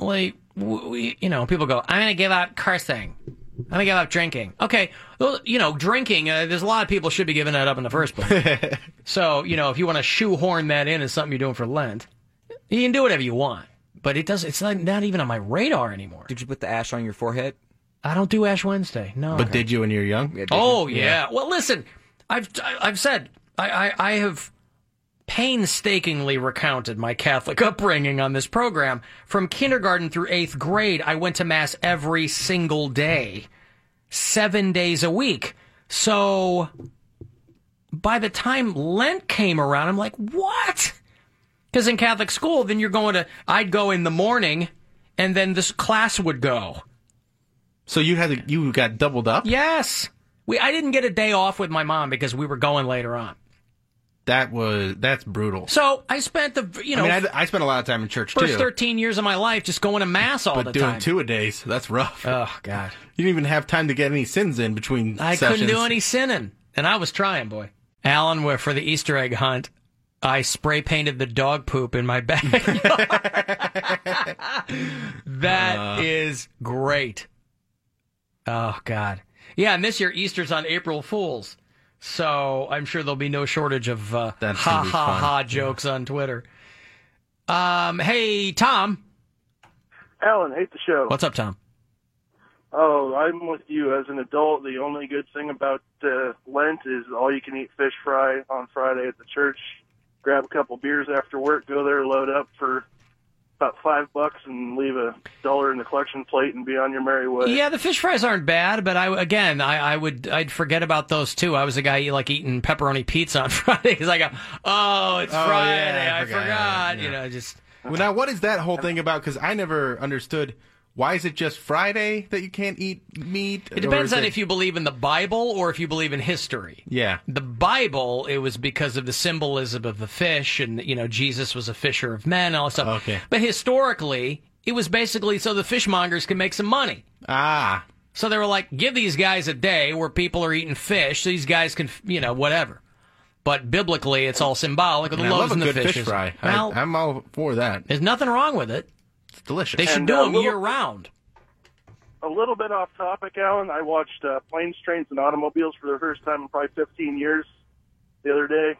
Speaker 1: like, w- we, you know, people go, I'm going to give up cursing. I'm going to give up drinking. Okay. Well, you know, drinking, uh, there's a lot of people should be giving that up in the first place. so, you know, if you want to shoehorn that in as something you're doing for Lent, you can do whatever you want. But it does, it's not, not even on my radar anymore.
Speaker 3: Did you put the ash on your forehead?
Speaker 1: I don't do Ash Wednesday. No.
Speaker 2: But did you when you were young?
Speaker 1: Oh yeah. Well, listen, I've I've said I, I I have painstakingly recounted my Catholic upbringing on this program. From kindergarten through eighth grade, I went to mass every single day, seven days a week. So by the time Lent came around, I'm like, what? Because in Catholic school, then you're going to I'd go in the morning, and then this class would go.
Speaker 2: So you had to, you got doubled up.
Speaker 1: Yes. We I didn't get a day off with my mom because we were going later on.
Speaker 2: That was that's brutal.
Speaker 1: So I spent the you know
Speaker 2: I mean, I, I spent a lot of time in church
Speaker 1: first
Speaker 2: too.
Speaker 1: thirteen years of my life just going to mass all
Speaker 2: but
Speaker 1: the
Speaker 2: doing
Speaker 1: time.
Speaker 2: two a days, that's rough.
Speaker 1: Oh God,
Speaker 2: you didn't even have time to get any sins in between.
Speaker 1: I
Speaker 2: sessions.
Speaker 1: couldn't do any sinning, and I was trying, boy. Alan, where for the Easter egg hunt, I spray painted the dog poop in my bag. That is
Speaker 2: Uh.
Speaker 1: great. Oh God, yeah. And this year Easter's on April Fools, so I'm sure there'll be no shortage of uh, ha
Speaker 2: That's gonna
Speaker 1: ha
Speaker 2: be fun.
Speaker 1: ha jokes on Twitter. Um, hey Tom,
Speaker 16: Alan, hate the show.
Speaker 1: what's up, Tom?
Speaker 16: Oh, I'm with you. As an adult, the only good thing about uh, Lent is all you can eat fish fry on Friday at the church. Grab a couple beers after work, go there, load up for about five bucks, and leave a dollar in the collection plate and be on your merry way.
Speaker 1: Yeah, the fish fries aren't bad, but I again, I, I would I'd forget about those too. I was a guy eat- like eating pepperoni pizza on Friday because I go, oh, it's
Speaker 2: Oh,
Speaker 1: Friday,
Speaker 2: yeah,
Speaker 1: I,
Speaker 2: I
Speaker 1: forgot.
Speaker 2: forgot."
Speaker 1: You know, just
Speaker 2: Well, now what is that whole thing about? Because I never understood. Why is it just Friday that you can't eat meat?
Speaker 1: it depends on if you believe in the Bible or if you believe in history.
Speaker 2: Yeah.
Speaker 1: the Bible, it was because of the symbolism of the fish, and you know Jesus was a fisher of men, and all that stuff.
Speaker 2: Okay.
Speaker 1: But historically, it was basically so the fishmongers can make some money.
Speaker 2: Ah.
Speaker 1: So they were like, give these guys a day where people are eating fish, so these guys can, you know, whatever. But biblically, it's all symbolic of the
Speaker 2: And I
Speaker 1: loaves
Speaker 2: love a
Speaker 1: and the
Speaker 2: good fish
Speaker 1: fishes.
Speaker 2: fry. I-
Speaker 1: Now,
Speaker 2: I'm all for that.
Speaker 1: There's nothing wrong with it.
Speaker 2: It's delicious.
Speaker 1: They should
Speaker 23: uh,
Speaker 1: do them year round.
Speaker 16: A little bit off topic, Alan. I watched uh, Planes, Trains, and Automobiles for the first time in probably 15 years the other day.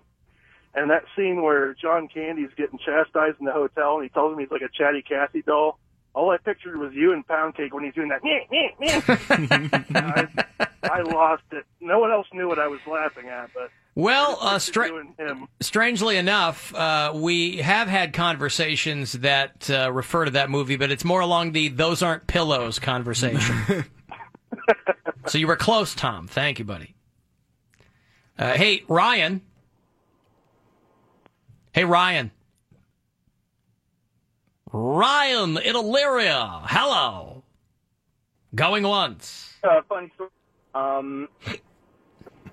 Speaker 16: And that scene where John Candy's getting chastised in the hotel and he tells him he's like a chatty Cathy doll. All I pictured was you and Pound Cake when he's doing that. "Nyeh, nyeh, nyeh." I, I lost it. No one else knew what I was laughing at, but
Speaker 1: Well, uh, stra-
Speaker 16: him.
Speaker 1: strangely enough, uh, we have had conversations that uh, refer to that movie, but it's more along the "those aren't pillows" conversation. so you were close, Tom. Thank you, buddy. Uh, hey, Ryan. Hey, Ryan. Ryan in Illyria. Hello. Going once.
Speaker 23: uh, fun story. Um,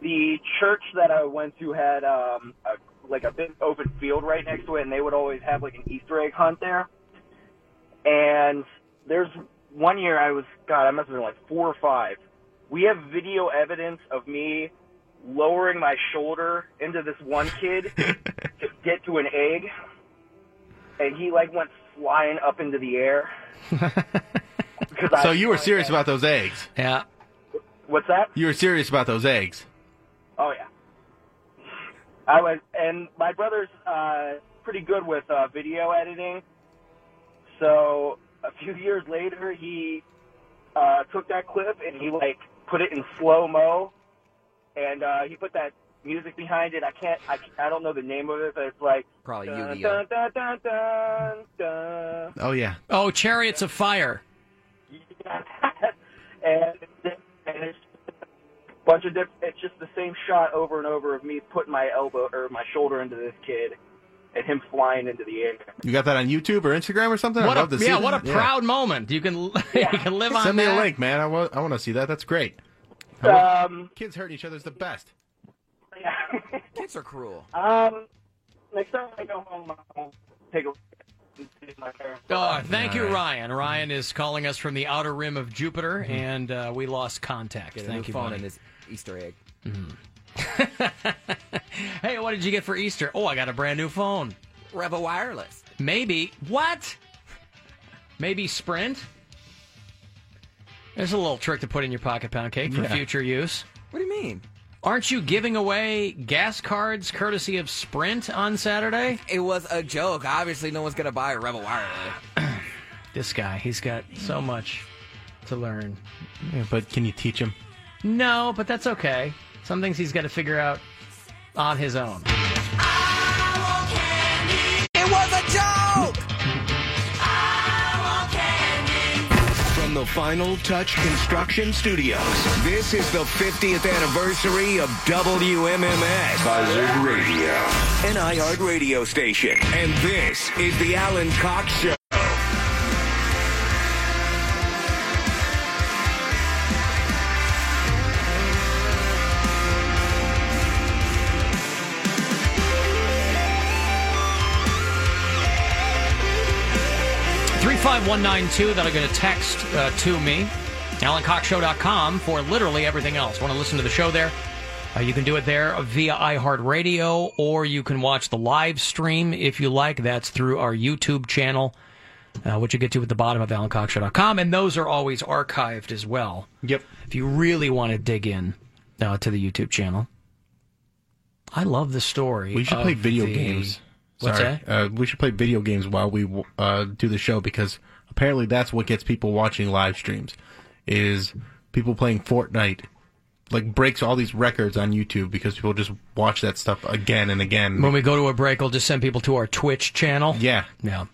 Speaker 23: the church that I went to had um, a, like a big open field right next to it, and they would always have like an Easter egg hunt there. And there's one year I was God, I must have been like four or five. We have video evidence of me lowering my shoulder into this one kid to get to an egg, and he like went flying up into the air.
Speaker 2: So you were serious about those eggs.
Speaker 1: Yeah.
Speaker 23: What's that?
Speaker 2: You were serious about those eggs.
Speaker 23: Oh yeah. I was, and my brother's uh, pretty good with uh, video editing. So a few years later, he uh, took that clip and he like put it in slow mo, and uh, he put that music behind it. I can't, I, I don't know the name of it, but it's like
Speaker 3: Probably
Speaker 23: dun,
Speaker 3: Yu-Gi-Oh.
Speaker 23: dun, dun, dun, dun, dun.
Speaker 2: Oh yeah.
Speaker 1: Oh, chariots of fire.
Speaker 23: and, and it's a bunch of different. It's just the same shot over and over of me putting my elbow or my shoulder into this kid, and him flying into the air.
Speaker 2: You got that on YouTube or Instagram or something?
Speaker 1: What
Speaker 2: I'd
Speaker 1: a-
Speaker 2: love to see
Speaker 1: yeah,
Speaker 2: that.
Speaker 1: what a proud moment. You can you can live on
Speaker 2: Send me
Speaker 1: that.
Speaker 2: a link, man. I want to see that. That's great.
Speaker 23: Um,
Speaker 2: Kids hurting each other's the best.
Speaker 3: Kids are cruel.
Speaker 23: Um, next time I go home, I'll take a look at my parents.
Speaker 1: Oh, thank you,
Speaker 23: All right.
Speaker 1: Ryan. Ryan is calling us from the outer rim of Jupiter, and uh, we lost contact.
Speaker 3: Get a
Speaker 1: thank
Speaker 3: new
Speaker 1: you,
Speaker 3: phone
Speaker 1: buddy. Mm-hmm.
Speaker 3: in this Easter egg.
Speaker 1: Hey, what did you get for Easter? Oh, I got a brand new phone.
Speaker 3: Rebel Wireless.
Speaker 1: Maybe what? Maybe Sprint. There's a little trick to put in your pocket pound cake for
Speaker 3: Yeah.
Speaker 1: future use.
Speaker 3: What do you mean?
Speaker 1: Aren't you giving away gas cards courtesy of Sprint on Saturday?
Speaker 3: It was a joke. Obviously, no one's gonna buy a Rebel Wireless.
Speaker 1: This guy, he's got so much to learn.
Speaker 2: Yeah, but can you teach him?
Speaker 1: No, but that's okay. Some things he's got to figure out on his own.
Speaker 3: It was a joke.
Speaker 9: From the Final Touch Construction Studios, this is the 50th anniversary of WMMS. Buzzard Radio. An iHeart radio station. And this is the Alan Cox Show.
Speaker 1: Three five one nine two. That'll go to text uh, to me, AlanCockShow.com for literally everything else. Want to listen to the show there? Uh, you can do it there via iHeartRadio, or you can watch the live stream if you like. That's through our YouTube channel, uh, which you get to at the bottom of AlanCockShow.com, and those are always archived as well.
Speaker 2: Yep.
Speaker 1: If you really want to dig in uh, to the YouTube channel, I love the story.
Speaker 2: We should
Speaker 1: of
Speaker 2: play video
Speaker 1: the-
Speaker 2: games.
Speaker 1: What's
Speaker 2: Sorry.
Speaker 1: that?
Speaker 2: Uh, we should play video games while we uh, do the show because apparently that's what gets people watching live streams is people playing Fortnite. Like breaks all these records on YouTube because people just watch that stuff again and again.
Speaker 1: When we go to a break, we'll just send people to our Twitch channel.
Speaker 2: Yeah.
Speaker 1: Yeah.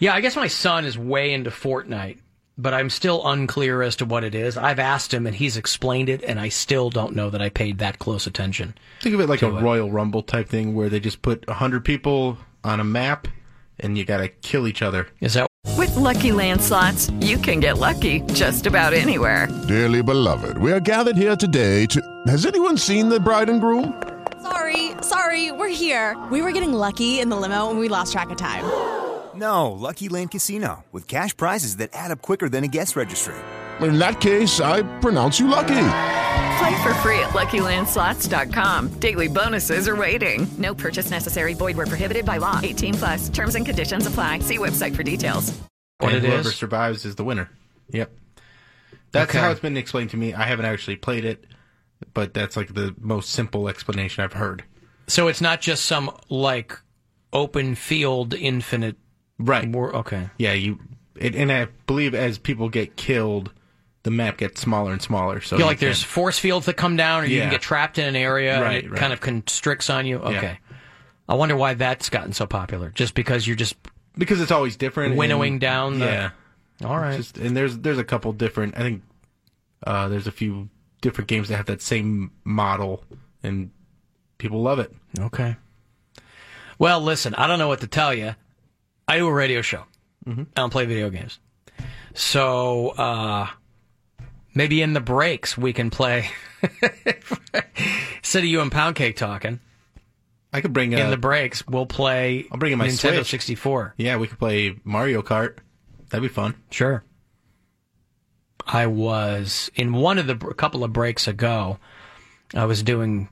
Speaker 1: Yeah, I guess my son is way into Fortnite, but I'm still unclear as to what it is. I've asked him and he's explained it, and I still don't know that I paid that close attention.
Speaker 2: Think of it like a
Speaker 1: to it.
Speaker 2: Royal Rumble type thing where they just put hundred people on a map and you gotta kill each other.
Speaker 1: Is that
Speaker 12: With Lucky Land slots, you can get lucky just about anywhere.
Speaker 18: Dearly beloved, we are gathered here today to. Has anyone seen the bride and groom?
Speaker 24: Sorry, sorry, we're here. We were getting lucky in the limo and we lost track of time.
Speaker 25: No, Lucky Land Casino, with cash prizes that add up quicker than a guest registry.
Speaker 18: In that case, I pronounce you lucky.
Speaker 4: Play for free at LuckyLandSlots.com. Daily bonuses are waiting. No purchase necessary. Void where prohibited by law. 18 plus terms and conditions apply. See website for details.
Speaker 1: What
Speaker 2: and
Speaker 1: it
Speaker 2: whoever
Speaker 1: is?
Speaker 2: survives is the winner. Yep. That's
Speaker 1: Okay.
Speaker 2: how it's been explained to me. I haven't actually played it, but that's like the most simple explanation I've heard.
Speaker 1: So it's not just some like open field infinite
Speaker 2: right.
Speaker 1: okay.
Speaker 2: Yeah, you it, and I believe as people get killed, the map gets smaller and smaller. So
Speaker 1: yeah,
Speaker 2: you
Speaker 1: like there's
Speaker 2: can-
Speaker 1: force fields that come down, or you can
Speaker 2: Yeah.
Speaker 1: get trapped in an area,
Speaker 2: Right,
Speaker 1: and it
Speaker 2: right.
Speaker 1: kind of constricts on you.
Speaker 2: Yeah.
Speaker 1: Okay, I wonder why that's gotten so popular. Just because you're just
Speaker 2: because it's always different.
Speaker 1: winnowing
Speaker 2: and-
Speaker 1: down. The,
Speaker 2: yeah.
Speaker 1: all right.
Speaker 2: Just, and there's there's a couple different. I think uh, there's a few different games that have that same model, and people love it.
Speaker 1: Okay. Well, listen, I don't know what to tell you. I do a radio show.
Speaker 2: Mm-hmm.
Speaker 1: I don't play video games. So uh, maybe in the breaks we can play. Instead of you and Pound Cake talking,
Speaker 2: I could bring
Speaker 1: in
Speaker 2: uh,
Speaker 1: the breaks. We'll play. I'll
Speaker 2: bring in my
Speaker 1: Nintendo
Speaker 2: Switch.
Speaker 1: 64.
Speaker 2: Yeah, we could play Mario Kart. That'd be fun.
Speaker 1: Sure. I was in one of the a couple of breaks ago. I was doing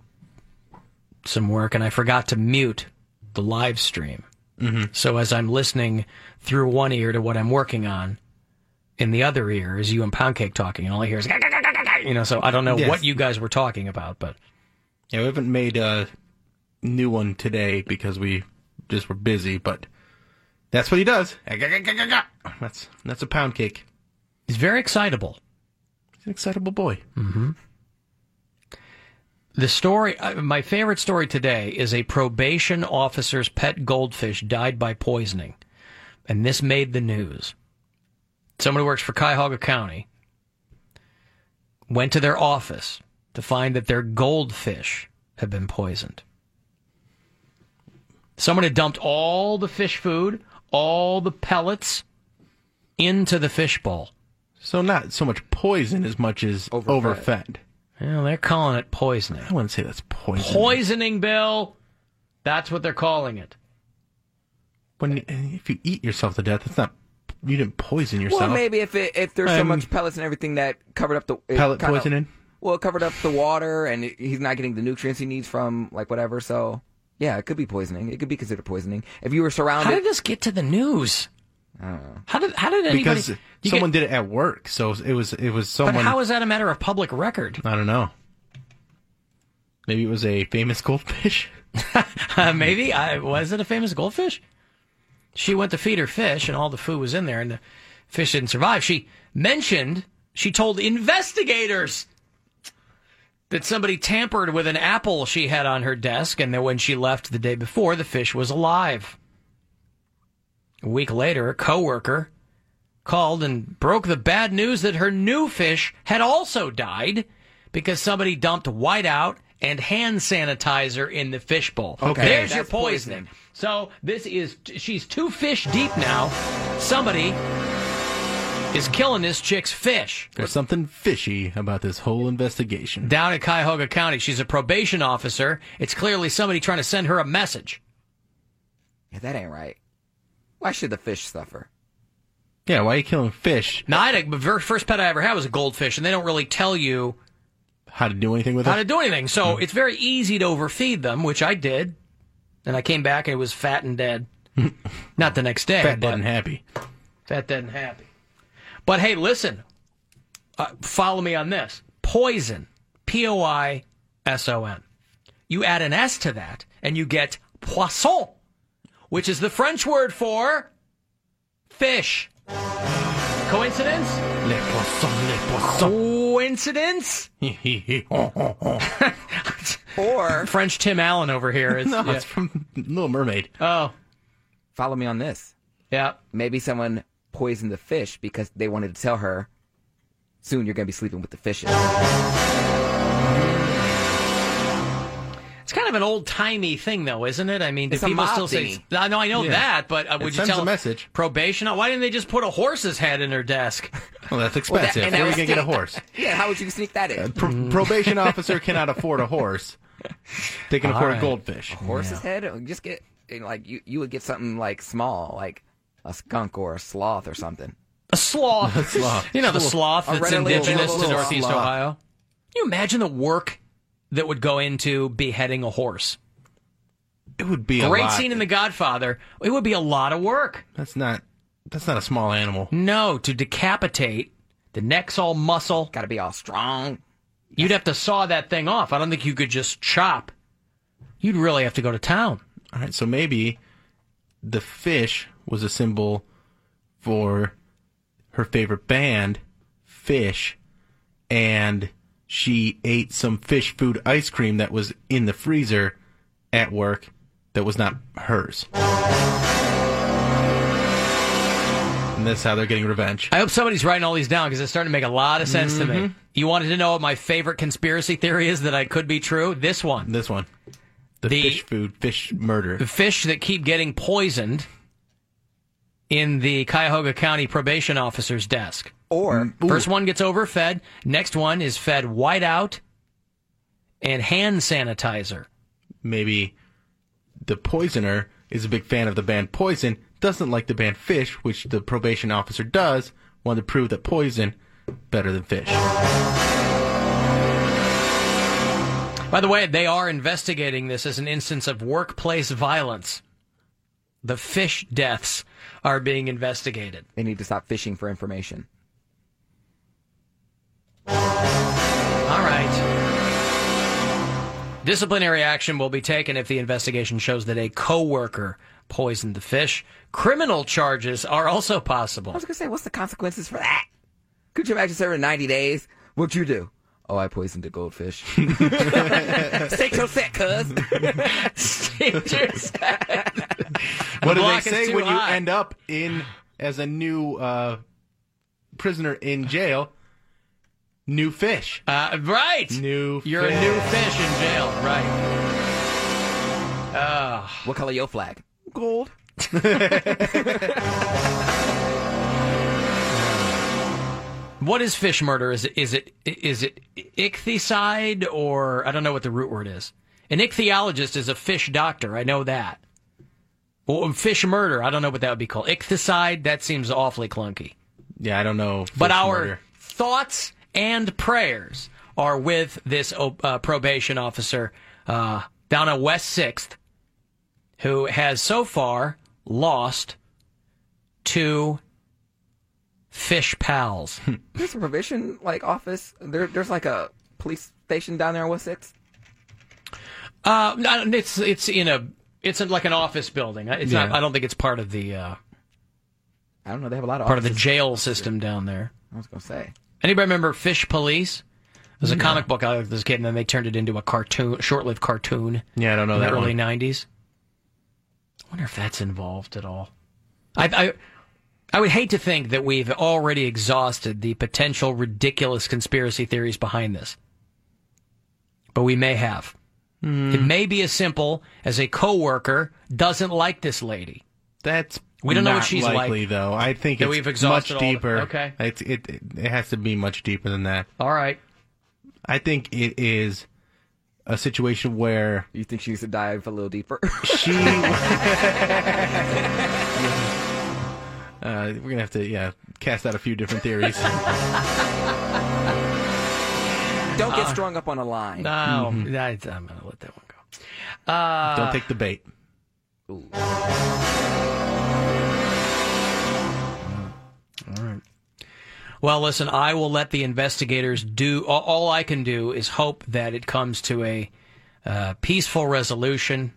Speaker 1: some work and I forgot to mute the live stream.
Speaker 18: Mhm.
Speaker 1: So as I'm listening through one ear to what I'm working on, in the other ear is you and Pound Cake talking, and all I hear is "Gah, gah, gah, gah, gah, gah," you know. So I don't know
Speaker 2: Yes.
Speaker 1: what you guys were talking about, but
Speaker 2: Yeah, we haven't made a new one today because we just were busy, but that's what he does. That's that's a pound cake.
Speaker 1: He's very excitable.
Speaker 2: He's an excitable boy.
Speaker 1: Mm-hmm. The story, uh, my favorite story today is a probation officer's pet goldfish died by poisoning. And this made the news. Someone who works for Cuyahoga County went to their office to find that their goldfish had been poisoned. Someone had dumped all the fish food, all the pellets into the fish bowl.
Speaker 2: So not so much poison as much as overfed.
Speaker 1: Well, they're calling it poisoning. I
Speaker 2: wouldn't say that's poison.
Speaker 1: Poisoning, Bill. That's what they're calling it.
Speaker 2: when if you eat yourself to death, it's not you didn't poison yourself.
Speaker 3: Well, maybe if it, if there's so
Speaker 2: Um,
Speaker 3: much pellets and everything that covered up the it
Speaker 2: Pellet
Speaker 3: kinda-
Speaker 2: poisoning?
Speaker 3: Well, it covered up the water, and it- he's not getting the nutrients he needs from like whatever. So, yeah, it could be poisoning. It could be considered poisoning if you were surrounded.
Speaker 1: How did this get to the news?
Speaker 3: I don't know.
Speaker 1: How did how did anybody?
Speaker 2: because
Speaker 1: you
Speaker 2: someone
Speaker 1: get-
Speaker 2: did it at work, so it was it was
Speaker 1: But
Speaker 2: someone.
Speaker 1: how is that a matter of public record?
Speaker 2: I don't know. Maybe it was a famous goldfish.
Speaker 1: Uh, maybe I was it a famous goldfish? She went to feed her fish, and all the food was in there, and the fish didn't survive. She mentioned she told investigators that somebody tampered with an apple she had on her desk, and that when she left the day before, the fish was alive. A week later, a coworker called and broke the bad news that her new fish had also died because somebody dumped whiteout and hand sanitizer in the fishbowl.
Speaker 18: Okay.
Speaker 1: There's your
Speaker 18: That's
Speaker 1: poisoning. So this is she's two fish deep now. Somebody is killing this chick's fish.
Speaker 2: There's something fishy about this whole investigation.
Speaker 1: Down at Cuyahoga County, she's a probation officer. It's clearly somebody trying to send her a message.
Speaker 3: Yeah, that ain't right. Why should the fish suffer?
Speaker 2: Yeah, why are you killing fish?
Speaker 1: Now, I had a, the ver- first pet I ever had was a goldfish, and they don't really tell you
Speaker 2: How to do anything with
Speaker 1: how
Speaker 2: it? Hmm.
Speaker 1: to do anything. So it's very easy to overfeed them, which I did. And I came back and it was fat and dead. Not the next day.
Speaker 2: Fat,
Speaker 1: but
Speaker 2: dead, and happy.
Speaker 1: Fat, dead, and happy. But hey, listen, uh, follow me on this. Poison, P O I S O N. You add an S to that, and you get poisson, which is the French word for fish. Coincidence?
Speaker 2: Le poisson, le
Speaker 1: Coincidence?
Speaker 2: poisson.
Speaker 3: or
Speaker 1: French Tim Allen over here is
Speaker 2: no,
Speaker 1: yeah.
Speaker 2: it's from Little Mermaid.
Speaker 1: Oh.
Speaker 3: Follow me on this.
Speaker 1: Yeah.
Speaker 3: Maybe someone poisoned the fish because they wanted to tell her soon you're going to be sleeping with the fishes.
Speaker 1: It's kind of an old timey thing, though, isn't it? I mean, do
Speaker 3: It's a
Speaker 1: people
Speaker 3: mob
Speaker 1: still say?
Speaker 3: thingy.
Speaker 1: I know, I know
Speaker 2: Yeah.
Speaker 1: that, but uh,
Speaker 2: It
Speaker 1: would you
Speaker 2: sends
Speaker 1: tell
Speaker 2: a message.
Speaker 1: Probation? Why didn't they just put a horse's head in her desk?
Speaker 2: Well, that's
Speaker 1: Well, that-
Speaker 2: expensive. Where
Speaker 1: and
Speaker 2: are
Speaker 1: that
Speaker 2: you
Speaker 1: was
Speaker 2: going to get a
Speaker 1: deep.
Speaker 2: horse? Uh,
Speaker 3: yeah, how would you sneak that in?
Speaker 1: Mm.
Speaker 2: Pro- probation officer cannot afford a horse. They can
Speaker 3: All
Speaker 2: afford
Speaker 3: right.
Speaker 2: a goldfish.
Speaker 3: horse's head or just get and, like you you would get something like small like a skunk or a sloth or something
Speaker 1: a sloth,
Speaker 2: sloth.
Speaker 1: you know the
Speaker 2: Little-
Speaker 1: sloth
Speaker 3: a
Speaker 1: that's
Speaker 3: readily
Speaker 1: indigenous
Speaker 3: available
Speaker 1: to
Speaker 3: little
Speaker 1: Northeast
Speaker 3: sloth.
Speaker 1: Ohio. Can you imagine the work that would go into beheading a horse?
Speaker 2: It would be
Speaker 1: Great
Speaker 2: a lot.
Speaker 1: scene in The Godfather. It would be a lot of work.
Speaker 2: That's not. That's not a small animal.
Speaker 1: No, to decapitate. The neck's all muscle. Got
Speaker 3: to be all strong.
Speaker 1: You'd have to saw that thing off. I don't think you could just chop. You'd really have to go to town.
Speaker 2: All right, so maybe the fish was a symbol for her favorite band, Fish, and she ate some fish food ice cream that was in the freezer at work that was not hers. And that's how they're getting revenge.
Speaker 1: I hope somebody's writing all these down because it's starting to make a lot of sense to
Speaker 2: Mhm.
Speaker 1: me. You wanted to know what my favorite conspiracy theory is that I could be true? This one.
Speaker 2: This one. The, fish food, fish murder.
Speaker 1: The fish that keep getting poisoned in the Cuyahoga County probation officer's desk.
Speaker 3: Or
Speaker 1: first one gets overfed, next one is fed whiteout and hand sanitizer.
Speaker 2: Maybe the poisoner is a big fan of the band Poison, doesn't like the band Fish, which the probation officer does, wanted to prove that Poison better than Fish.
Speaker 1: By the way, they are investigating this as an instance of workplace violence. The fish deaths are being investigated.
Speaker 3: They need to stop fishing for information.
Speaker 1: All right. Disciplinary action will be taken if the investigation shows that a coworker poisoned the fish. Criminal charges are also
Speaker 3: I
Speaker 1: possible.
Speaker 3: was gonna say, what's the consequences for that? Could you imagine serving 90 days? What'd you do? Oh, I poisoned a goldfish. Stay so sick, cuz.
Speaker 2: what
Speaker 3: The
Speaker 2: do they
Speaker 3: block is
Speaker 2: say
Speaker 3: too
Speaker 2: when
Speaker 3: high.
Speaker 2: you end up in as a new uh, prisoner in jail? New fish.
Speaker 1: Uh, right.
Speaker 2: New.
Speaker 1: You're a new fish in jail, right? Uh,
Speaker 3: what color your flag? Gold.
Speaker 1: What is fish murder? Is it is it is it ichthycide or I don't know what the root word is. An ichthyologist is a fish doctor. I know that. Well, fish murder. I don't know what that would be called. Ichthyside. That seems awfully clunky.
Speaker 2: Yeah, I don't know.
Speaker 1: But
Speaker 2: fish
Speaker 1: our
Speaker 2: murder.
Speaker 1: thoughts and prayers are with this uh, probation officer uh, down on West Sixth, who has so far lost two fish pals.
Speaker 2: Hmm.
Speaker 3: There's a provision like office. There, there's like a police station down there on West Sixth.
Speaker 1: Uh, no, it's it's in a it's in like an office building. Uh, It's not.
Speaker 3: Yeah.
Speaker 1: I don't think it's part of the uh,
Speaker 3: I don't know. They have a lot of
Speaker 1: part of the
Speaker 3: offices.
Speaker 1: jail system down there.
Speaker 3: I was gonna say.
Speaker 1: Anybody remember Fish Police? It was a comic book I liked as a kid, and then they turned it into a cartoon, short-lived cartoon.
Speaker 2: Yeah, I don't know
Speaker 1: in
Speaker 2: that
Speaker 1: the early
Speaker 2: one.
Speaker 1: '90s. I wonder if that's involved at all. I, I I would hate to think that we've already exhausted the potential ridiculous conspiracy theories behind this, but we may have.
Speaker 2: Hmm.
Speaker 1: It may be as simple as a coworker doesn't like this lady.
Speaker 2: That's
Speaker 1: we don't know what
Speaker 2: Not
Speaker 1: she's
Speaker 2: likely,
Speaker 1: like
Speaker 2: though. I think
Speaker 1: that
Speaker 2: it's
Speaker 1: we've exhausted
Speaker 2: much
Speaker 1: all the-
Speaker 2: deeper.
Speaker 1: okay.
Speaker 2: It's, it it has to be much deeper than that.
Speaker 1: All right.
Speaker 2: I think it is a situation where
Speaker 3: you think she used to dive a little deeper.
Speaker 2: she. Uh, we're gonna have to, yeah, cast out a few different theories.
Speaker 3: Don't get
Speaker 1: Uh,
Speaker 3: strung up on a line.
Speaker 1: No,
Speaker 2: Mm-hmm.
Speaker 1: I, am gonna let that one go. Uh,
Speaker 2: Don't take the bait.
Speaker 1: All right. Well, listen, I will let the investigators do. All, all I can do is hope that it comes to a uh, peaceful resolution.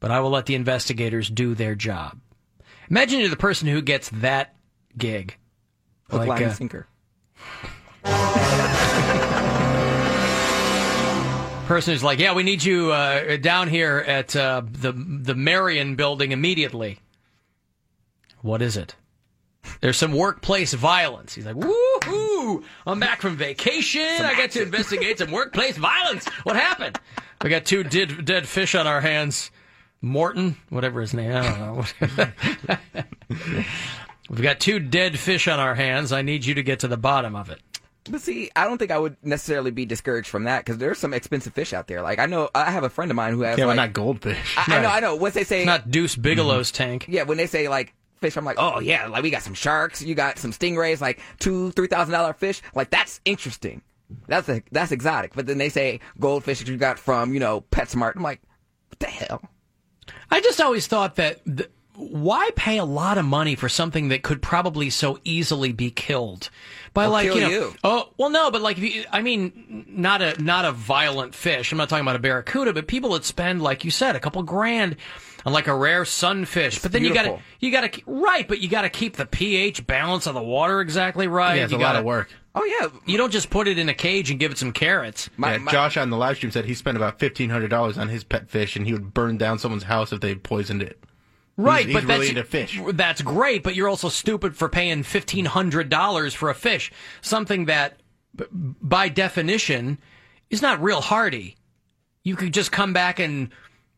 Speaker 1: But I will let the investigators do their job. Imagine you're the person who gets that gig.
Speaker 3: Hook, line, and
Speaker 1: uh,
Speaker 3: sinker.
Speaker 1: person who's like, "Yeah, we need you uh, down here at uh, the the Marion Building immediately." What is it? There's some workplace violence. He's like, "Woohoo! I'm back from vacation. I got to investigate some workplace violence. What happened? We got two dead dead fish on our hands. Morton, whatever his name, I don't know. We've got two dead fish on our hands. I need you to get to the bottom of it."
Speaker 3: But see, I don't think I would necessarily be discouraged from that because there's some expensive fish out there. Like I know I have a friend of mine who has
Speaker 2: Yeah, but
Speaker 3: like
Speaker 2: not goldfish.
Speaker 3: I, I know, I know. Once they say Mm-hmm.
Speaker 1: It's not Deuce Bigelow's tank.
Speaker 3: yeah, when they say like fish, I'm like, oh yeah, like we got some sharks, you got some stingrays, like two, three thousand dollar fish. Like that's interesting. That's a, that's exotic. But then they say goldfish that you got from you know PetSmart. I'm like, what the hell?
Speaker 1: I just always thought that th- why pay a lot of money for something that could probably so easily be killed by
Speaker 3: They'll
Speaker 1: like
Speaker 3: kill
Speaker 1: you know
Speaker 3: you.
Speaker 1: oh well no but like if you, I mean not a not a violent fish I'm not talking about a barracuda but people that spend like you said a couple grand on like a rare sunfish but then
Speaker 2: beautiful.
Speaker 1: you got to you got to right but you got to keep the pH balance of the water exactly right
Speaker 2: Yeah, it's
Speaker 1: you
Speaker 2: a lot
Speaker 1: gotta-
Speaker 2: of work.
Speaker 3: Oh yeah,
Speaker 1: you don't just put it in a cage and give it some carrots
Speaker 2: yeah, Josh on the live stream said he spent about fifteen hundred dollars on his pet fish, and he would burn down someone's house if they poisoned it.
Speaker 1: Right,
Speaker 2: He's-
Speaker 1: but
Speaker 2: he's
Speaker 1: that's
Speaker 2: really into fish.
Speaker 1: That's great, but you're also stupid for paying fifteen hundred dollars for a fish, something that, b- by definition, is not real hardy. You could just come back and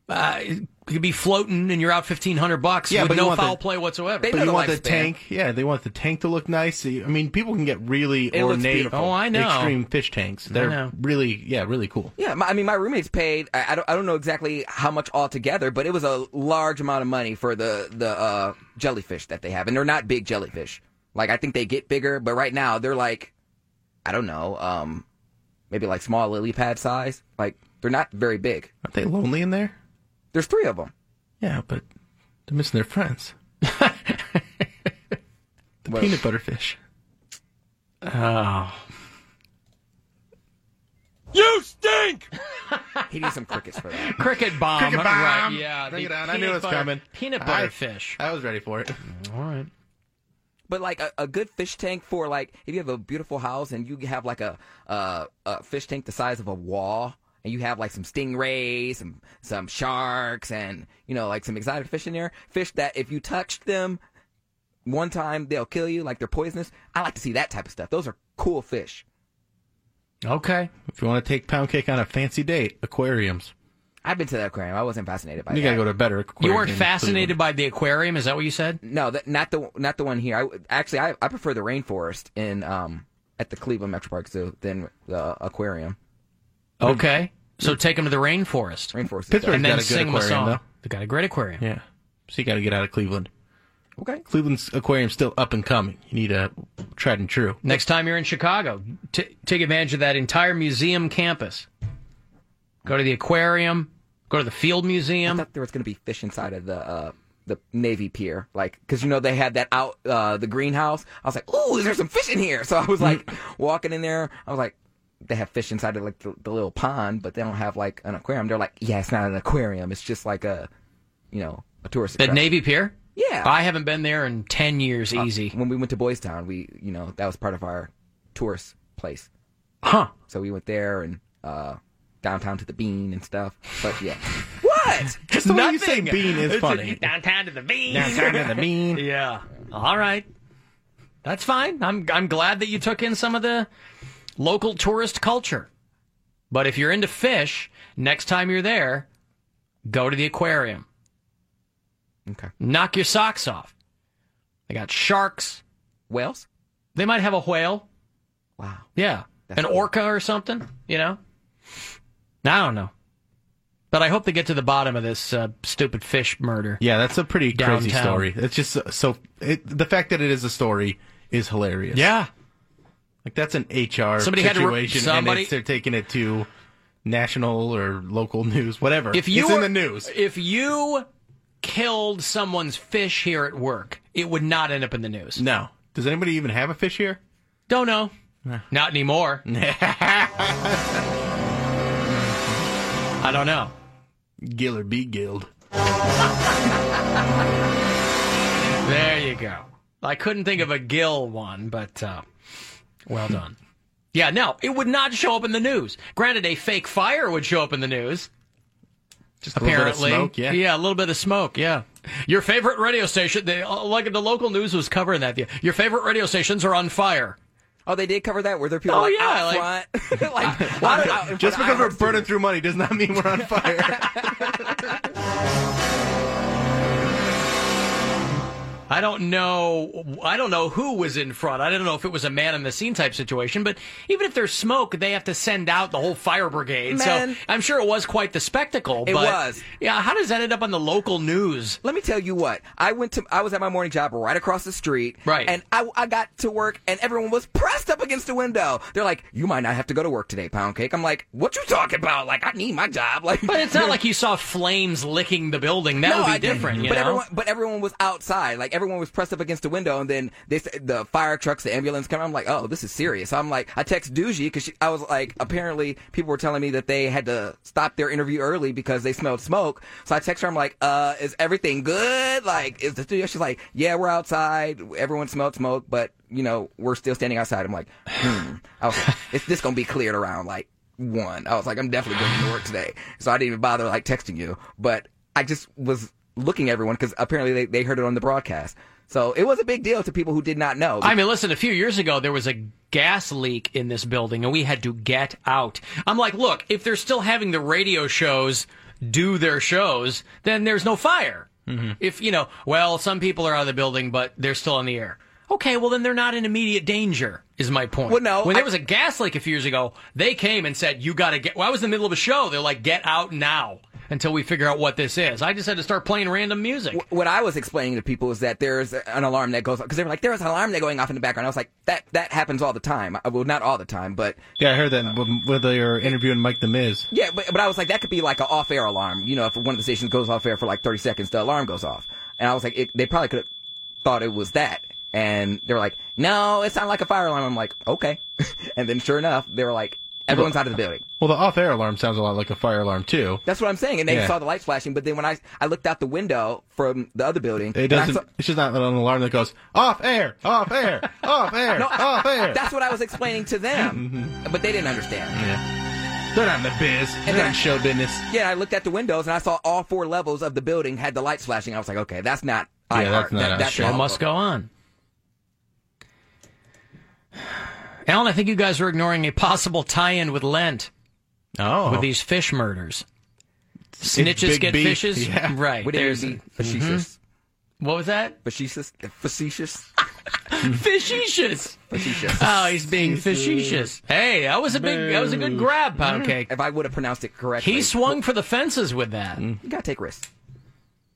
Speaker 1: uh, you could be floating, and you're out fifteen hundred bucks
Speaker 2: Yeah,
Speaker 1: with
Speaker 2: but you
Speaker 1: no
Speaker 2: want the-
Speaker 1: foul play whatsoever.
Speaker 2: but you want the tank, yeah. They want the tank to look nice. I mean, people can get really
Speaker 3: It looks
Speaker 2: ornate,
Speaker 3: beautiful. Oh, I know.
Speaker 2: extreme fish tanks.
Speaker 3: I
Speaker 2: They're
Speaker 3: know.
Speaker 2: really, yeah, really cool.
Speaker 3: Yeah, my, I mean, my roommates paid. I, I don't. I don't know exactly how much altogether, but it was a large amount of money for the the uh, jellyfish that they have, and they're not big jellyfish. Like I think they get bigger, but right now they're like, I don't know, um, maybe like small lily pad size. Like they're not very big.
Speaker 2: Aren't they lonely in there?
Speaker 3: There's three of them.
Speaker 2: Yeah, but they're missing their friends. the
Speaker 3: Well-
Speaker 2: peanut butter fish.
Speaker 1: Oh.
Speaker 18: You stink!
Speaker 3: he needs some crickets for that.
Speaker 1: Cricket bomb.
Speaker 2: Cricket bomb.
Speaker 1: Right, yeah.
Speaker 2: Um, Bring
Speaker 1: the
Speaker 2: it on. I
Speaker 1: peanut
Speaker 2: knew it was
Speaker 1: butter-
Speaker 2: coming.
Speaker 1: Peanut butter
Speaker 2: I-
Speaker 1: fish.
Speaker 2: I was ready for it.
Speaker 1: All right.
Speaker 3: But like a, a good fish tank for like if you have a beautiful house and you have like a, uh, a fish tank the size of a wall and you have like some stingrays, some some sharks, and you know like some exotic fish in there, fish that if you touch them one time they'll kill you, like they're poisonous. I like to see that type of stuff. Those are cool fish.
Speaker 2: Okay. If you want to take pound cake on a fancy date, aquariums.
Speaker 3: I've been to the aquarium. I wasn't fascinated by
Speaker 2: You
Speaker 3: that.
Speaker 2: gotta go to a better aquarium.
Speaker 1: You weren't
Speaker 2: than
Speaker 1: fascinated by the aquarium? Is that what you said?
Speaker 3: No, that, not the not the one here. I actually I, I prefer the rainforest in um at the Cleveland Metro Park Zoo than the aquarium.
Speaker 1: Okay. So take them to the rainforest.
Speaker 3: Rainforest.
Speaker 2: Pittsburgh's
Speaker 1: and then
Speaker 2: got a good
Speaker 1: sing 'em a
Speaker 2: aquarium,
Speaker 1: song.
Speaker 2: though.
Speaker 1: They got a great aquarium.
Speaker 2: Cleveland. Yeah. So you got to get out of Cleveland.
Speaker 3: Okay.
Speaker 2: Cleveland's aquarium's still up and coming. You need a tried and true.
Speaker 1: Next time you're in Chicago, t- take advantage of that entire museum campus. Go to the aquarium. Go to the Field Museum.
Speaker 3: I thought there was going to be fish inside of the uh, the Navy Pier, like because you know they had that out uh, the greenhouse. I was like, "Ooh, is there some fish in here?" So I was like
Speaker 1: Mm.
Speaker 3: walking in there. I was like, "They have fish inside of like the, the little pond, but they don't have like an aquarium." They're like, "Yeah, it's not an aquarium. It's just like a, you know, a tourist."
Speaker 1: That
Speaker 3: attraction."
Speaker 1: Navy Pier?
Speaker 3: Yeah. Uh,
Speaker 1: I haven't been there in 10 years, easy.
Speaker 3: When we went to Boys Town, we you know that was part of our tourist place.
Speaker 1: Huh.
Speaker 3: So we went there and uh, downtown to the Bean and stuff. But yeah, what?
Speaker 2: Just the way you say bean is
Speaker 1: It's
Speaker 2: funny.
Speaker 1: a- downtown to the bean.
Speaker 2: Downtown to the bean.
Speaker 1: yeah. All right. That's fine. I'm I'm glad that you took in some of the local tourist culture. But if you're into fish, next time you're there, go to the aquarium.
Speaker 3: Okay.
Speaker 1: Knock your socks off. They got sharks,
Speaker 3: whales.
Speaker 1: They might have a whale.
Speaker 3: Wow.
Speaker 1: Yeah.
Speaker 3: That's
Speaker 1: An
Speaker 3: cool.
Speaker 1: orca or something, you know? I don't know. But I hope they get to the bottom of this uh, stupid fish murder.
Speaker 2: Yeah, that's a pretty crazy
Speaker 1: Downtown.
Speaker 2: story. It's just so- so it, the fact that it is a story is hilarious.
Speaker 1: Yeah.
Speaker 2: Like that's an HR
Speaker 1: Somebody had to re-
Speaker 2: situation and
Speaker 1: somebody-
Speaker 2: it's, they're taking it to national or local news, whatever.
Speaker 1: If you
Speaker 2: it's in
Speaker 1: were-
Speaker 2: the news.
Speaker 1: If you killed someone's fish here at work, it would not end up in the news.
Speaker 2: No. Does anybody even have a fish here?
Speaker 1: Don't know. Not anymore. I don't know.
Speaker 2: Gill or be gilled.
Speaker 1: There you go. I couldn't think of a gill one, but uh, well done. yeah, no, it would not show up in the news. Granted, a fake fire would show up in the news.
Speaker 2: Just a little bit of
Speaker 1: apparently,
Speaker 2: smoke, yeah.
Speaker 1: a little bit of smoke, yeah. Your favorite radio station, they, uh, like the local news was covering that. Your favorite radio stations are on fire.
Speaker 3: Oh, they did cover that. Were there people
Speaker 1: Oh,
Speaker 3: like
Speaker 1: yeah,
Speaker 3: out
Speaker 1: like-
Speaker 3: front?
Speaker 2: Just because we're burning through money does not mean we're on fire.
Speaker 1: I don't know. I don't know who was in front. I don't know if it was a man in the scene type situation. But even if there's smoke, they have to send out the whole fire brigade.
Speaker 3: Man.
Speaker 1: So I'm sure it was quite the spectacle.
Speaker 3: It
Speaker 1: but
Speaker 3: was.
Speaker 1: Yeah. How does that end up on the local news?
Speaker 3: Let me tell you what. I went to. I was at my morning job right across the street. Right. And I, I got to work, and everyone was pressed up against the window. They're like, "You might not have to go to work today, pound cake." I'm like, "What you talking about? Like, I need my job." Like,
Speaker 1: But it's not like you saw flames licking the building. That
Speaker 3: No,
Speaker 1: would be
Speaker 3: I get it.
Speaker 1: different. You
Speaker 3: but
Speaker 1: know?
Speaker 3: everyone, but everyone was outside. Like everyone was pressed up against the window, and then they s- the fire trucks, the ambulance come. I'm like, oh, this is serious. I'm like, I text Doogie because I was like, apparently people were telling me that they had to stop their interview early because they smelled smoke. So I text her. I'm like, uh, is everything good? Like, is the studio? She's like, yeah, we're outside. Everyone smelled smoke, but you know, we're still standing outside. I'm like, hmm. I was like, it's this gonna be cleared around like one. I was like, I'm definitely going to work today. So I didn't even bother like texting you, but I just was looking at everyone because apparently they, they heard it on the broadcast. So it was a big deal to people who did not know.
Speaker 1: I mean, listen, a few years ago, there was a gas leak in this building and we had to get out. I'm like, look, if they're still having the radio shows do their shows, then there's no fire.
Speaker 3: Mm-hmm.
Speaker 1: If, you know, well, some people are out of the building, but they're still on the air. Okay, well, then they're not in immediate danger, is my point.
Speaker 3: Well, no,
Speaker 1: When there
Speaker 3: I-
Speaker 1: was a gas leak a few years ago, they came and said, you got to get. Well, I was in the middle of a show. They're like, get out now until we figure out what this is. I just had to start playing random music.
Speaker 3: what I was explaining to people is that there's an alarm that goes off because they were like, there's an alarm that going off in the background. I was like, that that happens all the time. I- Well, not all the time, but
Speaker 2: Yeah, I heard that when- when they were interviewing Mike the Miz.
Speaker 3: Yeah, but, but I was like, that could be like an off air alarm. You know, if one of the stations goes off air for like 30 seconds, the alarm goes off. And I was like, it, they probably could have thought it was that. And they were like, no, it sounded like a fire alarm. I'm like, okay. and then sure enough, they were like, everyone's out of the building.
Speaker 2: Well, the off-air alarm sounds a lot like a fire alarm too.
Speaker 3: That's what I'm saying. And they
Speaker 2: Yeah.
Speaker 3: saw the lights flashing. But then when I, I looked out the window from the other building,
Speaker 2: It
Speaker 3: and I
Speaker 2: doesn't.
Speaker 3: saw-
Speaker 2: it's just not an alarm that goes off air, off air, off air,
Speaker 3: No,
Speaker 2: off air.
Speaker 3: That's what I was explaining to them. but they didn't understand.
Speaker 2: Mm-hmm, Yeah. They're not in the biz. They're
Speaker 3: then
Speaker 2: not in
Speaker 3: I-
Speaker 2: show business.
Speaker 3: Yeah, I looked at the windows and I saw all four levels of the building had the lights flashing. I was like, okay, that's not.
Speaker 1: Yeah,
Speaker 3: iHeart.
Speaker 1: that's not
Speaker 3: That-
Speaker 1: us.
Speaker 3: that's
Speaker 1: Show
Speaker 3: not-
Speaker 1: must go on. Alan, I think you guys are ignoring a possible tie-in with Lent.
Speaker 2: Oh,
Speaker 1: with these fish murders, snitches
Speaker 3: Big
Speaker 1: get
Speaker 3: beef.
Speaker 1: fishes.
Speaker 3: Yeah.
Speaker 1: Right?
Speaker 3: Would it
Speaker 1: There's Mm-hmm.
Speaker 3: be facetious?
Speaker 1: What was that?
Speaker 3: Facetious. Facetious.
Speaker 1: Facetious.
Speaker 3: Facetious.
Speaker 1: Oh, he's being facetious. Hey, that was a big, that was a good grab, pound
Speaker 3: Mhm.
Speaker 1: cake.
Speaker 3: If I would have pronounced it correctly,
Speaker 1: He swung for the fences with that.
Speaker 3: Mm. You gotta take risks.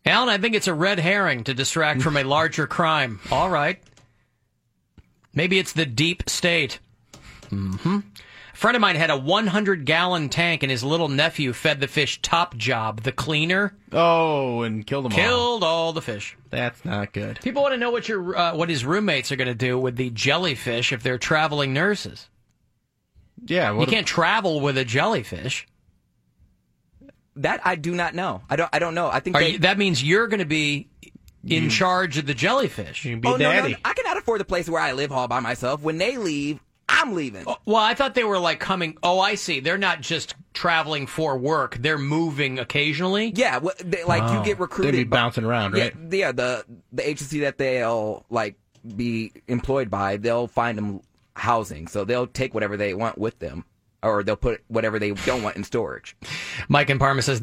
Speaker 1: Alan, I think it's a red herring to distract from a larger crime. All right. Maybe it's the deep state. hmm A friend of mine had a 100 gallon tank, and his little nephew fed the fish Top Job, the cleaner.
Speaker 2: Oh, and killed them all.
Speaker 1: Killed all the fish.
Speaker 2: That's not good.
Speaker 1: People want to know what your uh, what his roommates are going to do with the jellyfish if they're traveling nurses.
Speaker 2: Yeah,
Speaker 1: you can't travel with a jellyfish.
Speaker 3: That I do not know. I don't. I don't know. I think
Speaker 1: Are
Speaker 3: they-
Speaker 1: you, that means you're going to be in charge of the jellyfish. You can
Speaker 3: oh, no, no, no. I cannot afford the place where I live all by myself. When they leave, I'm leaving.
Speaker 1: Oh, Well, I thought they were like coming. Oh, I see. They're not just traveling for work. They're moving occasionally.
Speaker 3: Yeah, well, they, like you get recruited.
Speaker 2: Oh, They'd be
Speaker 3: by-
Speaker 2: bouncing around,
Speaker 3: yeah,
Speaker 2: right?
Speaker 3: Yeah, the the agency that they'll like be employed by, they'll find them housing. So they'll take whatever they want with them, or they'll put whatever they don't want in storage.
Speaker 1: Mike and Parma says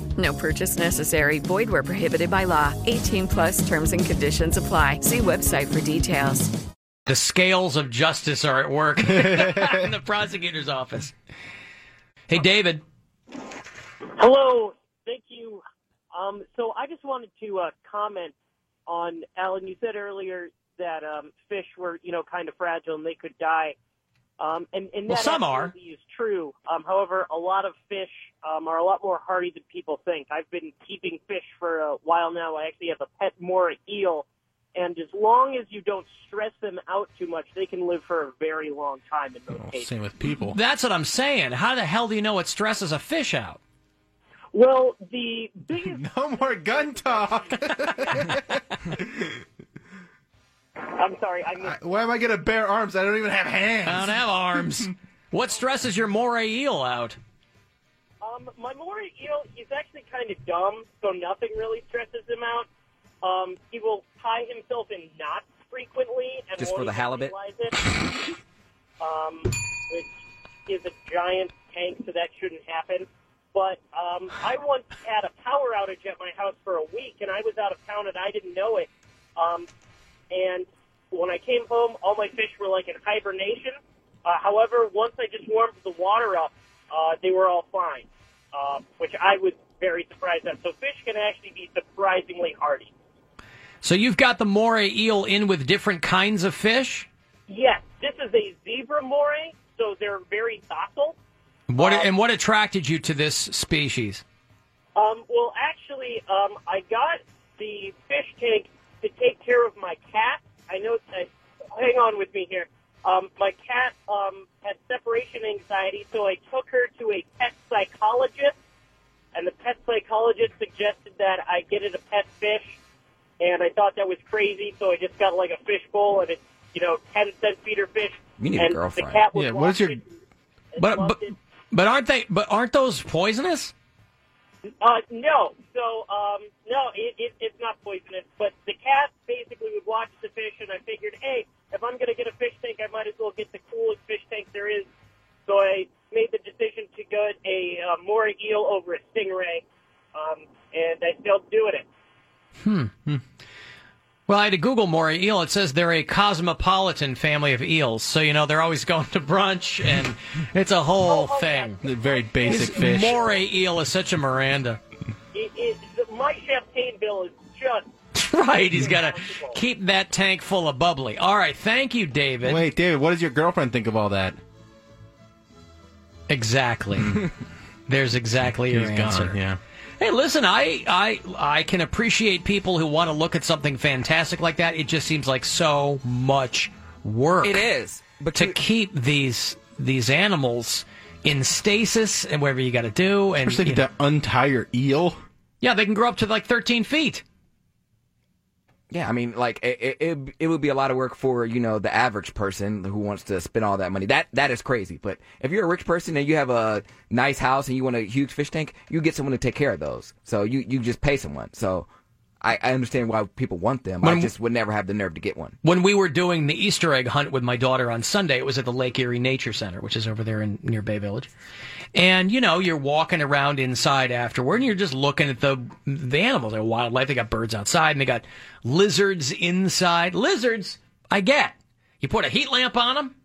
Speaker 4: No purchase necessary. Void where prohibited by law. 18 plus terms and conditions apply. See website for details.
Speaker 1: the scales of justice are at work in the prosecutor's office. Hey, David.
Speaker 5: Hello, thank you. Um, so I just wanted to uh, comment on Alan. You said earlier that um, fish were, you know, kind of fragile and they could die, um, and, and
Speaker 1: Well,
Speaker 5: that
Speaker 1: some are.
Speaker 5: absolutely is true. Um, however, a lot of fish um, are a lot more hardy than people think. I've been keeping fish for a while now. I actually have a pet Mora eel, and as long as you don't stress them out too much, they can live for a very long time in
Speaker 1: Oh,
Speaker 5: most cases.
Speaker 2: Same with people.
Speaker 1: That's what I'm saying. How the hell do you know what stresses a fish out?
Speaker 5: Well, the biggest.
Speaker 2: no more gun talk.
Speaker 5: I'm sorry. I missed
Speaker 2: Why am I gonna bare arms? I don't even have hands.
Speaker 1: I don't have arms. What stresses your moray eel out?
Speaker 5: Um, my Maury Eel, he's actually kind of dumb, so nothing really stresses him out. Um, he will tie himself in knots frequently, and
Speaker 3: Just for
Speaker 5: won't
Speaker 3: the
Speaker 5: even
Speaker 3: halibut?
Speaker 5: realize it. um, which is a giant tank, so that shouldn't happen. But um, I once had a power outage at my house for a week, and I was out of town, and I didn't know it. Um, and when I came home, all my fish were like in hibernation. Uh, however, once I just warmed the water up, uh, they were all fine, uh, which I was very surprised at. So fish can actually be surprisingly hardy.
Speaker 1: So you've got the moray eel in with different kinds of fish.
Speaker 5: Yes, this is a zebra moray, so they're very docile.
Speaker 1: What
Speaker 3: Uh,
Speaker 1: and what attracted you to this species?
Speaker 5: Um, well, actually, um, I got the fish tank to take care of my cat. I know. I, hang on with me here. Um, my cat um, had separation anxiety, so I took her to a pet psychologist, and the pet psychologist suggested that I get it a pet fish, and I thought that was crazy, so I just got like a fish bowl and it's you know ten cent feeder fish. and The cat was
Speaker 2: Yeah, what is your?
Speaker 1: But but, but aren't they? But aren't those poisonous?
Speaker 5: Uh, no. So, um, no, it, it, it's not poisonous. But the cat basically would watch the fish, and I figured, hey, if I'm going to get a fish tank, I might as well get the coolest fish tank there is. So I made the decision to get a uh, moray eel over a stingray, um, and I still doing it.
Speaker 1: Hmm. Well, I had to Google moray eel. It says they're a cosmopolitan family of eels, so you know they're always going to brunch, and it's a whole
Speaker 5: Oh,
Speaker 1: thing.
Speaker 2: very basic fish.
Speaker 1: This Moray eel is such a Miranda.
Speaker 5: it, it the, my champagne bill is just
Speaker 1: Right, he's got to keep that tank full of bubbly. All right, thank you, David.
Speaker 2: Wait, David, what does your girlfriend think of all that? Hmm.
Speaker 1: Exactly. There's exactly your
Speaker 2: He's gone,
Speaker 1: answer.
Speaker 2: yeah.
Speaker 1: Hey, listen, I, I I can appreciate people who want to look at something fantastic like that. It just seems like so much work.
Speaker 3: It is, but
Speaker 1: to keep these these animals in stasis and whatever you got to do, and
Speaker 2: Especially
Speaker 1: you
Speaker 2: to untie your eel.
Speaker 1: Yeah, they can grow up to like 13 feet.
Speaker 3: Yeah, I mean, like it, it, it, it would be a lot of work for you know the average person who wants to spend all that money. That that is crazy. But if you're a rich person and you have a nice house and you want a huge fish tank, you get someone to take care of those. So you you just pay someone. So I, I understand why people want them. I
Speaker 1: When-
Speaker 3: just would never have the nerve to get one.
Speaker 1: When we were doing the Easter egg hunt with my daughter on Sunday, it was at the Lake Erie Nature Center, which is over there in near Bay Village. And you know, you're walking around inside afterward, and you're just looking at the the animals, like wildlife. They got birds outside, and they got lizards inside. Lizards, I get. You put a heat lamp on them,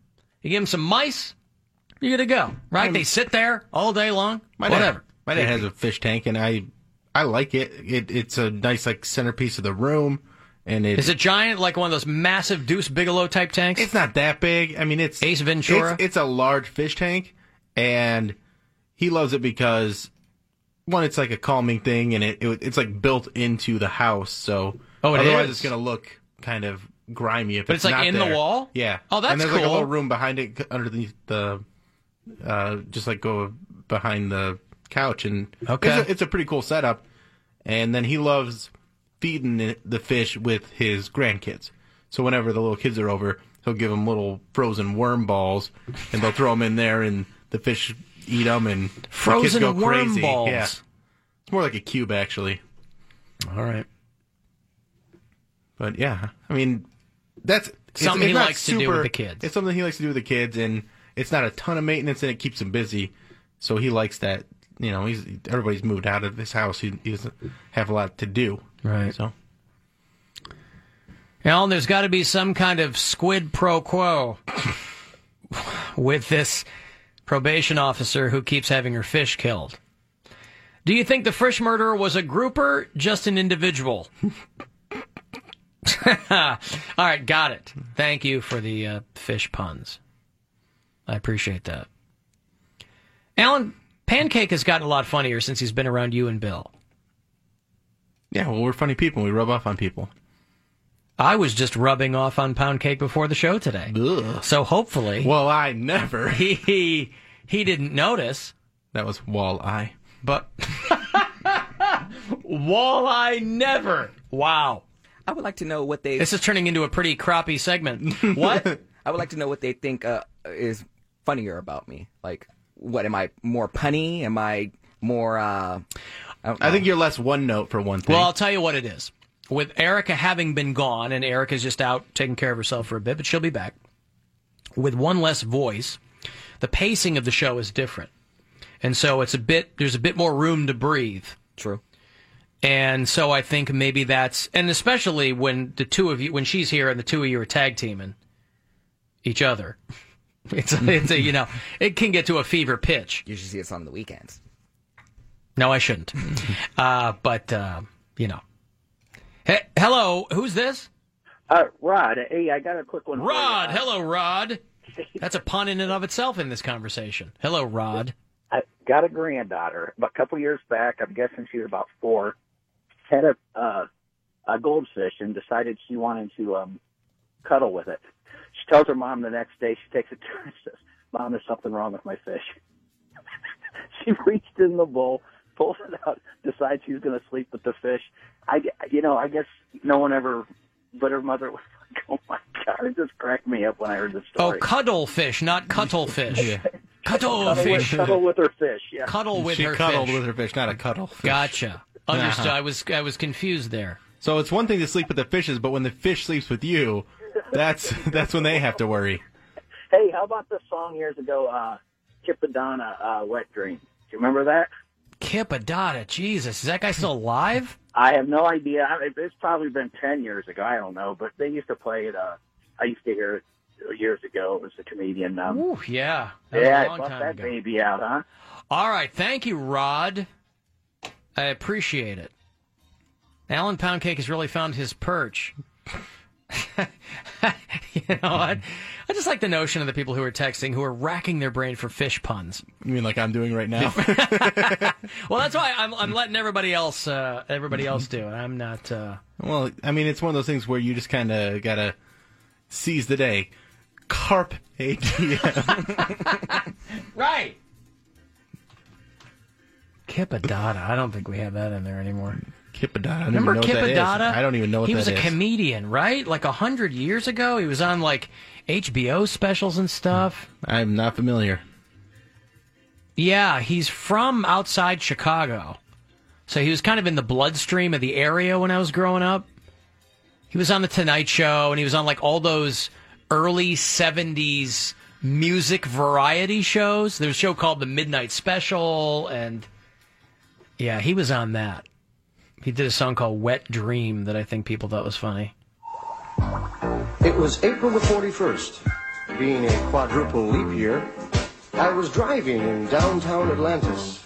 Speaker 1: you give them some mice, you're good to go, right? they sit there all day long,
Speaker 2: My
Speaker 1: whatever.
Speaker 2: Dad, my dad has a fish tank, and I I like it. it it's a nice like centerpiece of the room, and it,
Speaker 1: Is it giant, like one of those massive Deuce Bigelow type tanks?
Speaker 2: It's not that big. I mean, it's
Speaker 1: Ace Ventura.
Speaker 2: it's, it's a large fish tank, and he loves it because one, it's like a calming thing, and it, it it's like built into the house. So
Speaker 1: Oh, it
Speaker 2: otherwise
Speaker 1: is?
Speaker 2: it's gonna look kind of grimy if
Speaker 1: But
Speaker 2: it's,
Speaker 1: it's, like,
Speaker 2: not
Speaker 1: in the
Speaker 2: there.
Speaker 1: wall?
Speaker 2: Yeah.
Speaker 1: Oh, that's
Speaker 2: and there's like a
Speaker 1: cool.
Speaker 2: little room behind it c- underneath the, uh, just like go behind the couch and
Speaker 1: Okay.
Speaker 2: it's a, it's a pretty cool setup. And then he loves feeding it- the fish with his grandkids. So whenever the little kids are over, he'll give them little frozen worm balls, and they'll throw them in there, and the fish eat them, and the kids
Speaker 1: Frozen
Speaker 2: go
Speaker 1: worm
Speaker 2: crazy.
Speaker 1: balls.
Speaker 2: Yeah. It's more like a cube, actually.
Speaker 1: All right.
Speaker 2: But yeah, I mean, that's it's-
Speaker 1: Something
Speaker 2: it's
Speaker 1: he
Speaker 2: not
Speaker 1: likes to do with the kids.
Speaker 2: It's something he likes to do with the kids, and it's not a ton of maintenance, and it keeps him busy. So he likes that. You know, he's everybody's moved out of his house. He, he doesn't have a lot to do.
Speaker 1: Right.
Speaker 2: So
Speaker 1: Alan, there's got to be some kind of squid pro quo with this probation officer who keeps having her fish killed. Do you think the fish murderer was a grouper, just an individual? All right, got it. Thank you for the uh, fish puns. I appreciate that. Alan, Pancake has gotten a lot funnier since he's been around you and Bill.
Speaker 2: yeah, well, we're funny people. and We rub off on people.
Speaker 1: I was just rubbing off on pound cake before the show today. So hopefully.
Speaker 2: Well, I never.
Speaker 1: He he, he didn't notice.
Speaker 2: That was walleye.
Speaker 1: But walleye never. Wow.
Speaker 3: I would like to know what they.
Speaker 1: This is turning into a pretty crappy segment. What?
Speaker 3: I would like to know what they think uh, is funnier about me? Like, what am I more punny? Am I more? uh I, don't
Speaker 2: I think you're less one note for one thing.
Speaker 1: Well, I'll tell you what it is. With Erica having been gone, and Erica's just out taking care of herself for a bit, but she'll be back. With one less voice, the pacing of the show is different, and so it's a bit. There's a bit more room to breathe.
Speaker 3: True.
Speaker 1: And so I think maybe that's, and especially when the two of you, when she's here and the two of you are tag teaming each other, it's, it's a, you know, it can get to a fever pitch.
Speaker 3: You should see us on the weekends.
Speaker 1: No, I shouldn't. uh, but, uh, you know. He- hello, who's this?
Speaker 8: Uh, Rod. Hey, I got a quick one.
Speaker 1: Rod. Hello, Rod. That's a pun in and of itself in this conversation. Hello, Rod.
Speaker 8: I got a granddaughter a couple years back. I'm guessing she was about four. Had a uh, a goldfish and decided she wanted to um, cuddle with it. She tells her mom the next day. She takes it to her and says, "Mom, there's something wrong with my fish." she reached in the bowl, pulls it out, decides she's going to sleep with the fish. I, you know, I guess no one ever, but her mother was like, "Oh my god!" It just cracked me up when I heard the
Speaker 1: Oh,
Speaker 8: story.
Speaker 1: cuddlefish, not cuttlefish. Cuttlefish.
Speaker 8: With, cuddle with her fish. Yeah.
Speaker 1: Cuddle with
Speaker 2: she
Speaker 1: her
Speaker 2: cuddled
Speaker 1: fish.
Speaker 2: with Uh-huh. her fish, not a cuddle. Fish.
Speaker 1: Gotcha. Understood. I was I was confused there.
Speaker 2: So it's one thing to sleep with the fishes, but when the fish sleeps with you, that's that's when they have to worry.
Speaker 8: Hey, how about this song years ago, uh, Kipadonna, uh, Wet Dream? Do you remember that?
Speaker 1: Kipadonna, Jesus, is that guy still alive?
Speaker 8: I have no idea. I mean, it's probably been 10 years ago. I don't know, but they used to play it. Uh, I used to hear it years ago. It was a comedian. Um,
Speaker 1: Ooh, yeah. That was a
Speaker 8: yeah, I
Speaker 1: long
Speaker 8: bought
Speaker 1: time
Speaker 8: that
Speaker 1: ago.
Speaker 8: baby out, huh?
Speaker 1: All right, thank you, Rod. I appreciate it. Alan Poundcake has really found his perch. you know, I, I just like the notion of the people who are texting who are racking their brain for fish puns.
Speaker 2: You mean like I'm doing right now?
Speaker 1: Well, that's why I'm, I'm letting everybody else uh, everybody else do it. I'm not. Uh,
Speaker 2: well, I mean, it's one of those things where you just kind of gotta seize the day. Carp ADM.
Speaker 1: Right. Kipadada. I don't think we have that in there anymore.
Speaker 2: Kipadada.
Speaker 1: Remember
Speaker 2: know what that is.
Speaker 1: Kipadada?
Speaker 2: I don't even know what
Speaker 1: he
Speaker 2: that
Speaker 1: was a
Speaker 2: is.
Speaker 1: comedian, right? Like a hundred years ago, he was on like HBO specials and stuff.
Speaker 2: I'm not familiar.
Speaker 1: Yeah, he's from outside Chicago, so he was kind of in the bloodstream of the area when I was growing up. He was on the Tonight Show, and he was on like all those early '70s music variety shows. There's a show called The Midnight Special, and yeah, he was on that. He did a song called "Wet Dream" that I think people thought was funny.
Speaker 10: It was April the 41st. Being a quadruple leap year, I was driving in downtown Atlantis.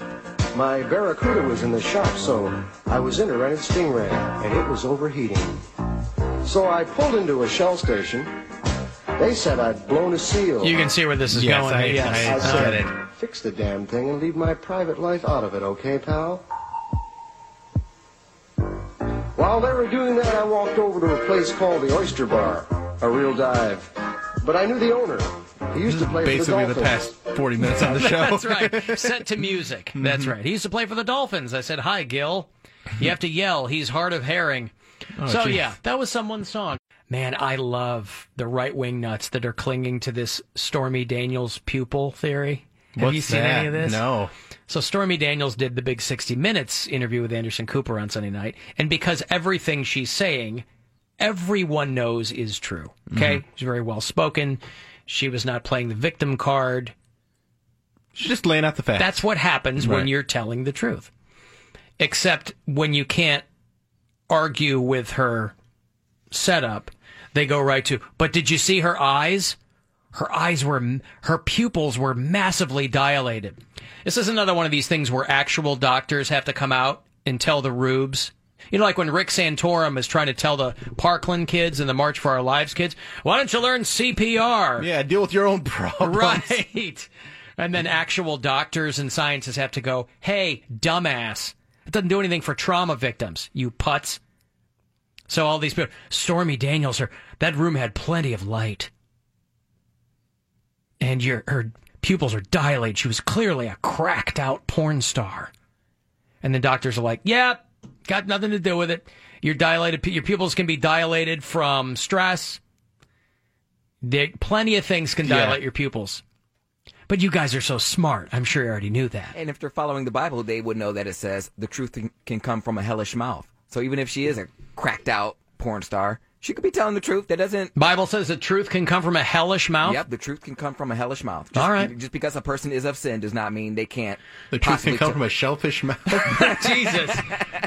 Speaker 10: My Barracuda was in the shop, so I was in a rented Stingray, and it was overheating. So I pulled into a shell station. They said I'd blown a seal.
Speaker 1: You can see where this is
Speaker 10: Yes,
Speaker 1: going.
Speaker 10: I- I-
Speaker 1: yes,
Speaker 10: I said it. Fix the damn thing and leave my private life out of it, okay, pal? While they were doing that, I walked over to a place called the Oyster Bar, a real dive. But I knew the owner. He used to play for
Speaker 2: Basically,
Speaker 10: the
Speaker 2: the
Speaker 10: Dolphins.
Speaker 2: past 40 minutes on the show.
Speaker 1: That's right. Set to music. That's right. He used to play for the Dolphins. I said, "Hi, Gil." You have to yell. He's hard of hearing.
Speaker 21: Oh,
Speaker 1: so
Speaker 21: geez.
Speaker 1: yeah, that was someone's song. Man, I love the right wing nuts that are clinging to this Stormy Daniels pupil theory. Have you
Speaker 2: What's
Speaker 1: seen any of
Speaker 2: that?
Speaker 1: this?
Speaker 2: No.
Speaker 1: So Stormy Daniels did the big 60 Minutes interview with Anderson Cooper on Sunday night, and because everything she's saying, everyone knows is true. Okay,
Speaker 2: Mhm.
Speaker 1: she's very well spoken. She was not playing the victim card.
Speaker 2: She's just laying out the facts.
Speaker 1: That's what happens when
Speaker 2: Right.
Speaker 1: you're telling the truth. Except when you can't argue with her setup, they go right to, but did you see her eyes? Her eyes were, her pupils were massively dilated. This is another one of these things where actual doctors have to come out and tell the rubes. You know, like when Rick Santorum is trying to tell the Parkland kids and the March for Our Lives kids, why don't you learn CPR?
Speaker 2: Yeah, deal with your own problems.
Speaker 1: Right. And then actual doctors and scientists have to go, hey, dumbass. It doesn't do anything for trauma victims, you putz. So all these people, Stormy Daniels, her, that room had plenty of light. And your, her pupils are dilated. She was clearly a cracked out porn star. And the doctors are like, yep, got nothing to do with it. Your dilated, your pupils can be dilated from stress. There, plenty of things can
Speaker 2: Yeah.
Speaker 1: dilate your pupils. But you guys are so smart. I'm sure you already knew that.
Speaker 3: And if they're following the Bible, they would know that it says the truth can- can come from a hellish mouth. So even if she is a cracked out porn star, she could be telling the truth. That doesn't.
Speaker 1: Bible says the truth can come from a hellish mouth.
Speaker 3: Yep, the truth can come from a hellish mouth. Just, All right. Just because a person is of sin does not mean they can't.
Speaker 2: The truth can come from a shellfish mouth.
Speaker 1: Jesus.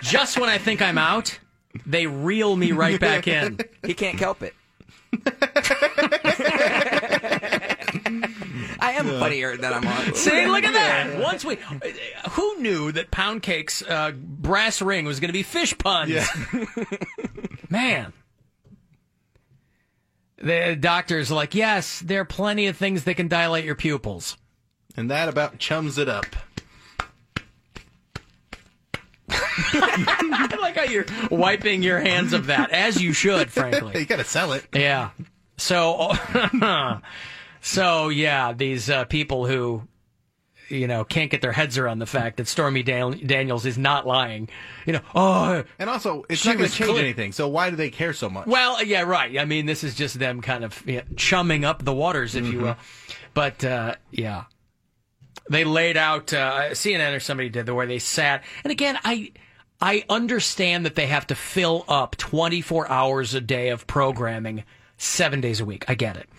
Speaker 1: Just when I think I'm out, they reel me right back in.
Speaker 3: He can't help it. I am funnier than I'm on.
Speaker 1: See, look at that. Once we, who knew that pound cake's uh, brass ring was going to be fish puns? Man, the doctor's like, yes, there are plenty of things that can dilate your pupils,
Speaker 2: and that about chums it up.
Speaker 1: I like how you're wiping your hands of that, as you should, frankly.
Speaker 2: you gotta sell it.
Speaker 1: Yeah. So, so yeah, these uh, people who, you know, can't get their heads around the fact that Stormy Dan- Daniels is not lying. You know, oh,
Speaker 2: and also it's
Speaker 1: she
Speaker 2: not going
Speaker 1: was
Speaker 2: to change
Speaker 1: clear-
Speaker 2: anything. So why do they care so much?
Speaker 1: Well, yeah, right. I mean, this is just them kind of you know, chumming up the waters, if you will. But uh, yeah, they laid out uh, CNN or somebody did the where they sat, and again, I I understand that they have to fill up 24 hours a day of programming, seven days a week. I get it,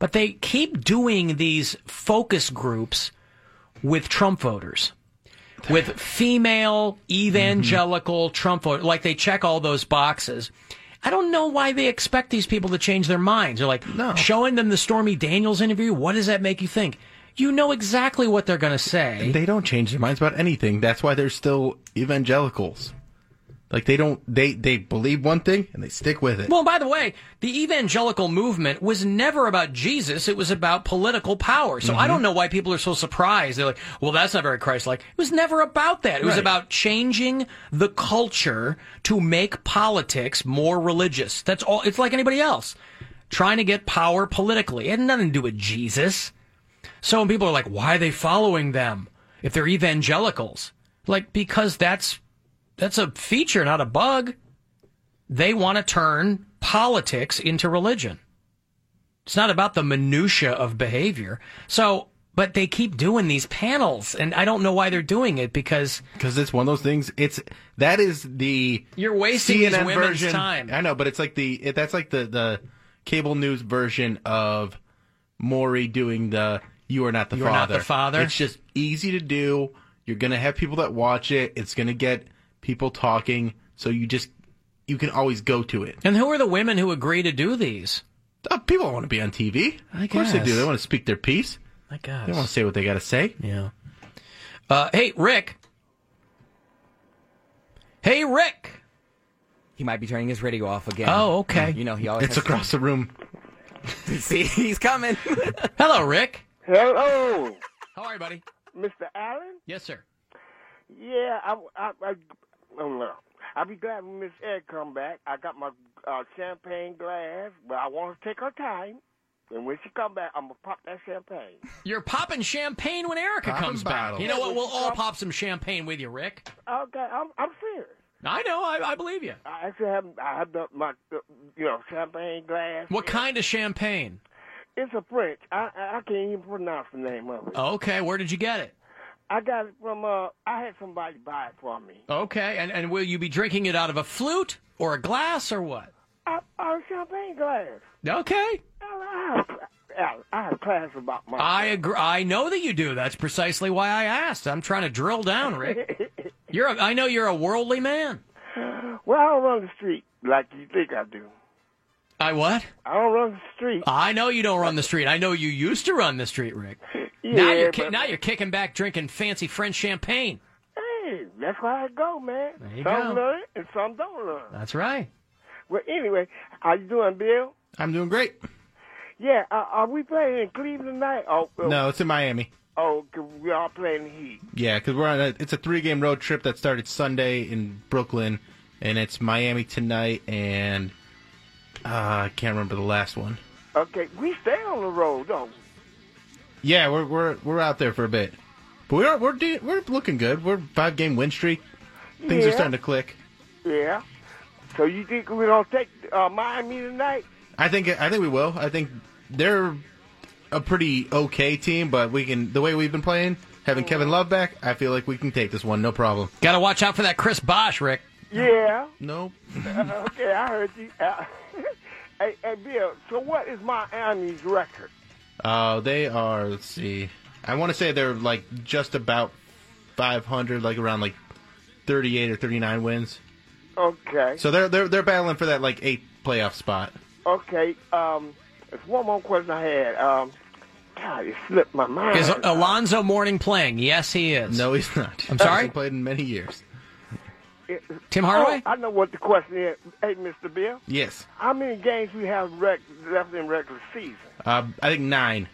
Speaker 1: but they keep doing these focus groups with Trump voters with female evangelical Trump voter. Like they check all those boxes. I don't know why they expect these people to change their minds. They're like showing them the Stormy Daniels interview. What does that make you think? You know exactly what they're going to say.
Speaker 2: They don't change their minds about anything. That's why they're still evangelicals. Like they don't they they believe one thing and they stick with it.
Speaker 1: Well, by the way, the evangelical movement was never about Jesus. It was about political power. So I
Speaker 2: Mhm.
Speaker 1: don't know why people are so surprised. They're like, well, that's not very Christ like. It was never about that. It was
Speaker 2: Right.
Speaker 1: about changing the culture to make politics more religious. That's all. It's like anybody else trying to get power politically. It had nothing to do with Jesus. So when people are like, why are they following them if they're evangelicals? Like, because that's, that's a feature, not a bug they want to turn politics into religion. It's not about the minutia of behavior. So, but they keep doing these panels, and I don't know why they're doing it because
Speaker 2: because it's one of those things. It's that is the
Speaker 1: You're wasting these
Speaker 2: CNN
Speaker 1: women's
Speaker 2: version.
Speaker 1: time.
Speaker 2: I know, but it's like the it, that's like the the cable news version of Maury doing the "You are not the
Speaker 1: You are
Speaker 2: father."
Speaker 1: not the father.
Speaker 2: It's just easy to do. You're gonna have people that watch it. It's gonna get people talking. So you just you can always go to it. Uh,
Speaker 1: And who are the women who agree to do these?
Speaker 2: people want to be on TV.
Speaker 1: I
Speaker 2: Of course they do.
Speaker 1: guess.
Speaker 2: They want to speak their piece.
Speaker 1: my
Speaker 2: They want
Speaker 1: God.
Speaker 2: to say what they got to say.
Speaker 1: Yeah. Uh, hey, Rick. Hey, Rick.
Speaker 3: He might be turning his radio off again.
Speaker 1: Oh, okay.
Speaker 3: You know he always.
Speaker 2: It's across the room.
Speaker 3: See, he's coming.
Speaker 1: Hello, Rick.
Speaker 21: Hello.
Speaker 1: How are you, buddy?
Speaker 21: Mr. Allen?
Speaker 1: Yes, sir.
Speaker 21: Yeah, I, I, I, oh, no. I'll be glad when Miss Ed come back. I got my uh, champagne glass, but I want to take her time. And when she come back, I'm going to pop that champagne.
Speaker 1: You're popping champagne when Erica
Speaker 21: Popping
Speaker 1: comes back.
Speaker 21: bottles.
Speaker 1: You know what? We'll all pop some champagne with you, Rick.
Speaker 21: Okay, I'm, I'm serious.
Speaker 1: I know. I, I believe you.
Speaker 21: I actually have, I have the, my, the, you know, champagne glass.
Speaker 1: What kind of champagne?
Speaker 21: It's a French. I, I I can't even pronounce the name of it.
Speaker 1: Okay, where did you get it?
Speaker 21: I got it from, uh, I had somebody buy it for me.
Speaker 1: Okay, and, and will you be drinking it out of a flute or a glass or what?
Speaker 21: I, I champagne glass.
Speaker 1: Okay.
Speaker 21: I, I, have, I have class about my.
Speaker 1: I agree. I know that you do. That's precisely why I asked. I'm trying to drill down, Rick. You're. A, I know you're a worldly man.
Speaker 21: Well, I don't run the street like you think I do.
Speaker 1: I what?
Speaker 21: I don't run the street.
Speaker 1: I know you don't run the street. I know you used to run the street, Rick. now you're ki-
Speaker 21: but-
Speaker 1: now you're kicking back, drinking fancy French champagne.
Speaker 21: Hey, that's why I go, man.
Speaker 1: There you go.
Speaker 21: some learn and some don't learn.
Speaker 1: That's right.
Speaker 21: Well, anyway, how you doing, Bill?
Speaker 2: I'm doing great.
Speaker 21: Yeah, uh, are we playing in Cleveland tonight? Oh, oh,
Speaker 2: No, it's in Miami.
Speaker 21: Oh, 'cause we all playing the Heat.
Speaker 2: Yeah, because we're on a it's a three game road trip that started Sunday in Brooklyn, and it's Miami tonight, and uh, I can't remember the last one.
Speaker 21: Okay, we stay on the road, don't we?
Speaker 2: Yeah, we're we're we're out there for a bit, but we're we're do- we're looking good. We're five game win streak. Things are
Speaker 21: Yeah.
Speaker 2: starting to click.
Speaker 21: Yeah. So you think we don't take uh, Miami tonight?
Speaker 2: I think I think we will. I think they're a pretty okay team, but we can the way we've been playing, having Kevin Love back, I feel like we can take this one, no problem.
Speaker 1: Got to watch out for that Chris Bosch, Rick.
Speaker 21: Yeah.
Speaker 2: Nope.
Speaker 21: Uh, okay, I heard you. Uh, hey, hey, Bill. So what is Miami's record?
Speaker 2: Uh, they are. Let's see. I want to say they're like just about 500, like around like 38 or 39 wins.
Speaker 21: Okay.
Speaker 2: So they're they're they're battling for that like eighth playoff spot.
Speaker 21: Okay. Um, it's one more question I had. Um, God, it slipped my mind.
Speaker 1: Is oh, Alonzo Mourning playing? Yes, he is.
Speaker 2: No, he's not.
Speaker 1: I'm sorry?
Speaker 2: Hasn't played in many years.
Speaker 21: It-
Speaker 1: Tim Hardaway?
Speaker 21: Oh, I know what the question is. Hey, Mr. Bill,
Speaker 2: Yes.
Speaker 21: how many games we have rec- left in regular season?
Speaker 2: Uh, I think nine.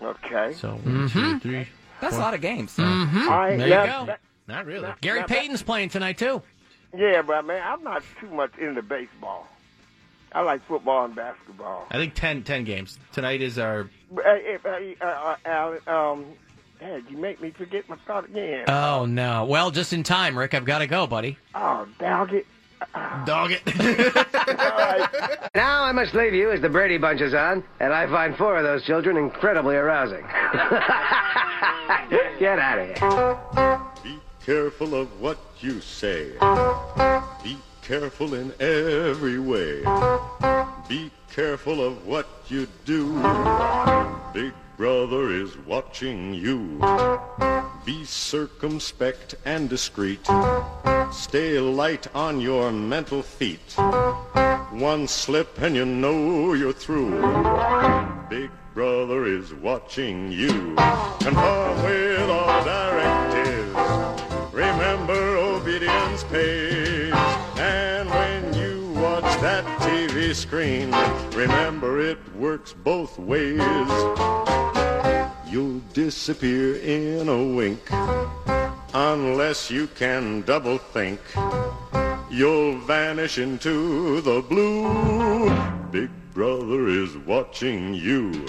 Speaker 21: Okay.
Speaker 2: So one, two,
Speaker 1: Mhm.
Speaker 2: three,
Speaker 1: That's a
Speaker 2: four.
Speaker 1: lot of games.
Speaker 2: So-
Speaker 1: Mhm.
Speaker 21: All right,
Speaker 1: There you
Speaker 21: now-
Speaker 1: go.
Speaker 21: that-
Speaker 2: Not really.
Speaker 1: Gary
Speaker 21: now Oh. that-
Speaker 1: Payton's playing tonight too.
Speaker 21: Yeah, but man, I'm not too much into baseball. I like football and basketball.
Speaker 2: I think 10, 10 games. Tonight is our.
Speaker 21: But, hey, hey, hey, uh, uh, Alan, um, hey, you make me forget my thought again.
Speaker 1: Oh no! Well, just in time, Rick. I've got to go, buddy.
Speaker 21: oh, dog it.
Speaker 2: Dog it.
Speaker 10: Now I must leave you as the Brady Bunch is on, and I find four of those children incredibly arousing. Get out of here.
Speaker 20: Careful of what you say. Be careful in every way. Be careful of what you do. Big brother is watching you. Be circumspect and discreet. Stay light on your mental feet. One slip and you know you're through. Big brother is watching you. Conform with all directives. Remember obedience pays. And when you watch that TV screen, remember it works both ways. You'll disappear in a wink unless you can double think. You'll vanish into the blue. Big brother is watching you.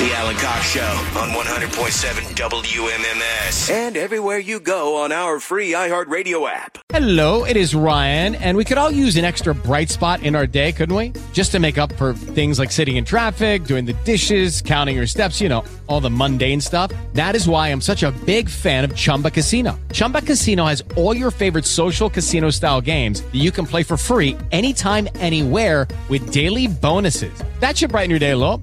Speaker 9: The Alan Cox Show on 100.7 WMMS and everywhere you go on our free iHeartRadio app.
Speaker 6: Hello, it is Ryan, and we could all use an extra bright spot in our day, couldn't we? Just to make up for things like sitting in traffic, doing the dishes, counting your steps, you know, all the mundane stuff. That is why I'm such a big fan of Chumba Casino. Chumba Casino has all your favorite social casino style games that you can play for free anytime, anywhere with daily bonuses. That should brighten your day a little.